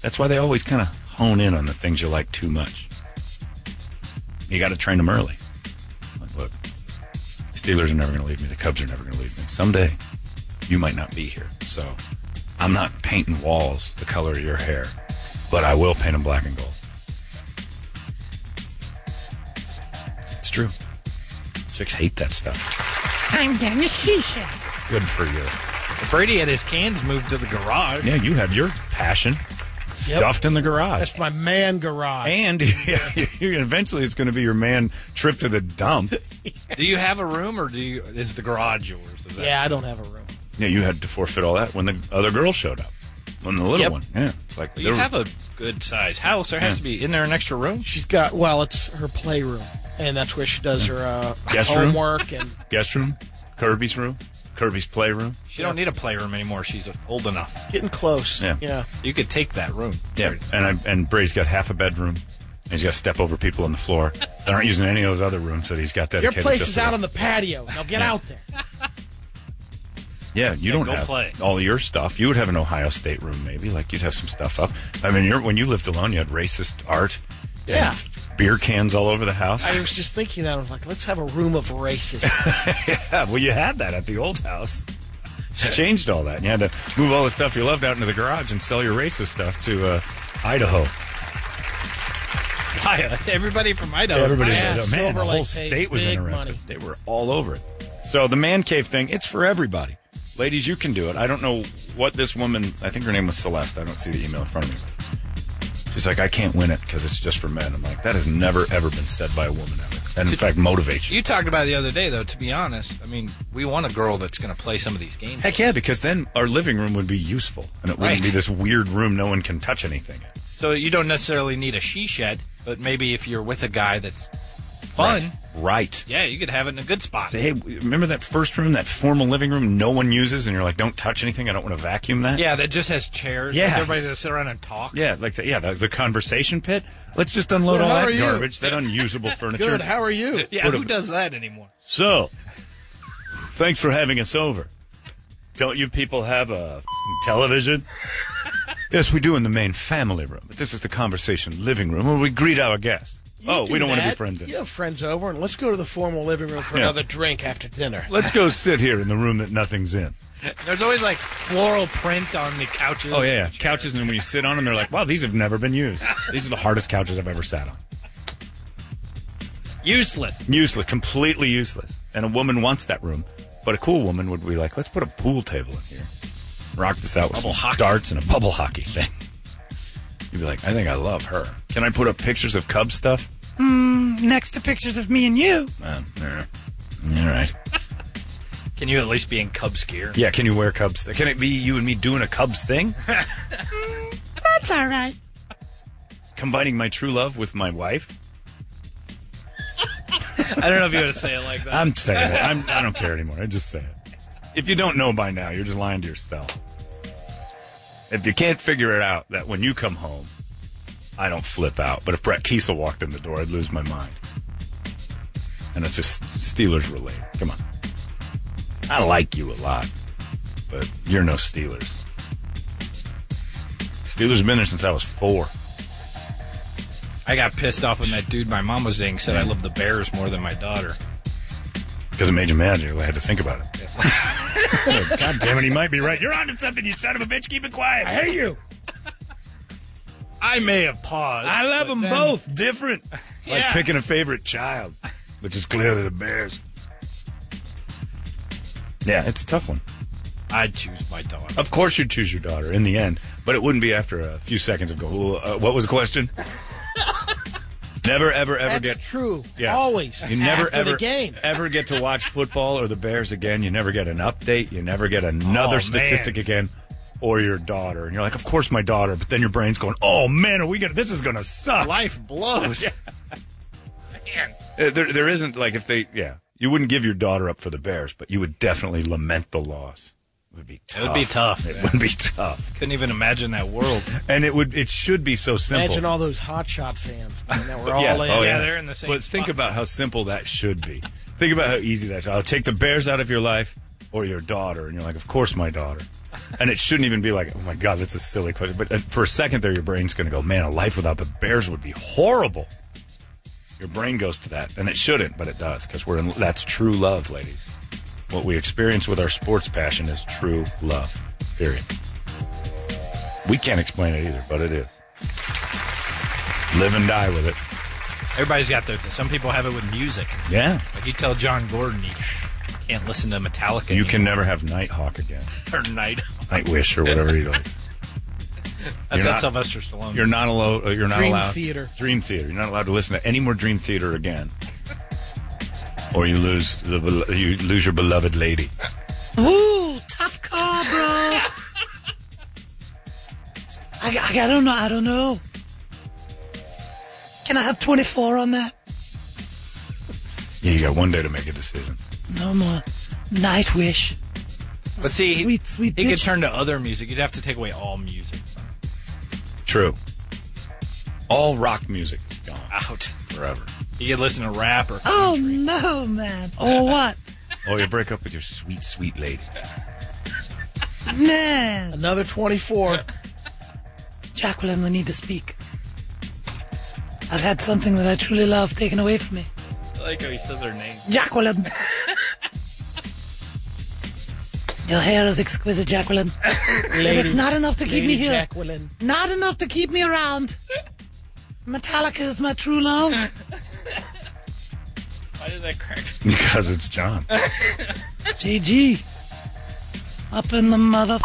That's why they always kind of hone in on the things you like too much. You got to train them early. Like, look, Steelers are never going to leave me. The Cubs are never going to leave me. Someday, you might not be here. So I'm not painting walls the color of your hair, but I will paint them black and gold. It's true. Chicks hate that stuff.
I'm getting a shisha.
Good for you.
Brady had his cans moved to the garage.
Yeah, you have your passion stuffed in the garage.
That's my man garage.
And you eventually it's going to be your man trip to the dump.
Do you have a room or do you is the garage yours? Is that-
Yeah, I don't have a room.
Yeah, you had to forfeit all that when the other girl showed up. When the little
Yep.
one. Yeah. It's like
Well,
there-
you have a good size house. There has
Yeah.
to be in there an extra room.
She's got well, it's her playroom, and that's where she does her uh,
Guest room?
homework and
guest room, Kirby's room, Kirby's playroom.
She don't need a playroom anymore. She's old enough.
getting close.
Yeah.
yeah.
You could take that room.
Yeah, and I, and Brady's got half a bedroom. And he's got to step over people on the floor that aren't using any of those other rooms that he's got
Your
dedicated.
place
just
is
to
out
that.
on the patio. Now get out there.
Yeah, you don't
go
have
play.
all your stuff. You would have an Ohio State room, maybe. Like you'd have some stuff up. I mean, you're, when you lived alone, you had racist art,
Yeah.
beer cans all over the house.
I was just thinking that. I was like, let's have a room of racists.
yeah, well, you had that at the old house. She changed all that. You had to move all the stuff you loved out into the garage and sell your racist stuff to uh, Idaho.
Hi, uh, everybody from Idaho.
Everybody,
Yeah,
did that. man,
Silver
the whole
Lake pays
state was
big
interested.
money.
They were all over it. So the man cave thing, it's for everybody. Ladies, you can do it. I don't know what this woman. I think her name was Celeste. I don't see the email in front of me. She's like, I can't win it because it's just for men. I'm like, that has never ever been said by a woman ever, and in fact, motivates you.
You talked about it the other day, though. To be honest, I mean, we want a girl that's going to play some of these games.
Heck yeah, because then our living room would be useful, and it wouldn't
Right.
be this weird room no one can touch anything. in.
So you don't necessarily need a she shed, but maybe if you're with a guy that's fun,
Right.
yeah, you could have it in a good spot.
Say, hey, remember that first room, that formal living room no one uses, and you're like, don't touch anything. I don't want to vacuum that.
Yeah, that just has chairs.
Yeah.
everybody's going to sit around and talk.
Yeah, like the, yeah, the, the conversation pit. Let's just unload
Well,
all
how are
that
you?
garbage, that unusable furniture.
Good. How are you?
Yeah,
What
who
a-
does that anymore?
So, thanks for having us over. Don't you people have a f***ing television? yes, we do in the main family room, but this is the conversation living room where we greet our guests.
You
oh, we don't want to be
that.
friends in.
You have friends over, and let's go to the formal living room for
Yeah.
another drink after dinner.
Let's go sit here in the room that nothing's in.
There's always like floral print on the couches.
Oh yeah, yeah. couches, and then when you sit on them, they're like, "Wow, these have never been used. These are the hardest couches I've ever sat on.
useless.
Useless, completely useless." And a woman wants that room, but a cool woman would be like, "Let's put a pool table in here, rock this out with
Bubble
some
hockey.
darts and a bubble hockey thing." You'd be like, "I think I love her. Can I put up pictures of Cub stuff?"
Next to pictures of me and you.
Uh, nah. all right.
Can you at least be in Cubs gear?
Yeah, can you wear Cubs? Can it be you and me doing a Cubs thing?
That's all right.
Combining my true love with my wife?
I don't know if you want to say it like that.
I'm saying it. I'm, I don't care anymore. I just say it. If you don't know by now, you're just lying to yourself. If you can't figure it out that when you come home, I don't flip out. But if Brett Kiesel walked in the door, I'd lose my mind. And it's just Steelers related. Come on. I like you a lot, but you're no Steelers. Steelers have been there since I was four.
I got pissed off when that dude my mom was dating said I love the Bears more than my daughter.
Because it made you mad, you really had to think about it. God damn it, he might be right. You're onto something, you son of a bitch. Keep it quiet. I hate you.
I may have paused.
I love
but
them
then-
both. Different. Like
Yeah.
picking a favorite child, which is clearly the Bears. Yeah, it's a tough one.
I'd choose my daughter.
Of course, you'd choose your daughter in the end, but it wouldn't be after a few seconds of go. Uh, what was the question? never, ever, ever
That's
get.
true.
Yeah.
Always.
You never
after
ever
the game.
ever get to watch football or the Bears again. You never get an update. You never get another
Oh,
statistic again, or your daughter. And you're like, of course, my daughter. But then your brain's going, oh man, are we gonna? This is gonna suck.
Life blows.
Uh, There, there isn't like if they, yeah, you wouldn't give your daughter up for the Bears, but you would definitely lament the loss. It would be tough.
would be tough,
It
yeah.
would be tough,
Couldn't even imagine that world.
and it would, it should be so simple.
Imagine all those hotshot fans man, that were all
yeah.
in.
Oh,
Yeah, they're in the same
But think
spot.
about how simple that should be. think about how easy that. I'll take the Bears out of your life or your daughter, and you're like, of course, my daughter. And it shouldn't even be like, oh my god, that's a silly question. But uh, for a second there, your brain's going to go, man, a life without the Bears would be horrible. Your brain goes to that, and it shouldn't, but it does because we're in. That's true love, ladies. What we experience with our sports passion is true love. Period. We can't explain it either, but it is. Live and die with it.
Everybody's got their. Some people have it with music.
Yeah.
Like you tell John Gordon you can't listen to Metallica.
You can never have Nighthawk again.
or Night.
Nightwish or whatever you like.
That's
You're
not
not-
Sylvester Stallone.
You're not allowed. uh, You're not
Dream
allowed.
Theater.
Dream theater. You're not allowed to listen to any more Dream theater again, or you lose the bel- you lose your beloved lady.
Ooh, tough call, bro. I, I, I don't know. I don't know. Can I have 24 on that?
Yeah, you got one day to make a decision.
No more. Nightwish.
But see, he-
Sweet, sweet
he could
bitch.
turn to other music. You'd have to take away all music.
True. All rock music is gone
out
forever.
You could listen to rap or
Oh, no, man. Oh, what?
Oh, you break up with your sweet, sweet lady.
Man.
Another 24.
Jacqueline, we need to speak. I've had something that I truly love taken away from me.
I like how he says her name.
Jacqueline. Your hair is exquisite, Jacqueline.
Lady-
but it's not enough to keep me
Lady
here.
Jacqueline.
Not enough to keep me around. Metallica is my true love.
Why did that crack?
Because it's John.
GG. Up in the mother.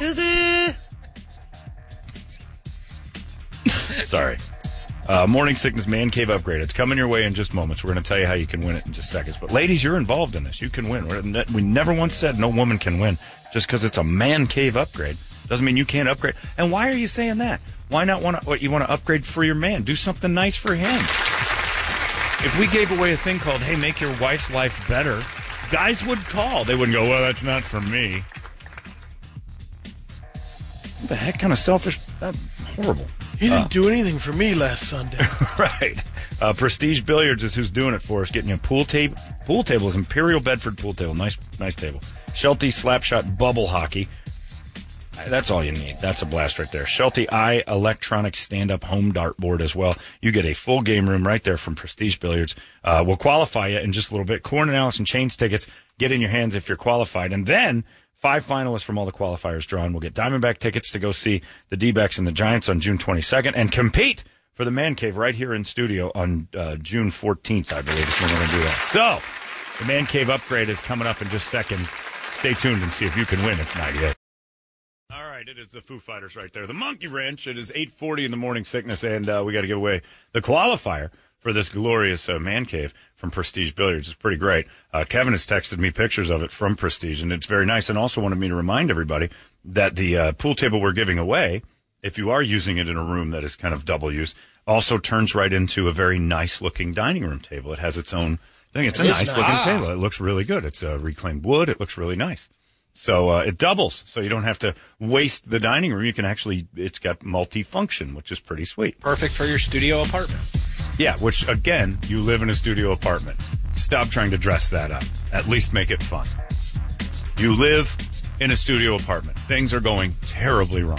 Is it?
Sorry. Uh, morning sickness man cave upgrade. It's coming your way in just moments. We're going to tell you how you can win it in just seconds. But ladies, you're involved in this. You can win. We're ne- we never once said no woman can win. Just because it's a man cave upgrade doesn't mean you can't upgrade. And why are you saying that? Why not want to? What you want to upgrade for your man? Do something nice for him. If we gave away a thing called "Hey, make your wife's life better," guys would call. They wouldn't go, "Well, that's not for me." What the heck kind of selfish? That horrible.
He didn't
Uh,
do anything for me last Sunday.
right. Uh, Prestige Billiards is who's doing it for us. Getting you a pool table. Pool table is Imperial Bedford pool table. Nice, nice table. Shelty Slapshot Bubble Hockey. Uh, That's all you need. That's a blast right there. Shelty Eye Electronic Stand Up Home Dartboard as well. You get a full game room right there from Prestige Billiards. Uh, we'll qualify you in just a little bit. Corn and Allison Chains tickets get in your hands if you're qualified. And then five finalists from all the qualifiers drawn will get Diamondback tickets to go see the D backs and the Giants on June 22nd and compete for the Man Cave right here in studio on uh, June 14th, I believe, is when we're going to do that. So the Man Cave upgrade is coming up in just seconds. Stay tuned and see if you can win. It's 98. All right, it is the Foo Fighters right there. The Monkey Wrench. It is 8.40 in the morning sickness, and uh, we got to give away the qualifier for this glorious uh, man cave from Prestige Billiards. It's pretty great. Uh, Kevin has texted me pictures of it from Prestige, and it's very nice, and also wanted me to remind everybody that the uh, pool table we're giving away, if you are using it in a room that is kind of double use, also turns right into a very nice-looking dining room table. It has its own thing. It's
It
a
is
nice-looking
nice.
table. It looks really good. It's uh, reclaimed wood. It looks really nice. So uh, it doubles. So you don't have to waste the dining room. You can actually, it's got multifunction, which is pretty sweet.
Perfect for your studio apartment.
Yeah, which again, you live in a studio apartment. Stop trying to dress that up. At least make it fun. You live in a studio apartment. Things are going terribly wrong.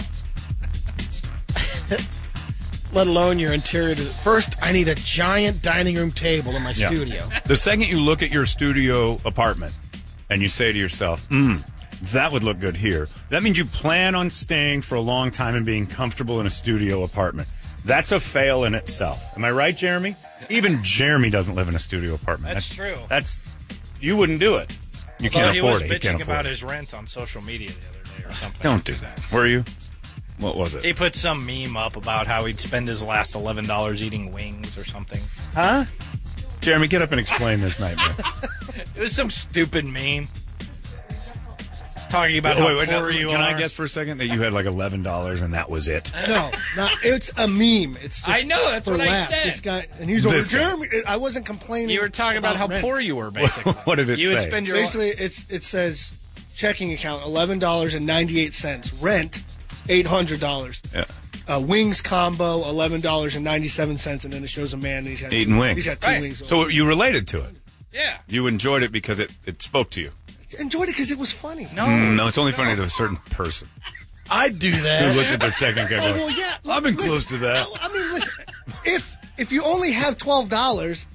Let alone your interior. des- First, I need a giant dining room table in my
Yeah.
studio.
The second you look at your studio apartment and you say to yourself, hmm, that would look good here, that means you plan on staying for a long time and being comfortable in a studio apartment. That's a fail in itself. Am I right, Jeremy? Even Jeremy doesn't live in a studio apartment.
That's true.
That's you wouldn't do it. You
Although
can't
he
afford
was
it. You
bitching
can't afford
about
it.
his rent on social media the other day or something.
Don't do that. Were you? What was it?
He put some meme up about how he'd spend his last eleven dollars eating wings or something.
Huh? Jeremy, get up and explain this nightmare.
It was some stupid meme. It's talking about how
Wait, wait,
poor
no,
you
can
are.
I guess for a second that you had like eleven dollars and that was it?
No, not, it's a meme. It's just
I know, that's
for
what I
laughs.
said.
This guy and he's over
This guy.
Jeremy. I wasn't complaining.
You were talking about how
rent.
poor you were, basically.
what did it
You would
say?
spend your
basically it's it says checking account eleven dollars and ninety eight cents rent eight hundred dollars.
Yeah.
Uh, wings combo eleven dollars and ninety seven cents, and then it shows a man. And he's got
Eating wings.
He's got two wings.
So you related to it.
Yeah.
You enjoyed it because it, it spoke to you.
enjoyed it because it was funny.
Mm, no, it's only funny to a certain person
I'd do
who
that.
looks at their second guy.
Oh,
going,
well, yeah.
I've been
listen,
close to that.
I mean, listen. If if you only have twelve dollars,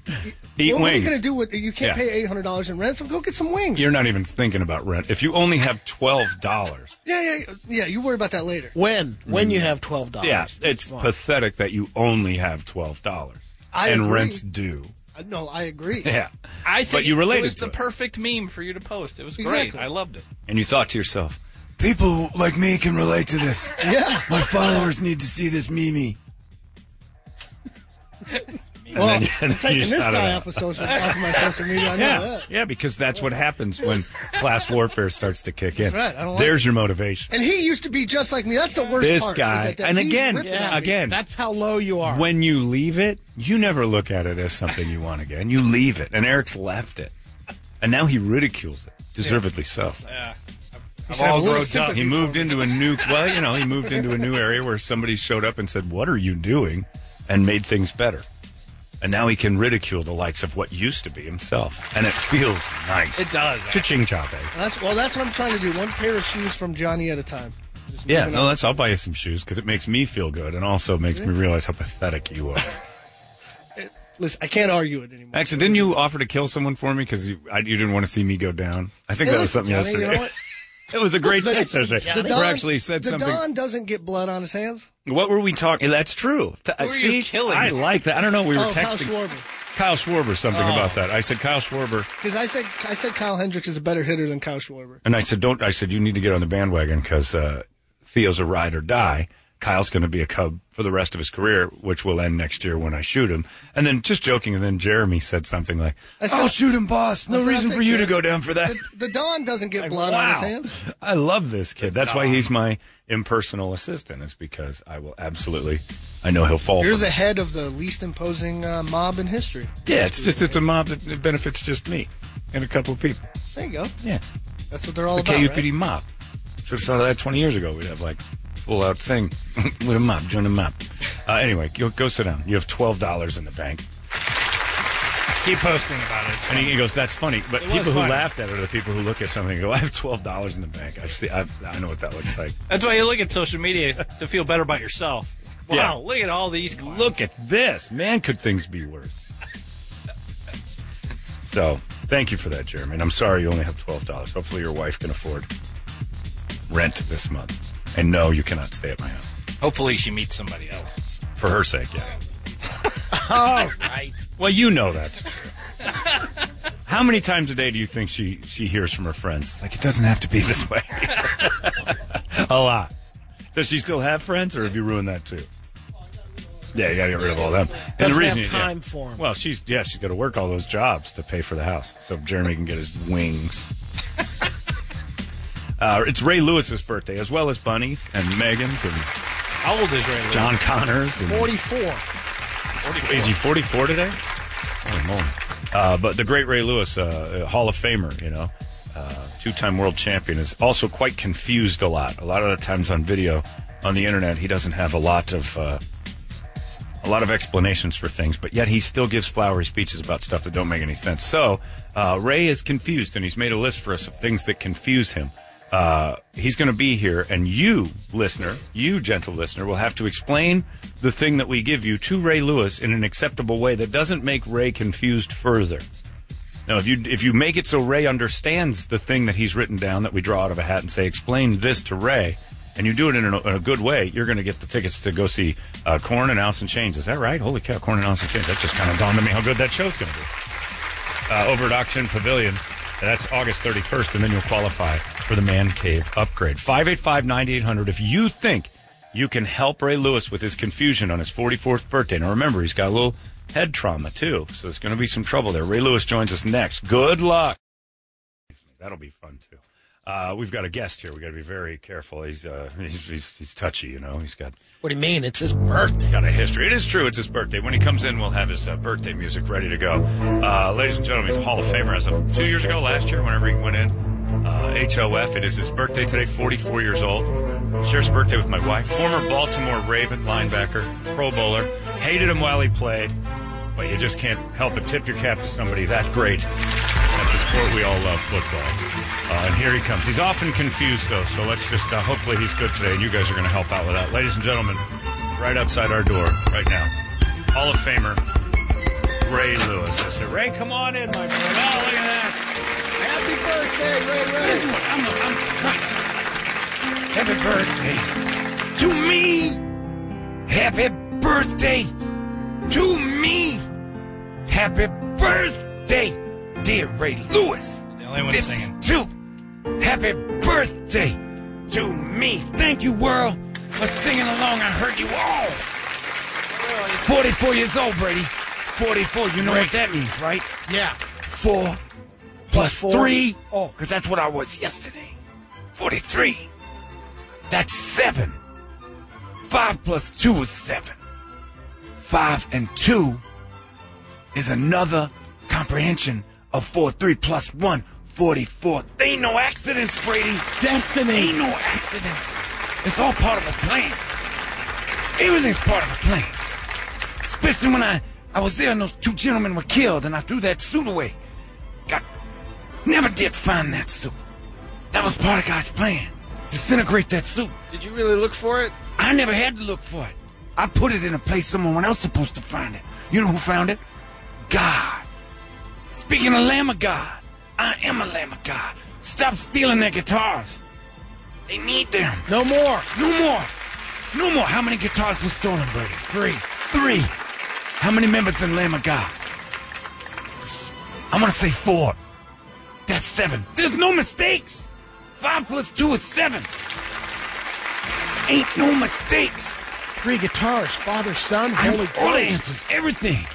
Eat
what, what are you
wings.
going to do with you? Can't
Yeah.
pay eight hundred dollars in rent, so go get some wings.
You're not even thinking about rent. If you only have twelve dollars.
yeah, yeah, yeah. You worry about that later.
When when you have twelve dollars,
Yeah, it's
Come on.
pathetic that you only have twelve dollars
I
and
agree.
rent's due.
Uh, No, I agree.
Yeah,
I think
but you
it was
related
the
to it,
perfect meme for you to post. It was
Exactly.
great. I loved it.
and you thought to yourself,
People like me can relate to this.
Yeah.
My followers need to see this Mimi.
and then- and then
I'm taking
you
this
shot it
guy
out.
off of social, off of my social media. I know
yeah,
that.
yeah, because that's what happens when class warfare starts to kick in.
That's right, I don't like
There's
it.
your motivation.
And he used to be just like me. That's the worst
This
part. is
guy-
that- that
and
he's
again,
ripping
yeah,
on me.
again.
That's how low you are.
When you leave it, you never look at it as something you want again. You leave it, and Eric's left it, and now he ridicules it, deservedly so.
Yeah.
I've all grown up. He moved into a new well, you know, he moved into a new area where somebody showed up and said, "What are you doing?" and made things better. And now he can ridicule the likes of what used to be himself, and it feels nice.
It does, actually.
Cha-ching, chop, eh?
That's well. That's what I'm trying to do. One pair of shoes from Johnny at a time. Just
Yeah,
moving
no,
on.
that's. I'll buy you some shoes because it makes me feel good, and also makes me realize how pathetic you are.
Listen, I can't argue it anymore.
Actually, didn't you offer to kill someone for me because you, I- you didn't want to see me go down? I think
Hey,
that was
listen,
something
Johnny, you
yesterday.
know what?
it was a great
The-
tip yesterday.
the
Where
Don-
actually said
the
something.
Don doesn't get blood on his hands.
What were we talking? That's true. Th-
Who are
see,
you killing?
I like that. I don't know. We were
Oh, Kyle
texting
Schwarber.
Kyle Schwarber something
Oh.
about that. I said Kyle Schwarber,
Because I said I said Kyle Hendricks is a better hitter than Kyle Schwarber.
and I said don't. I said you need to get on the bandwagon because uh, Theo's a ride or die. Kyle's going to be a Cub for the rest of his career, which will end next year when I shoot him. And then just joking, and then Jeremy said something like,
I'll shoot him, boss. No
I said,
reason
I'll
for
take
you
care.
to go down for that.
The, the Don doesn't get blood on his hands.
I love this kid. That's why he's my impersonal assistant. Is because I will absolutely. I know he'll fall.
You're
for
the
it.
head of the least imposing uh, mob in history.
Yeah, it's just it's a mob that that benefits just me and a couple of people.
There you go.
Yeah.
That's what they're all
the
about.
KUPD
right?
mop. Should have thought of that 20 years ago. We'd have like full out thing with a mop, join a mop. Uh, anyway, go, go sit down. You have $12 in the bank.
Keep posting about it.
And he goes, that's funny. But
It was
people who
funny.
laughed at it are the people who look at something and go, I have $12 in the bank. I see. I, I know what that looks like.
That's why you look at social media to feel better about yourself. Wow,
Yeah.
look at all these. Clowns.
look at this. Man, could things be worse? So thank you for that, Jeremy. And I'm sorry you only have $12. Hopefully your wife can afford rent this month. And no, you cannot stay at my house.
Hopefully, she meets somebody else.
For her sake, yeah.
Oh,
right.
Well, you know that's true. How many times a day do you think she she hears from her friends? Like it doesn't have to be this way. a lot. Does she still have friends, or have you ruined that too? Yeah, you gotta get rid of all them.
Doesn't
you-
have
yeah.
time for 'em.
Well, she's yeah, she's got to work all those jobs to pay for the house, so Jeremy can get his wings. uh, it's Ray Lewis's birthday, as well as Bunny's and Megan's and
How old is Ray? Lewis?
John Connor's. And,
forty-four.
Is he 44 today? Holy moly. Uh, but the great Ray Lewis, uh, uh, Hall of Famer, you know, uh, two time world champion, is also quite confused a lot. A lot of the times on video, on the internet, he doesn't have a lot of. Uh, a lot of explanations for things, but yet he still gives flowery speeches about stuff that don't make any sense. So uh, Ray is confused, and he's made a list for us of things that confuse him. Uh, he's going to be here, and you, listener, you, gentle listener, will have to explain the thing that we give you to Ray Lewis in an acceptable way that doesn't make Ray confused further. Now, if you if you make it so Ray understands the thing that he's written down that we draw out of a hat and say, "Explain this to Ray," and you do it in a, in a good way, you're going to get the tickets to go see uh, Corn and Alice in Chains. Is that right? Holy cow, Corn and Alice in Chains! That just kind of dawned on me how good that show's going to be uh, over at Auction Pavilion. That's August 31st, and then you'll qualify for the Man Cave upgrade. 585 9800. If you think you can help Ray Lewis with his confusion on his 44th birthday, now remember, he's got a little head trauma too, so there's going to be some trouble there. Ray Lewis joins us next. Good luck. That'll be fun too. Uh, we've got a guest here. We've got to be very careful. He's, uh, he's, he's, he's touchy, you know. He's got
What do you mean? It's his birthday.
Got a history. It is true. It's his birthday. When he comes in, we'll have his uh, birthday music ready to go. Uh, ladies and gentlemen, he's a Hall of Famer as of two years ago, last year, whenever he went in. Uh, HOF. It is his birthday today, 44 years old. Shares a birthday with my wife. Former Baltimore Raven linebacker, Pro Bowler. Hated him while he played. But you just can't help but tip your cap to somebody that great at the sport we all love, football. Uh, and here he comes. He's often confused, though, so let's just uh, hopefully he's good today, and you guys are going to help out with that. Ladies and gentlemen, right outside our door right now, Hall of Famer, Ray Lewis. I said, Ray, come on in, my friend. Oh, look at that.
Happy birthday, Ray Ray.
I'm, I'm, Happy birthday to me. Happy birthday to me. Happy birthday, dear Ray Lewis. The
only one singing.
Two. Happy birthday to me. Thank you, world, for singing along. I heard you all. 44 years old, Brady. 44. You know what that means, right?
Yeah.
Four plus three. Oh, because that's what I was yesterday. 43. That's seven. Five plus two is seven.
Five and two is another comprehension of four, three plus one, 44.
They ain't no accidents, Brady.
Destiny.
Ain't no accidents. It's all part of a plan. Everything's part of a plan. Especially when I, I was there and those two gentlemen were killed and I threw that suit away. God, never did find that suit. That was part of God's plan. Disintegrate that suit.
Did you really look for it?
I never had to look for it. I put it in a place someone else supposed to find it. You know who found it? God. Speaking of Lamb of God, I am a Lamb of God. Stop stealing their guitars. They need them.
No more.
No more. No more. How many guitars were stolen, Brady?
Three.
Three. How many members in Lamb of God? I'm gonna say four. That's seven. There's no mistakes. Five plus two is seven. Ain't no mistakes.
Three guitars, father, son,
I
holy
have all the
ghost.
answers, everything.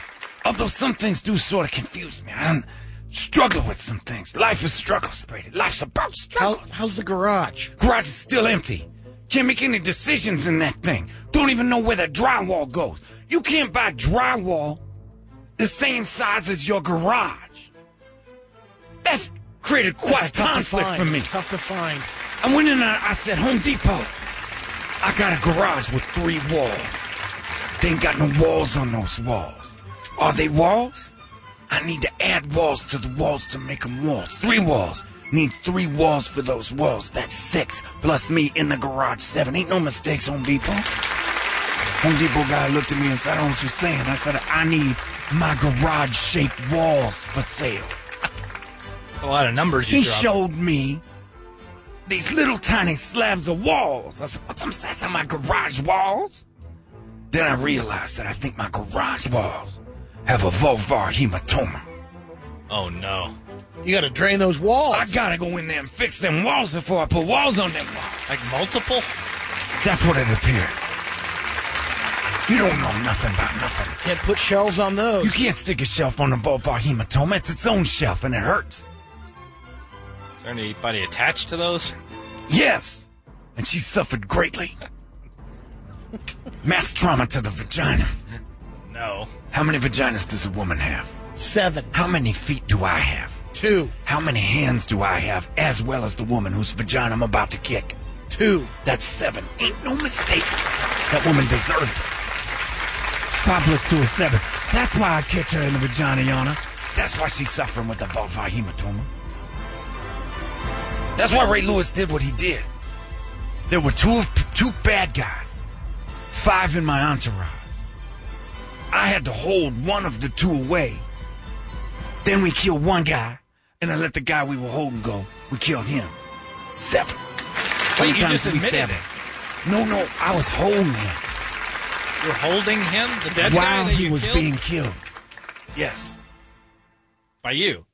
Although some things do sort of confuse me. I'm struggling with some things. Life is struggles, Brady. Life's about struggles.
how's the garage?
Garage is still empty. Can't make any decisions in that thing. Don't even know where the drywall goes. You can't buy drywall the same size as your garage. That's created quite
That's
a conflict
find.
for me.
It's tough to find.
I went in and I I said, Home Depot, I got a garage with three walls. They ain't got no walls on those walls. Are they walls? I need to add walls to the walls to make them walls. Three walls. Need three walls for those walls. That's six plus me in the garage. Seven. Ain't no mistakes, Home Depot. Home Depot guy looked at me and said, I don't know what you're saying. I said, I need my garage shaped walls for sale.
A lot of numbers you
He
dropped.
showed me these little tiny slabs of walls. I said, What's them that's on my garage walls? Then I realized that I think my garage walls have a vulvar hematoma.
Oh no.
You gotta drain those walls.
I gotta go in there and fix them walls before I put walls on them walls.
Like multiple?
That's what it appears. You don't know nothing about nothing.
Can't put shells on those.
You can't stick a shelf on a vulvar hematoma. It's its own shelf and it hurts.
Is there anybody attached to those?
Yes! And she suffered greatly. Mass trauma to the vagina.
No.
How many vaginas does a woman have?
Seven.
How many feet do I have?
Two.
How many hands do I have, as well as the woman whose vagina I'm about to kick?
Two.
That's seven. Ain't no mistakes. That woman deserved it. Five plus two is seven. That's why I kicked her in the vagina, Yana. That's why she's suffering with the vulvar hematoma. That's why Ray Lewis did what he did. There were two two bad guys, five in my entourage. I had to hold one of the two away. Then we killed one guy, and I let the guy we were holding go. We killed him. Seven. How many
Wait, you
times
just
did we
admitted
stab
it.
him? No, no, I was holding him
You're holding him, the dead guy
while
that
he
you
was
killed?
being killed. Yes.
by you.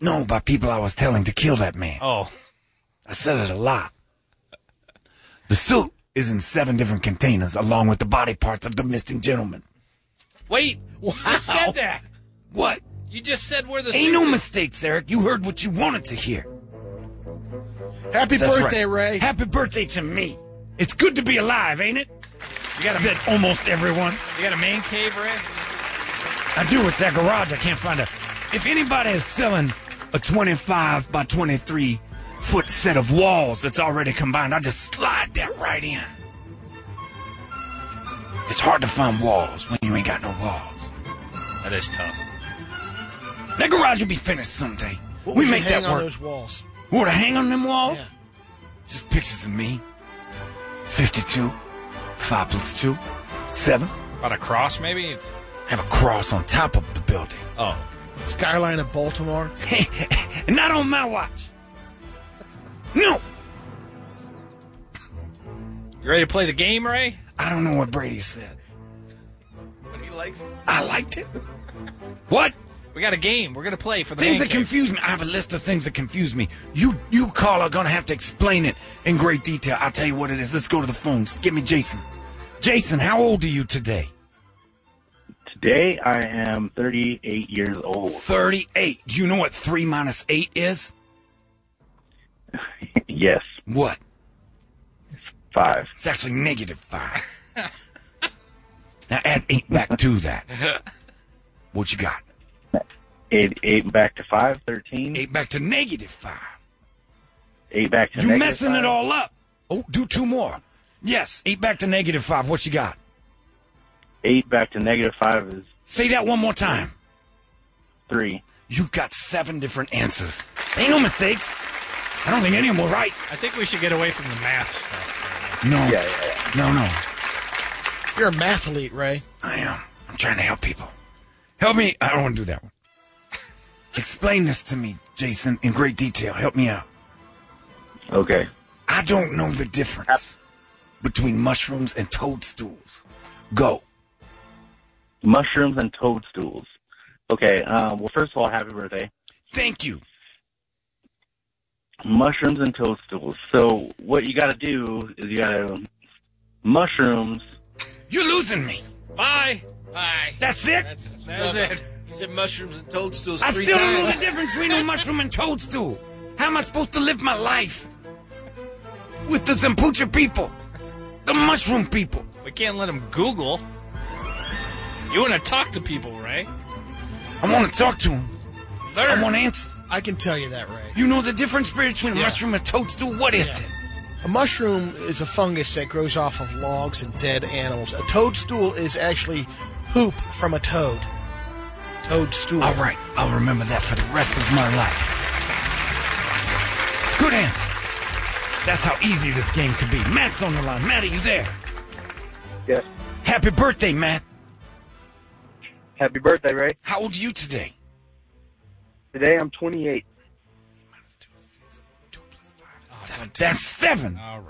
No, by people I was telling to kill that man.
Oh,
I said it a lot. The suit is in seven different containers, along with the body parts of the missing gentleman.
wait! You just said that.
What?
You just said where the
Ain't
suit
no
is.
mistakes, Eric. You heard what you wanted to hear.
Happy
That's
birthday,
right.
Ray.
Happy birthday to me. It's good to be alive, ain't it? You gotta said almost everyone.
You got a man cave, Ray?
I do. It's that garage. I can't find a. If anybody is selling a 25 by 23 foot set of walls that's already combined, I just slide that right in. It's hard to find walls when you ain't got no walls.
That is tough.
That garage will be finished someday.
What would
we
you
make
hang
that
on
work.
those walls.
We want to hang on them walls?
Yeah.
Just pictures of me. 52, 5 plus 2, 7.
About a cross, maybe?
have a cross on top of the building.
Oh.
Skyline of Baltimore.
Not on my watch. No.
You ready to play the game, Ray?
I don't know what Brady said.
But he likes it.
I liked it. What?
We got a game. We're gonna play for the
things
man
that
cave.
confuse me. I have a list of things that confuse me. You you call are gonna have to explain it in great detail. I'll tell you what it is. Let's go to the phones. Give me Jason. Jason, how old are you today?
Today I am 38 years old.
38. Do you know what 3 minus 8 is?
Yes,
What?
five.
It's actually negative 5. now add 8 back to that. What you got?
Eight, eight back to five, 13.
8 back to negative 5.
Eight back to
You
negative
messing
five.
it all up. Oh, do two more. Yes, 8 back to negative 5. What you got?
Eight back to negative five is
Say that one more time.
three.
You've got seven different answers. Ain't no mistakes. I don't think any of them were right.
I think we should get away from the math stuff.
No. No, no.
You're a mathlete, Ray.
I am. I'm trying to help people. Help me. I don't want to do that one. Explain this to me, Jason, in great detail. Help me out.
Okay.
I don't know the difference between mushrooms and toadstools. Go.
Mushrooms and toadstools. Okay. Um, well, first of all, happy birthday.
Thank you.
Mushrooms and toadstools. So what you got to do is you got to mushrooms.
You're losing me.
Bye.
Bye.
That's it?
That's,
That's it.
He said mushrooms and toadstools
I
three
still
times.
don't know the difference between a mushroom and toadstool. How am I supposed to live my life with the Zampucha people, the mushroom people?
We can't let them Google. You want to talk to people, Ray?
I want to talk to them.
Learn.
I want answers.
I can tell you that, Ray.
You know the difference between a mushroom and toadstool? What is it?
A mushroom is a fungus that grows off of logs and dead animals. A toadstool is actually poop from a toad. Toadstool.
All right, I'll remember that for the rest of my life. Good answer. That's how easy this game could be. Matt's on the line. Matt, are you there?
Yes.
Happy birthday, Matt.
Happy birthday, Ray.
How old are you today?
Today I'm 28.
Seven. That's seven.
All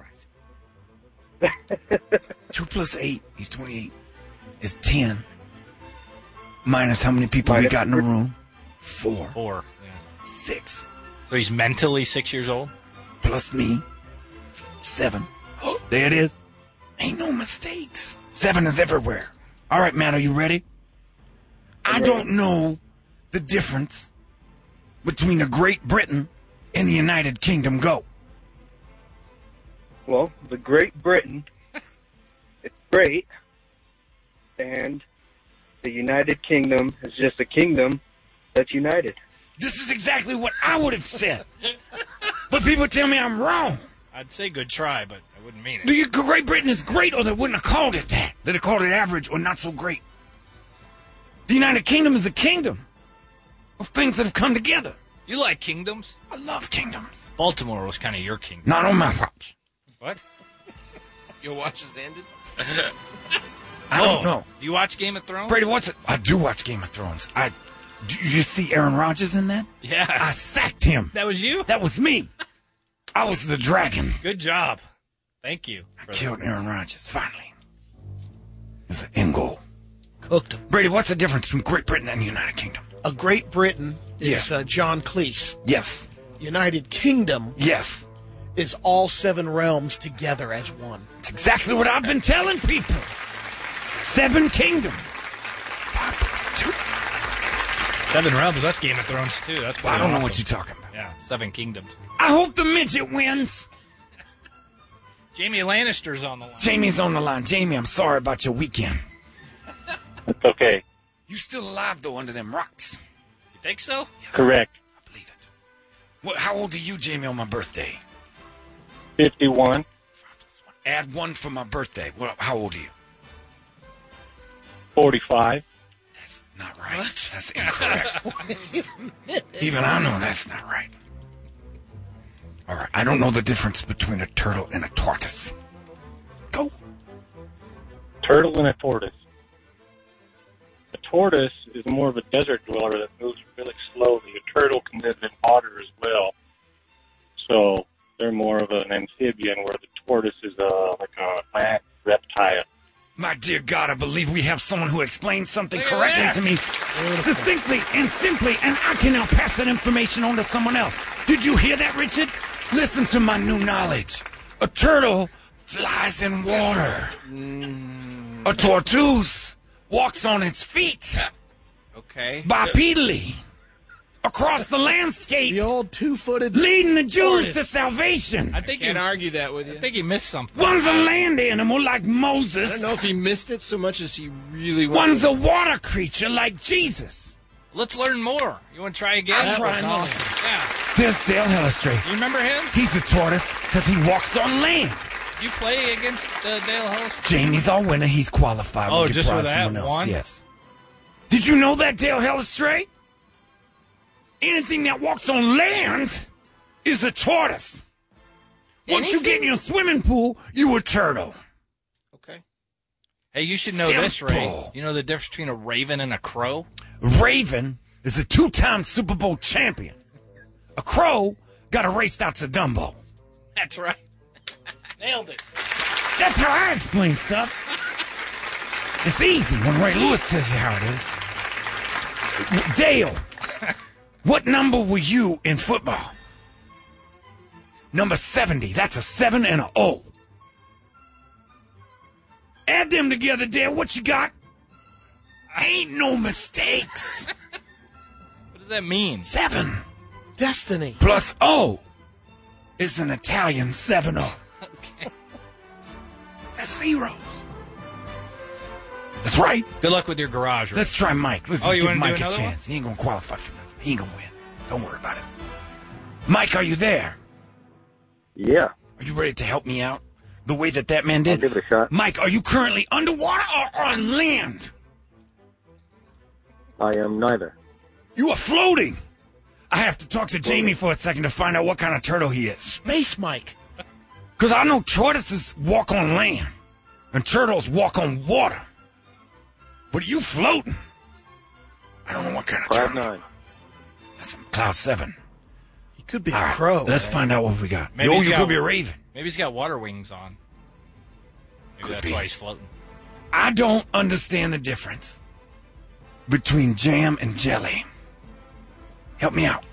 right.
Two plus eight. He's 28. Is 10. Minus how many people we got in the room? Four.
Four.
Six.
So he's mentally six years old.
Plus me. Seven. there it is. Ain't no mistakes. Seven is everywhere. All right, Matt, are you ready? I don't know the difference between a Great Britain and the United Kingdom. Go.
Well, the Great Britain, it's great, and the United Kingdom is just a kingdom that's united.
This is exactly what I would have said. but people tell me I'm wrong.
I'd say good try, but I wouldn't mean it.
Do you Great Britain is great, or they wouldn't have called it that? They'd have called it average or not so great. The United Kingdom is a kingdom of things that have come together.
You like kingdoms?
I love kingdoms.
Baltimore was kind of your kingdom.
Not on my watch.
What?
Your watch is ended.
I don't
Oh,
know.
Do you watch Game of Thrones?
Brady, what's it? I do watch Game of Thrones. I do you see Aaron Rodgers in that?
Yeah.
I sacked him.
That was you?
That was me. I was the dragon.
Good job. Thank you. for that.
Killed Aaron Rodgers finally. It's an end goal.
Cooked him.
Brady, what's the difference between Great Britain and the United Kingdom?
A Great Britain is uh, John Cleese.
Yes.
United Kingdom
Yes.
is all seven realms together as one.
It's exactly what I've been telling people. Seven kingdoms. Five plus two.
Seven Realms. That's Game of Thrones too. That's
Well, I don't know what
awesome.
you're talking about.
Yeah, Seven Kingdoms.
I hope the midget wins.
Jamie Lannister's on the line.
Jamie's on the line. Jamie, I'm sorry about your weekend.
It's okay.
You still alive though under them rocks.
You think so?
Correct.
What, how old are you, Jamie, on my birthday?
51.
Add one for my birthday. Well, how old are you?
45.
Not right. That's incorrect. Even I know that's not right. All right. I don't know the difference between a turtle and a tortoise. Go.
Turtle and a tortoise. A
tortoise is more of a desert dweller that moves really slowly. A turtle can live in water as well. So they're more of an amphibian where the tortoise is a, like a land reptile.
My dear God, I believe we have someone who explains something correctly to me, succinctly and simply, and I can now pass that information on to someone else. Did you hear that, Richard? Listen to my new knowledge. A turtle flies in water. A tortoise walks on its feet
Okay.
bipedally across the landscape. The
old two-footed,
leading the Jews to
tortoise.
salvation.
I think can't argue that with you. I think
he missed something.
One's a land animal like Moses.
I don't know if he missed it so much as he really wanted
One's
to.
a water creature like Jesus.
Let's learn more. You want to try again?
I'll try That was another.
awesome. Yeah.
There's Dale Hillestrate.
You remember him?
He's a tortoise because he walks on land.
You play against uh, Dale Hulse?
Jamie's our winner. He's qualified.
Oh,
could
just
prize
for that
someone else,
one?
Yes. Did you know that Dale Hillestrate? Anything that walks on land is a tortoise. Once you get in your swimming pool, you a turtle.
Hey, you should know this, Ray.
Simple.
You know the difference between a raven and a crow?
Raven is a two-time Super Bowl champion. A crow got erased out to Dumbo.
That's right. Nailed it.
That's how I explain stuff. It's easy when Ray Lewis tells you how it is. Dale, what number were you in football? Number 70. That's a 7 and a O. Add them together, Dale. What you got? Ain't no mistakes.
What does that mean?
7
Destiny.
plus O is an Italian 7 0. That's zero. That's right.
Good luck with your garage. Ray.
Let's try Mike. Let's
Oh,
just
you
give
wanna do
Mike a
another
chance. He ain't gonna qualify for nothing. He ain't gonna win. Don't worry about it. Mike, are you there?
Yeah.
Are you ready to help me out? The way that that man did.
give it a shot.
Mike, are you currently underwater or on land?
I am neither.
You are floating. I have to talk to Jamie for a second to find out what kind of turtle he is.
Base Mike.
Because I know tortoises walk on land and turtles walk on water. But you floating. I don't know what kind of turtle.
nine.
Cloud 7.
He could be
All
a
right,
crow.
Let's
man.
find out what we got.
Maybe
Yo,
he's
you
got-
could be a raven.
Maybe he's got water wings on. Maybe that's why he's floating.
I don't understand the difference between jam and jelly. Help me out.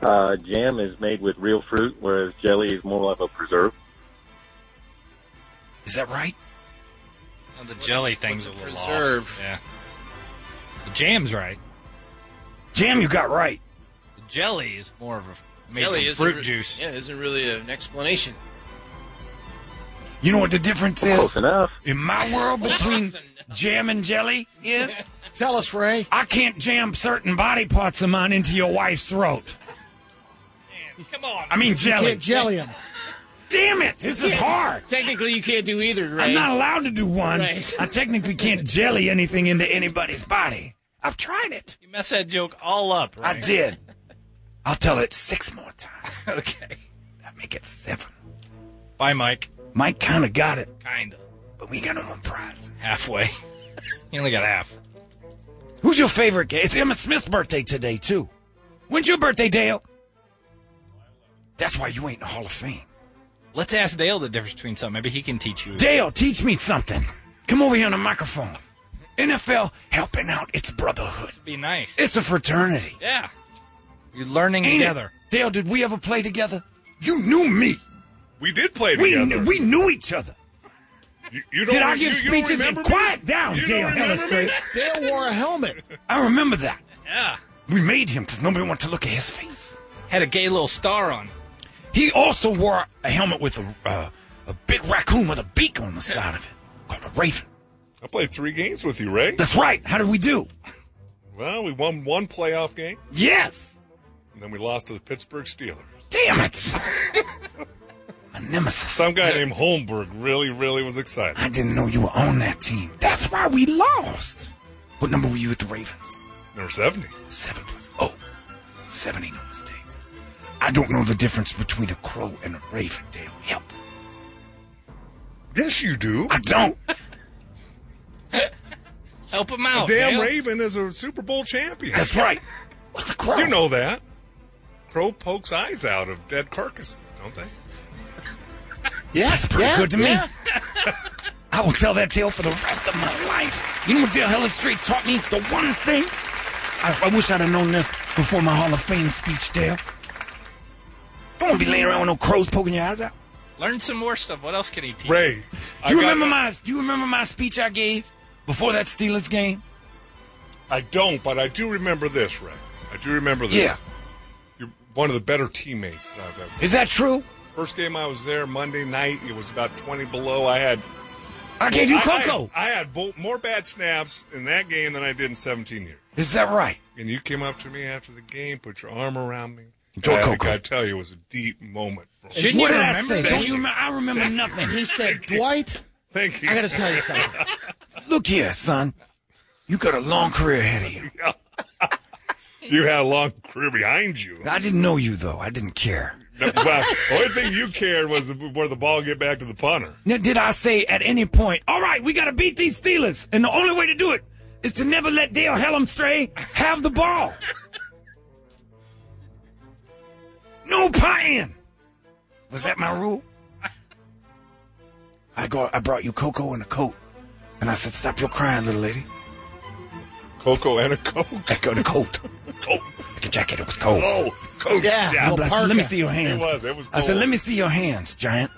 Uh, jam is made with real fruit, whereas jelly is more of a preserve.
Is that right?
Oh, the jelly thing's a, little
preserve?
off. Yeah. The jam's right.
Jam, you got right.
The jelly is more of a made
Jelly
from
isn't
fruit
re-
juice.
Yeah, isn't really an explanation.
You know what the difference
Close
is
enough.
in my world between jam and jelly is?
Tell us, Ray.
I can't jam certain body parts of mine into your wife's throat.
Come on.
I mean
You
jelly.
can't jelly him.
Damn it! This is hard.
Technically, you can't do either, right?
I'm not allowed to do one.
Right.
I technically can't jelly anything into anybody's body. I've tried it.
You messed that joke all up, right?
I did. I'll tell it six more times.
okay.
That make it seven.
Bye, Mike.
Mike kind of got it,
Kinda.
but we got no one prize.
Halfway. you only got half.
Who's your favorite gay? It's Emmett Smith's birthday today too. When's your birthday, Dale? That's why you ain't in the Hall of Fame.
Let's ask Dale the difference between something. Maybe he can teach you.
Dale, teach me something. Come over here on the microphone. NFL helping out its brotherhood.
Be nice.
It's a fraternity.
yeah. You're learning
Ain't it?
together.
Dale, did we ever play together? You knew me.
We did play
We
together.
kn- we knew each other.
you, you don't,
Did I
you-
give
you don't
speeches? And
remember me?
quiet down,
You don't
Dale
remember me?
Hillestrate.
Dale wore a helmet.
I remember that.
Yeah.
We made him because nobody wanted to look at his face.
Had a gay little star on.
He also wore a helmet with a uh, a big raccoon with a beak on the side of it, called a raven.
I played three games with you, Ray.
That's right. How did we do?
Well, we won one playoff game,
Yes.
and then we lost to the Pittsburgh Steelers.
Damn it. My nemesis.
Some guy named Holmberg really, really was excited.
I didn't know you were on that team. That's why we lost. What number were you with the Ravens?
Number 70.
Seven plus oh. Seven ain't no mistakes. I don't know the difference between a crow and a raven, Dale. Help.
Yes, you do.
I don't.
Help him
Oh,
out.
A damn
Dale.
Raven is a Super Bowl champion.
That's right. What's the crow?
You know that. Crow pokes eyes out of dead carcasses, don't they?
Yeah, that's pretty
yeah,
good to me.
yeah.
I will tell that tale for the rest of my life. You know what Dale Hella Street taught me? The one thing. I, I wish I'd have known this before my Hall of Fame speech, Dale. Don't want to be laying around with no crows poking your eyes out.
Learn some more stuff. What else can he teach?
Ray,
Do you remember my Do you remember my speech I gave before that Steelers game?
I don't, but I do remember this, Ray. I do remember this.
Yeah.
You're one of the better teammates that I've ever
Is that true?
First game I was there Monday night, it was about 20 below. I had.
I gave you
I-
cocoa.
I, had, bo- more bad snaps in that game than I did in 17 years.
Is that right?
And you came up to me after the game, put your arm around me.
Joe
And I
Coco.
gotta tell you, it was a deep moment. for me.
Shouldn't you remember that? Don't you remember- I remember
Thank you.
nothing.
He said, Dwight,
Thank you.
I got to tell you something.
Look here, son. You got a long career ahead of you.
You had a long career behind you.
I didn't know you though. I didn't care.
No, well, the only thing you cared was where the ball get back to the punter.
Now, did I say at any point, all right, we got to beat these Steelers, and the only way to do it is to never let Dale Hellumstray have the ball? no pieing. Was that my rule? I got, I brought you cocoa and a coat, and I said, "Stop your crying, little lady."
Cocoa and a coke.
I got a coat.
coat.
Like a jacket. It was cold.
Oh, coat.
Yeah,
Yeah,
little
but I said, let me
parka.
see your hands.
It was. It was
I said,
cold.
let me see your hands, giant.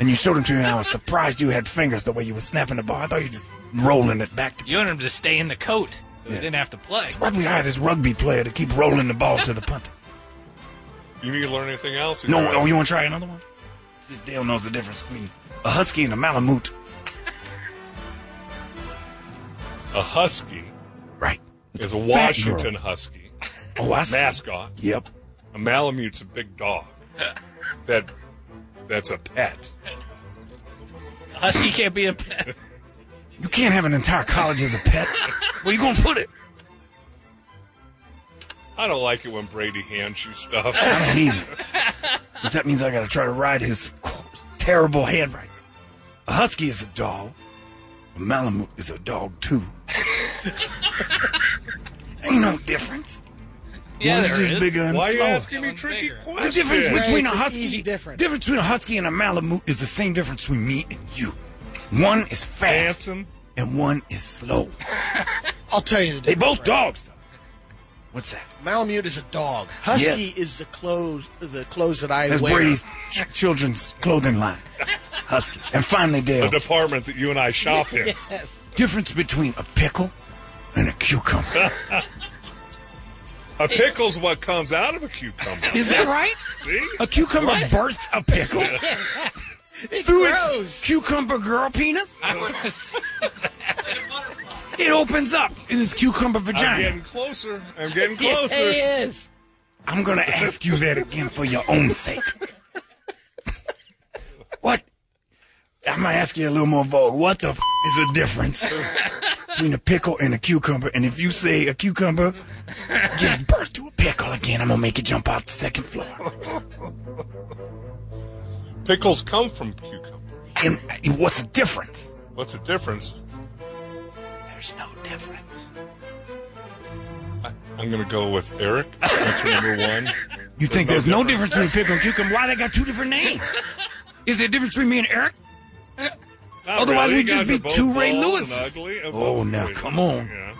And you showed them to me, and I was surprised you had fingers the way you were snapping the ball. I thought you were just rolling it back. To-
You want him to stay in the coat so he
Yeah.
didn't have to play.
Why'd we hire this rugby player to keep rolling the ball to the punter?
You need to learn anything else?
No, oh, you want to try another one? Dale knows the difference between a husky and a malamute.
A husky
Right.
is a
a fat
Washington
girl.
husky.
Oh, I see.
Mascot.
Yep.
A Malamute's a big dog. That that's a pet.
Husky can't be a pet.
You can't have an entire college as a pet. Where you gonna put it?
I don't like it when Brady hands you stuff.
I don't need it. 'Cause that means I gotta try to ride his terrible handwriting. A husky is a dog. A malamute is a dog too. Ain't no difference.
Yeah,
One's
there
just
is.
bigger and
Why are you
slower.
asking me tricky
The
questions?
difference
Right,
between a
it's an
husky
easy difference.
between a husky and a malamute is the same difference between me and you. One is fast
Handsome.
and one is slow.
I'll tell you the
They
difference.
both dogs. though. What's that?
Malamute is a dog. Husky
Yes.
is the clothes the clothes that I
That's
wear.
Brady's ch- children's clothing line. Husky. And finally,
The
Dale.
department that you and I shop in.
Yes.
difference between a pickle and a cucumber.
A pickle's what comes out of a cucumber.
Is that right?
See?
A cucumber bursts a pickle
It
through
grows.
its cucumber girl penis.
I want to see.
It opens up in its cucumber
I'm
vagina.
getting closer. I'm getting
Yeah,
closer.
it is.
I'm gonna ask you that again for your own sake. what? I'm gonna ask you a little more vogue. What the f- is the difference between a pickle and a cucumber? And if you say a cucumber gives birth to a pickle again, I'm gonna make you jump out the second floor.
Pickles come from cucumbers.
And uh, what's the difference?
What's the difference?
There's no difference.
I, I'm going to go with Eric. Answer number one.
You think there's no difference between pickle and cucumber? Why they got two different names? Is there a difference between me and Eric?
Not
Otherwise,
really.
we'd
You
just
guys
be
are both
two Ray
bald and
Lewises.
ugly.
Oh,
Both
now,
Ray
come
Lewises,
on.
yeah.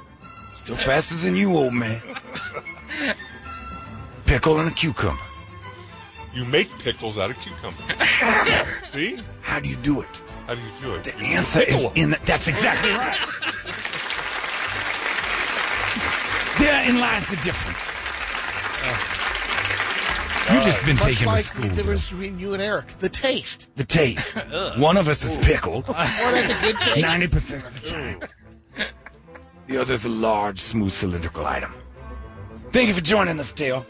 Still faster than you, old man. Pickle and a cucumber.
You make pickles out of cucumber. See?
How do you do it?
How do you do it?
The
You
answer
pickle
is
them.
in the, That's exactly right. Therein lies the difference. You've just been
Uh, Much
taken
like
to school.
the
Bill.
difference between you and Eric, the taste.
The taste. One of us is pickled
Well, that's a good taste.
90% of the time. The other is a large, smooth, cylindrical item. Thank you for joining us, Dale.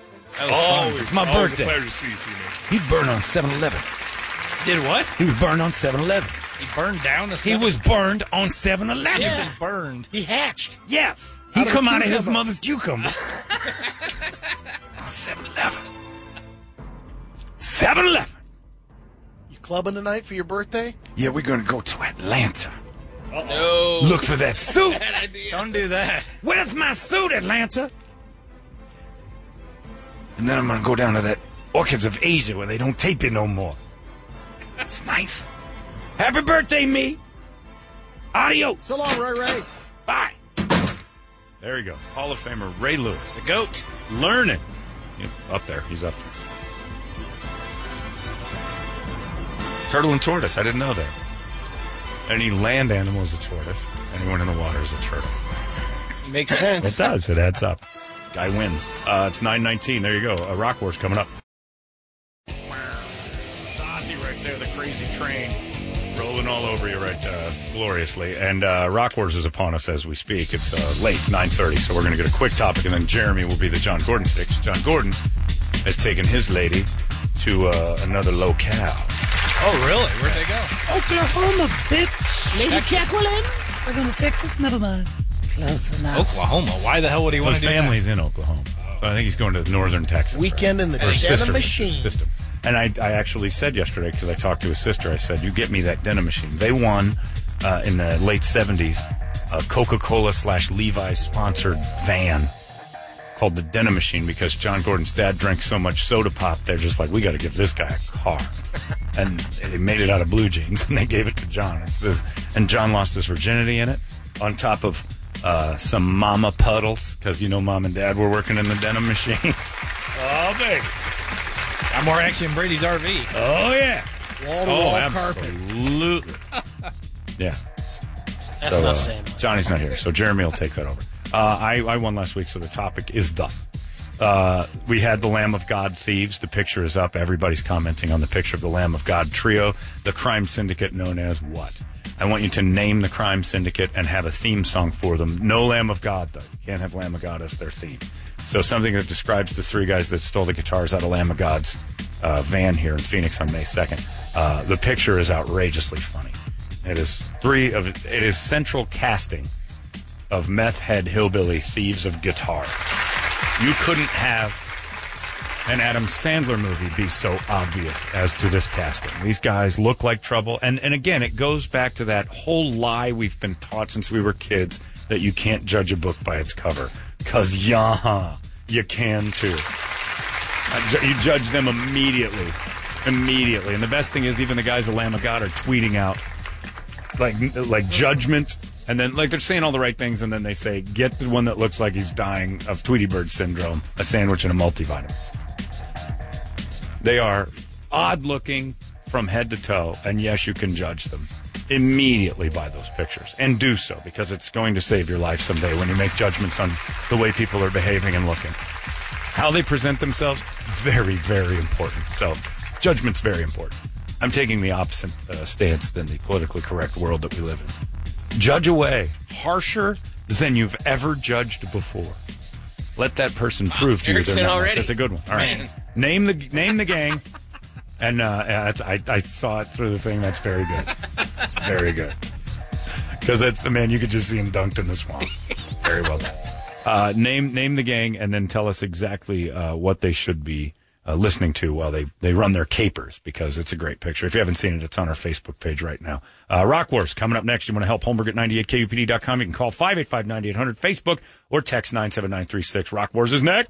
Always,
It's my
always
birthday.
A pleasure to see you, teammate.
He burned on 7 Eleven.
Did what?
He was burned on 7 Eleven.
He burned down the.
He was burned on 7 Eleven.
yeah. burned.
He hatched.
Yes. He
Out of a
come out of his
cucumber.
mother's cucumber. on 7-Eleven. 7-Eleven.
You clubbing tonight for your birthday?
Yeah, we're going to go to Atlanta No. Look for that suit.
Don't do that.
Where's my suit, Atlanta? And then I'm gonna go down to that Orchids of Asia where they don't tape you no more. It's nice. Happy birthday, me. Audio.
So long, Ray Ray.
Bye.
There he goes. Hall of Famer Ray Lewis. The
GOAT.
Learning. Yeah, up there. He's up there. Turtle and tortoise. I didn't know that. Any land animal is a tortoise. Anyone in the water is a turtle.
Makes sense.
It does. It adds up. Guy wins. Uh, it's 919. There you go. Uh, Rock Wars coming up. It's Ozzy right there, the crazy train. Rolling all over you right uh, gloriously. And uh, Rock Wars is upon us as we speak. It's uh, late, 930, so we're going to get a quick topic, and then Jeremy will be the John Gordon pick. John Gordon has taken his lady to uh, another locale.
Oh, really? Where'd they go?
Oklahoma, bitch. Lady Jacqueline. We're going to Texas. Never mind. Close enough.
Oklahoma. Why the hell would he want
His
to do
family's in Oklahoma. So I think he's going to northern Texas.
Weekend in the
Or his
Denim
sister,
Machine.
his sister. And I, I actually said yesterday, because I talked to his sister, I said, You get me that denim machine. They won uh, in the late 70s a Coca Cola slash Levi's sponsored van called the Denim Machine because John Gordon's dad drank so much soda pop, they're just like, We got to give this guy a car. and they made it out of blue jeans and they gave it to John. It's this, and John lost his virginity in it on top of. Uh, some mama puddles because you know mom and dad were working in the denim machine. Oh, baby.
Got more action in Brady's RV.
Oh yeah. Oh,
Wall-to-wall carpet.
absolutely. yeah.
That's not saying
uh, Johnny's not here, so Jeremy will take that over. Uh, I, I won last week, so the topic is thus. Uh, we had the Lamb of God thieves. The picture is up. Everybody's commenting on the picture of the Lamb of God trio, the crime syndicate known as what? I want you to name the crime syndicate and have a theme song for them. No Lamb of God, though. You can't have Lamb of God as their theme. So something that describes the three guys that stole the guitars out of Lamb of God's uh, van here in Phoenix on May 2nd. Uh, the picture is outrageously funny. It is three of it is central casting of meth head hillbilly thieves of guitar. You couldn't have an Adam Sandler movie be so obvious as to this casting. These guys look like trouble. And and again, it goes back to that whole lie we've been taught since we were kids that you can't judge a book by its cover. Cause yeah, you can too. Uh, ju- you judge them immediately. Immediately. And the best thing is even the guys at Lamb of God are tweeting out like like judgment and then like they're saying all the right things and then they say get the one that looks like he's dying of Tweety Bird syndrome, a sandwich and a multivitamin. They are odd looking from head to toe, and yes, you can judge them immediately by those pictures and do so because it's going to save your life someday when you make judgments on the way people are behaving and looking. How they present themselves, very, very important. So, judgment's very important. I'm taking the opposite uh, stance than the politically correct world that we live in. Judge away, harsher than you've ever judged before. Let that person prove to you
Ah, Erickson
they're not.
already.
That's a good one. All right,
Man.
name the name the gang, and uh, that's, I, I saw it through the thing. That's very good. It's very good because that's the man you could just see him dunked in the swamp. Very well done. Uh, name name the gang, and then tell us exactly uh, what they should be uh, listening to while they they run their capers because it's a great picture. If you haven't seen it, it's on our Facebook page right now. Uh, Rock Wars coming up next. You want to help Holmberg at 98kupd.com. You can call 585-9800 Facebook or text 97936. Rock Wars is next.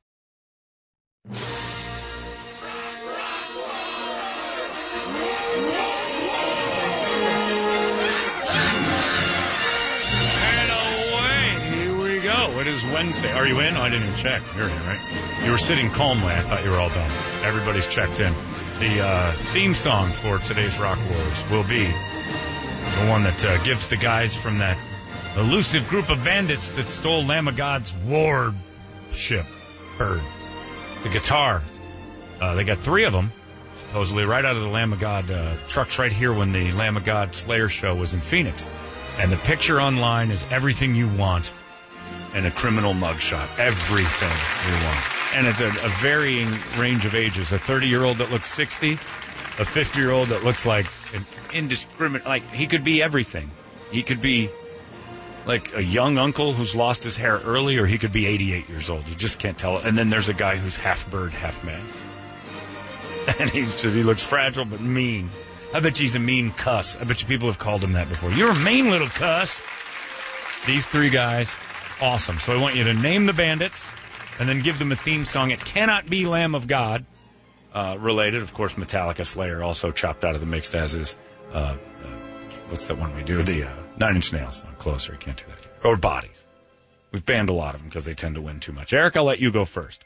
Here we go. It is Wednesday. Are you in? Oh, I didn't even check. You're in, right? You were sitting calmly. I thought you were all done. Everybody's checked in. The uh, theme song for today's Rock Wars will be the one that uh, gives the guys from that elusive group of bandits that stole Lamb of God's war ship bird the guitar. Uh, they got three of them, supposedly right out of the Lamb of God uh, trucks right here when the Lamb of God Slayer show was in Phoenix. And the picture online is everything you want and a criminal mugshot. Everything you want. And it's a, a varying range of ages. A 30 year old that looks 60, a 50 year old that looks like an indiscriminate, like he could be everything. He could be like a young uncle who's lost his hair early, or he could be 88 years old. You just can't tell. And then there's a guy who's half bird, half man, and he's just he looks fragile but mean. I bet you he's a mean cuss. I bet you people have called him that before. You're a mean little cuss. These three guys, awesome. So I want you to name the bandits and then give them a theme song. It cannot be Lamb of God uh, related. Of course, Metallica Slayer also chopped out of the mix, as is. Uh, uh, what's that one we do? The uh, Nine Inch Nails. i closer. You can't do that. Or Bodies. We've banned a lot of them because they tend to win too much. Eric, I'll let you go first.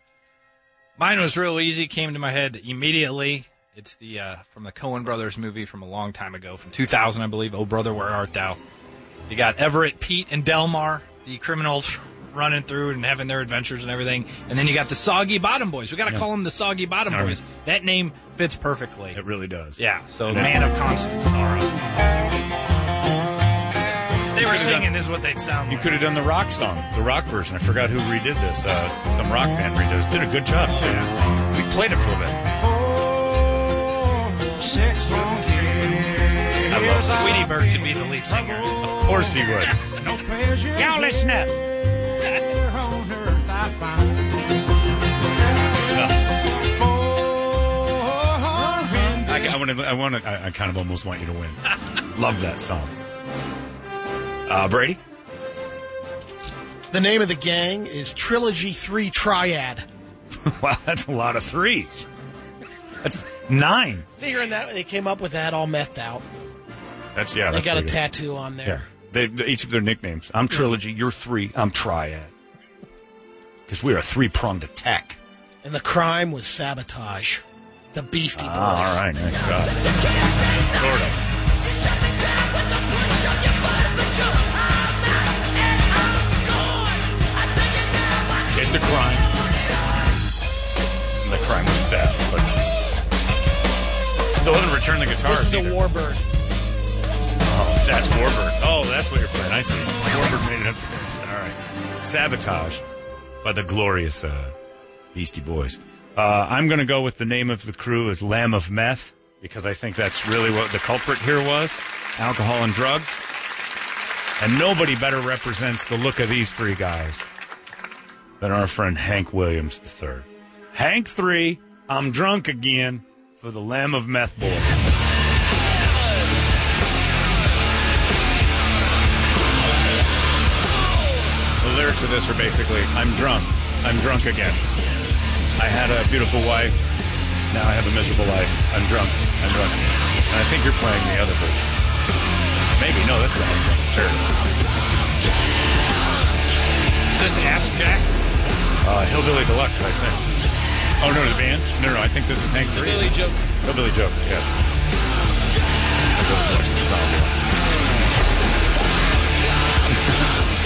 Mine was real easy. Came to my head immediately. It's the uh, from the Coen Brothers movie from a long time ago, from 2000, I believe. Oh, brother, where art thou? You got Everett, Pete, and Delmar, the criminals running through and having their adventures and everything. And then you got the Soggy Bottom Boys. We got to
Yeah.
call them the Soggy Bottom
All right.
Boys. That name fits perfectly. It
really does.
Yeah. So
And that-
Man of Constant Sorrow. They were singing. This is what they'd sound.
You could have done the rock song, the rock version. I forgot who redid this. Uh, some rock band redid it. Did a good job, too. We played it for a bit.
Six long years.
I love this. Tweety Bird could be the lead singer.
Of course he would.
Y'all listen up.
I, I want to. I want to. I, I kind of almost want you to win. Love that song. Uh, Brady,
The name of the gang is Trilogy 3 Triad.
wow, that's a lot of threes. That's nine.
Figuring that they came up with that all methed out.
That's yeah.
they
that's
got a
pretty good.
tattoo on there.
Yeah. They, they- each of their nicknames. I'm trilogy. You're three. I'm triad. Because we're a three pronged attack.
And the crime was sabotage. The Beastie Boys.
Ah, all right, nice job. Sort of. It's a crime. The crime was theft, but still didn't return the guitars
This is
either.
a Warbird.
Oh, that's Warbird. Oh, that's what you're playing. I see. Warbird made it up to the list. All right. Sabotage by the glorious uh, Beastie Boys. Uh, I'm going to go with the name of the crew as Lamb of Meth because I think that's really what the culprit here was alcohol and drugs. And nobody better represents the look of these three guys than our friend Hank Williams III. Hank 3, I'm drunk again for the Lamb of Meth Boys. The lyrics of this are basically I'm drunk. I'm drunk again. I had a beautiful wife. Now I have a miserable life. I'm drunk. I'm drunk. And I think you're playing the other version. Maybe. No, this is the other one. Sure.
Is this Ask Jack?
Uh, Hillbilly Deluxe, I think. Oh, no, the band? No, no, I think this is Hank 3. Hillbilly
Joke.
Hillbilly Joke, yeah. Hillbilly Deluxe, the zombie one.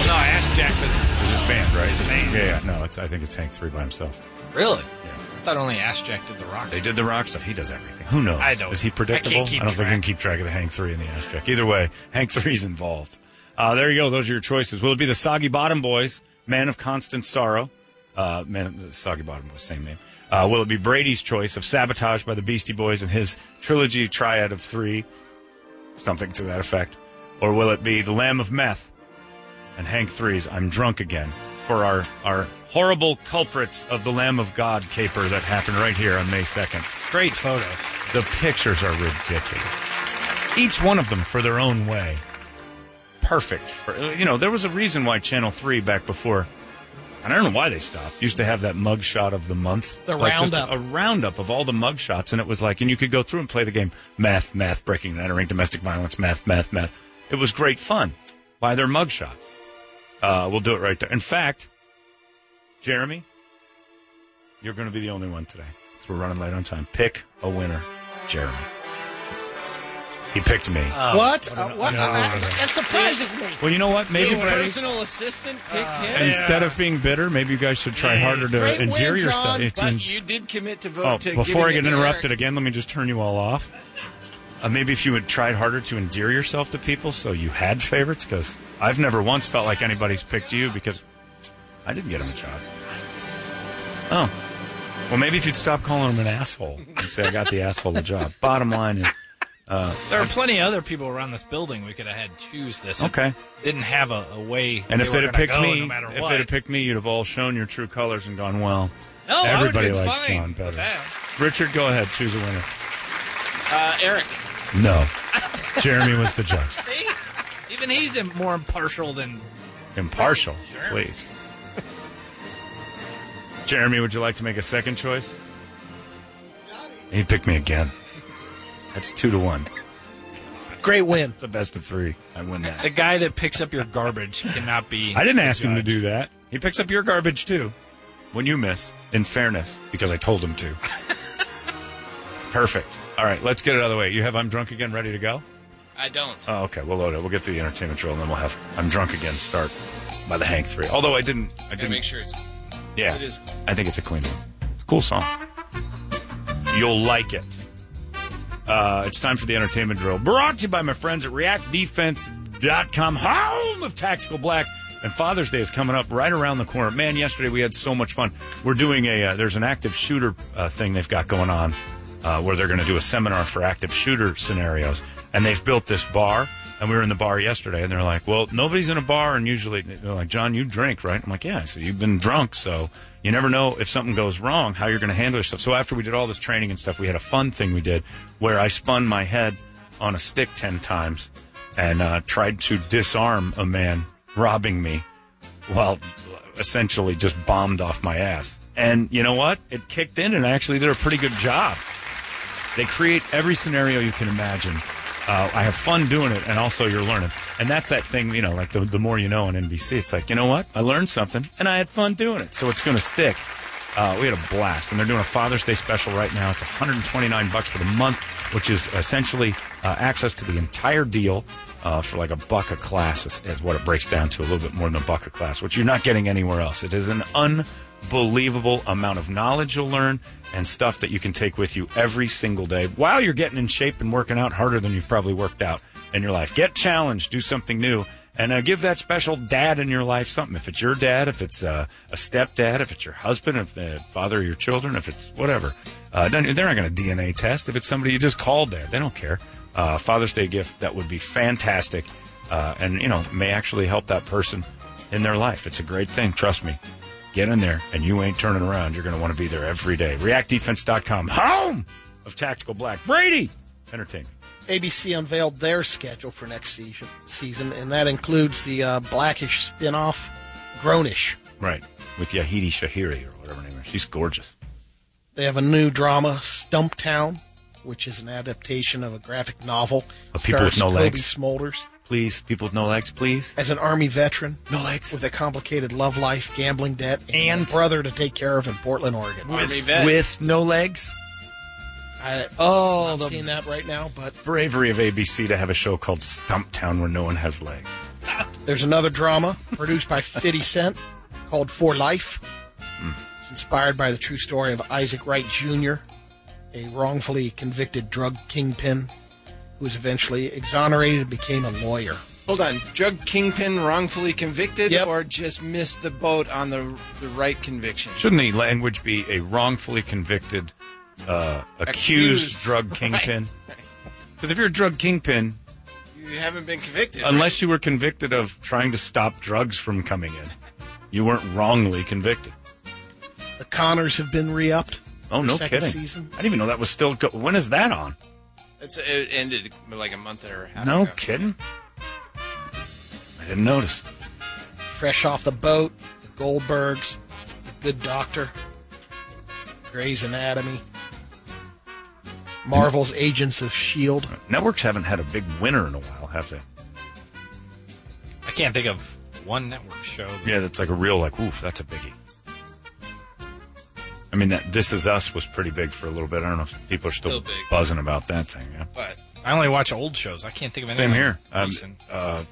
No, I asked Jack. But
This is band, right? Yeah, yeah. No, it's, I think it's Hank 3 by himself.
really? I thought only Ask Jack did the rock.
They did the rock stuff. He does everything. Who knows?
I don't-
Is he predictable?
I can't keep
don't think we can
track.
keep track of the Hank three and the ass check. Either way, Hank three's involved. Uh, there you go. Those are your choices. Will it be the Soggy Bottom Boys, Man of Constant Sorrow? Uh, man, the Soggy Bottom Boys, same name. Uh, will it be Brady's choice of Sabotage by the Beastie Boys and his trilogy triad of three, something to that effect? Or will it be the Lamb of Meth and Hank three's I'm Drunk Again for our, our horrible culprits of the Lamb of God caper that happened right here on May 2nd?
Great photos.
The pictures are ridiculous. Each one of them for their own way. Perfect. For, uh, you know, there was a reason why Channel 3 back before, and I don't know why they stopped, used to have that mugshot of the month.
The
Just
roundup.
a roundup of all the mugshots, and it was like, and you could go through and play the game math, math, breaking and entering, domestic violence, math, math, math. It was great fun by their mugshots. Uh, we'll do it right there. In fact, Jeremy, you're going to be the only one today. So we're running late on time. Pick a winner, Jeremy. He picked me.
what? Uh, what?
oh, no,
Uh,
no, no.
That surprises me.
Well, you know what? Maybe
Your
Brady, Uh,
personal assistant picked him.
instead of being bitter, maybe you guys should try harder to
Great
endear
win,
yourself.
John,
to-
but you did commit to vote.
oh,
to
before I
giving
get
it to
interrupted
Eric.
again, let me just turn you all off. Uh, maybe if you had tried harder to endear yourself to people, so you had favorites, because I've never once felt like anybody's picked you because I didn't get him a job. Oh. Well, maybe if you'd stop calling him an asshole and say, I got the asshole the job. Bottom line is. Uh,
There are plenty of other people around this building we could have had choose this. It
Okay.
Didn't have a, a way.
And if
they
they'd
were
have
gonna
picked
go
me,
no matter
if
what.
they'd have picked me, you'd have all shown your true colors and gone well.
No, I would've
everybody
been
likes
fine
John better.
with that.
Richard, go ahead, choose a winner.
Uh, Eric.
No. Jeremy was the judge.
See? Even he's im- more impartial than
Impartial, please. Jeremy, would you like to make a second choice? He picked me again. That's two to one.
Great win.
The best of three. I win that.
the guy that picks up your garbage cannot be.
I didn't ask him to do that. He picks up your garbage too. When you miss, in fairness, because I told him to. it's perfect. All right, let's get it out of the way. You have I'm drunk again ready to go?
I don't.
Oh, okay. We'll load it. We'll get to the entertainment drill, and then we'll have I'm drunk again start by the Hank Three. Although I didn't, I didn't
make sure it's.
Yeah,
It is.
I think it's a clean one. Cool song. You'll like it. Uh, it's time for the entertainment drill. Brought to you by my friends at ReactDefense.com, home of Tactical Black. And Father's Day is coming up right around the corner. Man, yesterday we had so much fun. We're doing a uh, there's an active shooter uh, thing they've got going on uh, where they're going to do a seminar for active shooter scenarios. And they've built this bar. And we were in the bar yesterday, and they're like, "Well, nobody's in a bar." And usually, they're like, "John, you drink, right?" I'm like, "Yeah." I said, "You've been drunk, so you never know if something goes wrong how you're going to handle yourself." So after we did all this training and stuff, we had a fun thing we did where I spun my head on a stick ten times and uh, tried to disarm a man robbing me while essentially just bombed off my ass. And you know what? It kicked in, and I actually did a pretty good job. They create every scenario you can imagine. Uh, I have fun doing it, and also you're learning. And that's that thing, you know, like the, the more you know on NBC, it's like, you know what? I learned something, and I had fun doing it, so it's going to stick. Uh, we had a blast, and they're doing a Father's Day special right now. It's 129 bucks for the month, which is essentially uh, access to the entire deal uh, for like a buck a class is, is what it breaks down to a little bit more than a buck a class, which you're not getting anywhere else. It is an unbelievable amount of knowledge you'll learn and stuff that you can take with you every single day while you're getting in shape and working out harder than you've probably worked out in your life. Get challenged, do something new. And uh, give that special dad in your life something. If it's your dad, if it's uh, a stepdad, if it's your husband, if the father of your children, if it's whatever. Uh, don't- they're not going to DNA test. If it's somebody you just called dad, they don't care uh, Father's Day gift that would be fantastic, uh, and you know may actually help that person in their life. It's a great thing, trust me. Get in there, and you ain't turning around. You're going to want to be there every day. ReactDefense.com, home of Tactical Black. Brady, entertainment.
ABC unveiled their schedule for next season, season and that includes the uh, Blackish spinoff, Grownish.
Right, with Yahidi Shahiri or whatever her name is. She's gorgeous.
They have a new drama, Stumptown, which is an adaptation of a graphic novel.
Of Oh, people with
Stars
no
Kobe
legs.
Smolders
Please, people with no legs, please.
as an army veteran.
No legs.
With a complicated love life, gambling debt, and, a brother to take care of in Portland, Oregon.
with no legs.
I,
oh,
I'm
the-
not seeing that right now, but
Bravery of ABC to have a show called Stumptown where no one has legs.
There's another drama produced by 50 Cent called For Life.
Hmm.
It's inspired by the true story of Isaac Wright Jr., a wrongfully convicted drug kingpin who was eventually exonerated and became a lawyer.
Hold on. Drug kingpin wrongfully convicted
Yep.
or just missed the boat on the, the right conviction?
Shouldn't the language be a wrongfully convicted, uh, accused,
Accused.
drug kingpin? Because if you're a drug kingpin,
You haven't been convicted.
unless you were convicted of trying to stop drugs from coming in, you weren't wrongly convicted.
The Connors have been re upped.
Oh, no
second
kidding.
Season.
I didn't even know that was still go- When is that on?
It's, it ended like a month or half
no
ago.
kidding? I didn't notice.
Fresh off the boat, The Goldbergs, The Good Doctor, Grey's Anatomy, Marvel's Agents of S.H.I.E.L.D.
Networks haven't had a big winner in a while, have they?
I can't think of one network show. that-
Yeah, that's like a real, like, oof, that's a biggie. I mean, that This Is Us was pretty big for a little bit. I don't know if people are still,
Still big.
buzzing about that thing. Yeah.
But
I only watch old shows. I can't think of anything.
Same here. Um,
recent.
uh,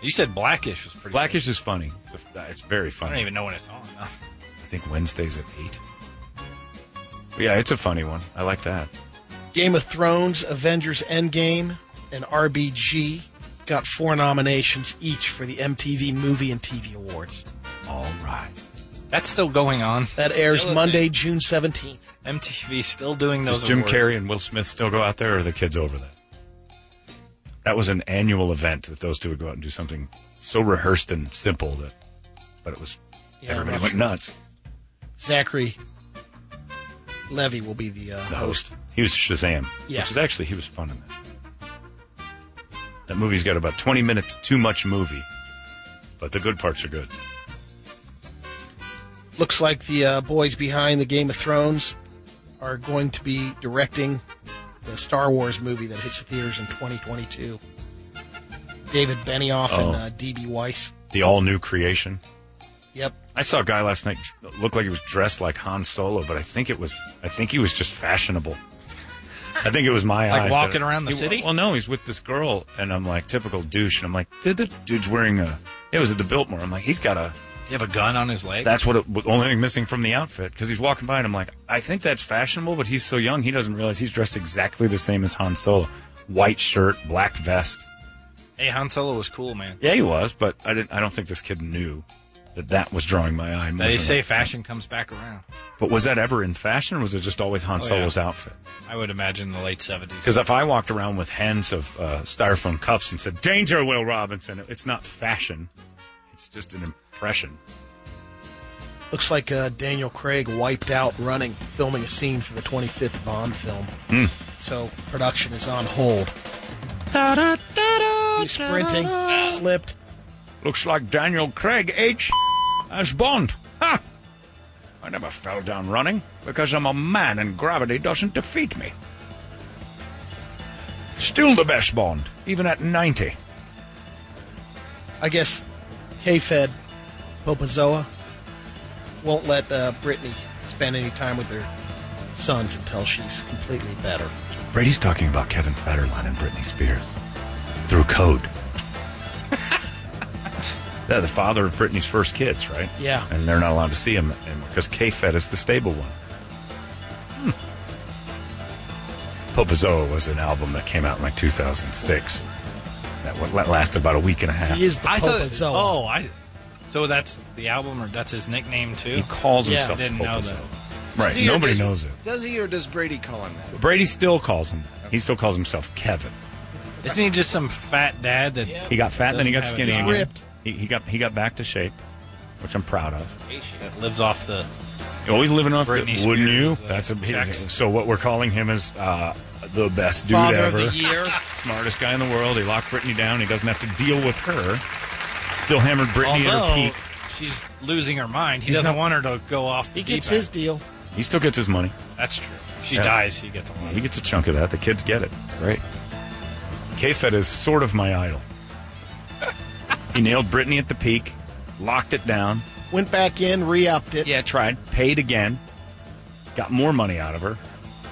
you said Blackish was pretty.
Blackish is funny. It's, a- uh, it's very
I
funny.
don't even know when it's on. though.
I think Wednesdays at eight. Yeah, it's a funny one. I like that.
Game of Thrones, Avengers Endgame, and RBG got four nominations each for the MTV Movie and TV Awards.
All right.
That's still going on.
That airs Monday, June 17th.
MTV still doing
Does
those.
Jim
awards.
Carrey and Will Smith still go out there, or are the kids over that? That was an annual event that those two would go out and do something so rehearsed and simple that, but it was
Yeah,
everybody
I'm
went nuts.
Zachary Levy will be the, uh, host.
He was Shazam,
Yeah.
which is actually he was fun in that. That movie's got about 20 minutes too much movie, but the good parts are good.
Looks like the uh, boys behind the Game of Thrones are going to be directing the Star Wars movie that hits theaters in 2022. David Benioff
Oh.
and uh, D.B. Weiss.
The all new creation.
Yep.
I saw a guy last night looked like he was dressed like Han Solo, but I think it was I think he was just fashionable. I think it was my
Like
eyes.
walking
that-
around the
he-
city?
Well, no, he's with this girl, and I'm like typical douche, and I'm like, dude, the dude's wearing a. It was at the Biltmore. I'm like, he's got a.
You have a gun on his leg.
That's what it, the only thing missing from the outfit because he's walking by, and I'm like, I think that's fashionable, but he's so young, he doesn't realize he's dressed exactly the same as Han Solo, white shirt, black vest.
Hey, Han Solo was cool, man.
Yeah, he was, but I didn't. I don't think this kid knew that that was drawing my eye. more
They
than
say
a-
fashion comes back around.
But was that ever in fashion, or was it just always Han
Oh,
Solo's
yeah.
outfit?
I would imagine the late seventies.
Because if I walked around with hands of uh, styrofoam cups and said "Danger, Will Robinson," it's not fashion; it's just an impression.
Looks like uh, Daniel Craig wiped out running, filming a scene for the 25th Bond film.
Hmm.
So production is on hold. He's sprinting, slipped.
Looks like Daniel Craig H as Bond. Ha! I never fell down running because I'm a man and gravity doesn't defeat me. Still the best Bond, even at ninety.
I guess K-Fed Popozoa won't let uh, Brittany spend any time with her sons until she's completely better.
Brady's talking about Kevin Federline and Britney Spears through code. They're the father of Britney's first kids, right?
Yeah.
And they're not allowed to see him and- because K-Fed is the stable one. Hmm. Popozoa was an album that came out in like 2006. That wa- that lasted about a week and a half.
I thought- Oh, I. So that's the album, or that's his nickname too.
He calls
Yeah.
himself
Didn't know that.
Popozoa. Right.
Does he or
Nobody
does-
knows it.
Does he or does Brady call him that?
Brady still calls him that. He still calls himself Kevin.
Isn't he just some fat dad that
He got fat, and then he got
doesn't have
skinny
a
again.
job?
He, he got he got back to shape, which I'm proud of.
That lives off the.
You're always living off
Britney
the, wouldn't you?
Spears, uh,
That's a
checks.
so. What we're calling him is uh, the best dude
Father
ever,
of the year.
smartest guy in the world. He locked Brittany down. He doesn't have to deal with her. Still hammered Brittany at her
Although
peak.
she's losing her mind, he
He's
doesn't
not-
want her to go off. The
He gets
deep end.
his deal.
He still gets his money.
That's true. If she
Yeah.
dies, he gets a lot.
He gets a chunk of that. The kids get it. Right. K-Fed is sort of my idol. he nailed Brittany at the peak, locked it down.
Went back in, re-upped it.
Yeah, tried. Paid again. Got more money out of her,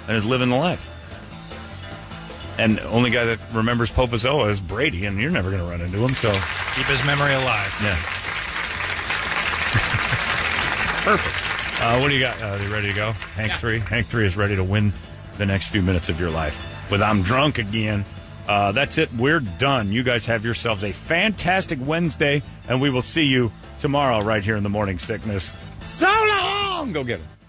and is living the life. And the only guy that remembers Popozoa is Brady, and you're never going to run into him. So
Keep his memory alive.
yeah, perfect. Uh, what do you got? Uh, you ready to go? Hank three. Hank three is ready to win the next few minutes of your life with "I'm Drunk Again." Uh, that's it. We're done. You guys have yourselves a fantastic Wednesday, and we will see you tomorrow right here in the morning sickness. So long. Go get it.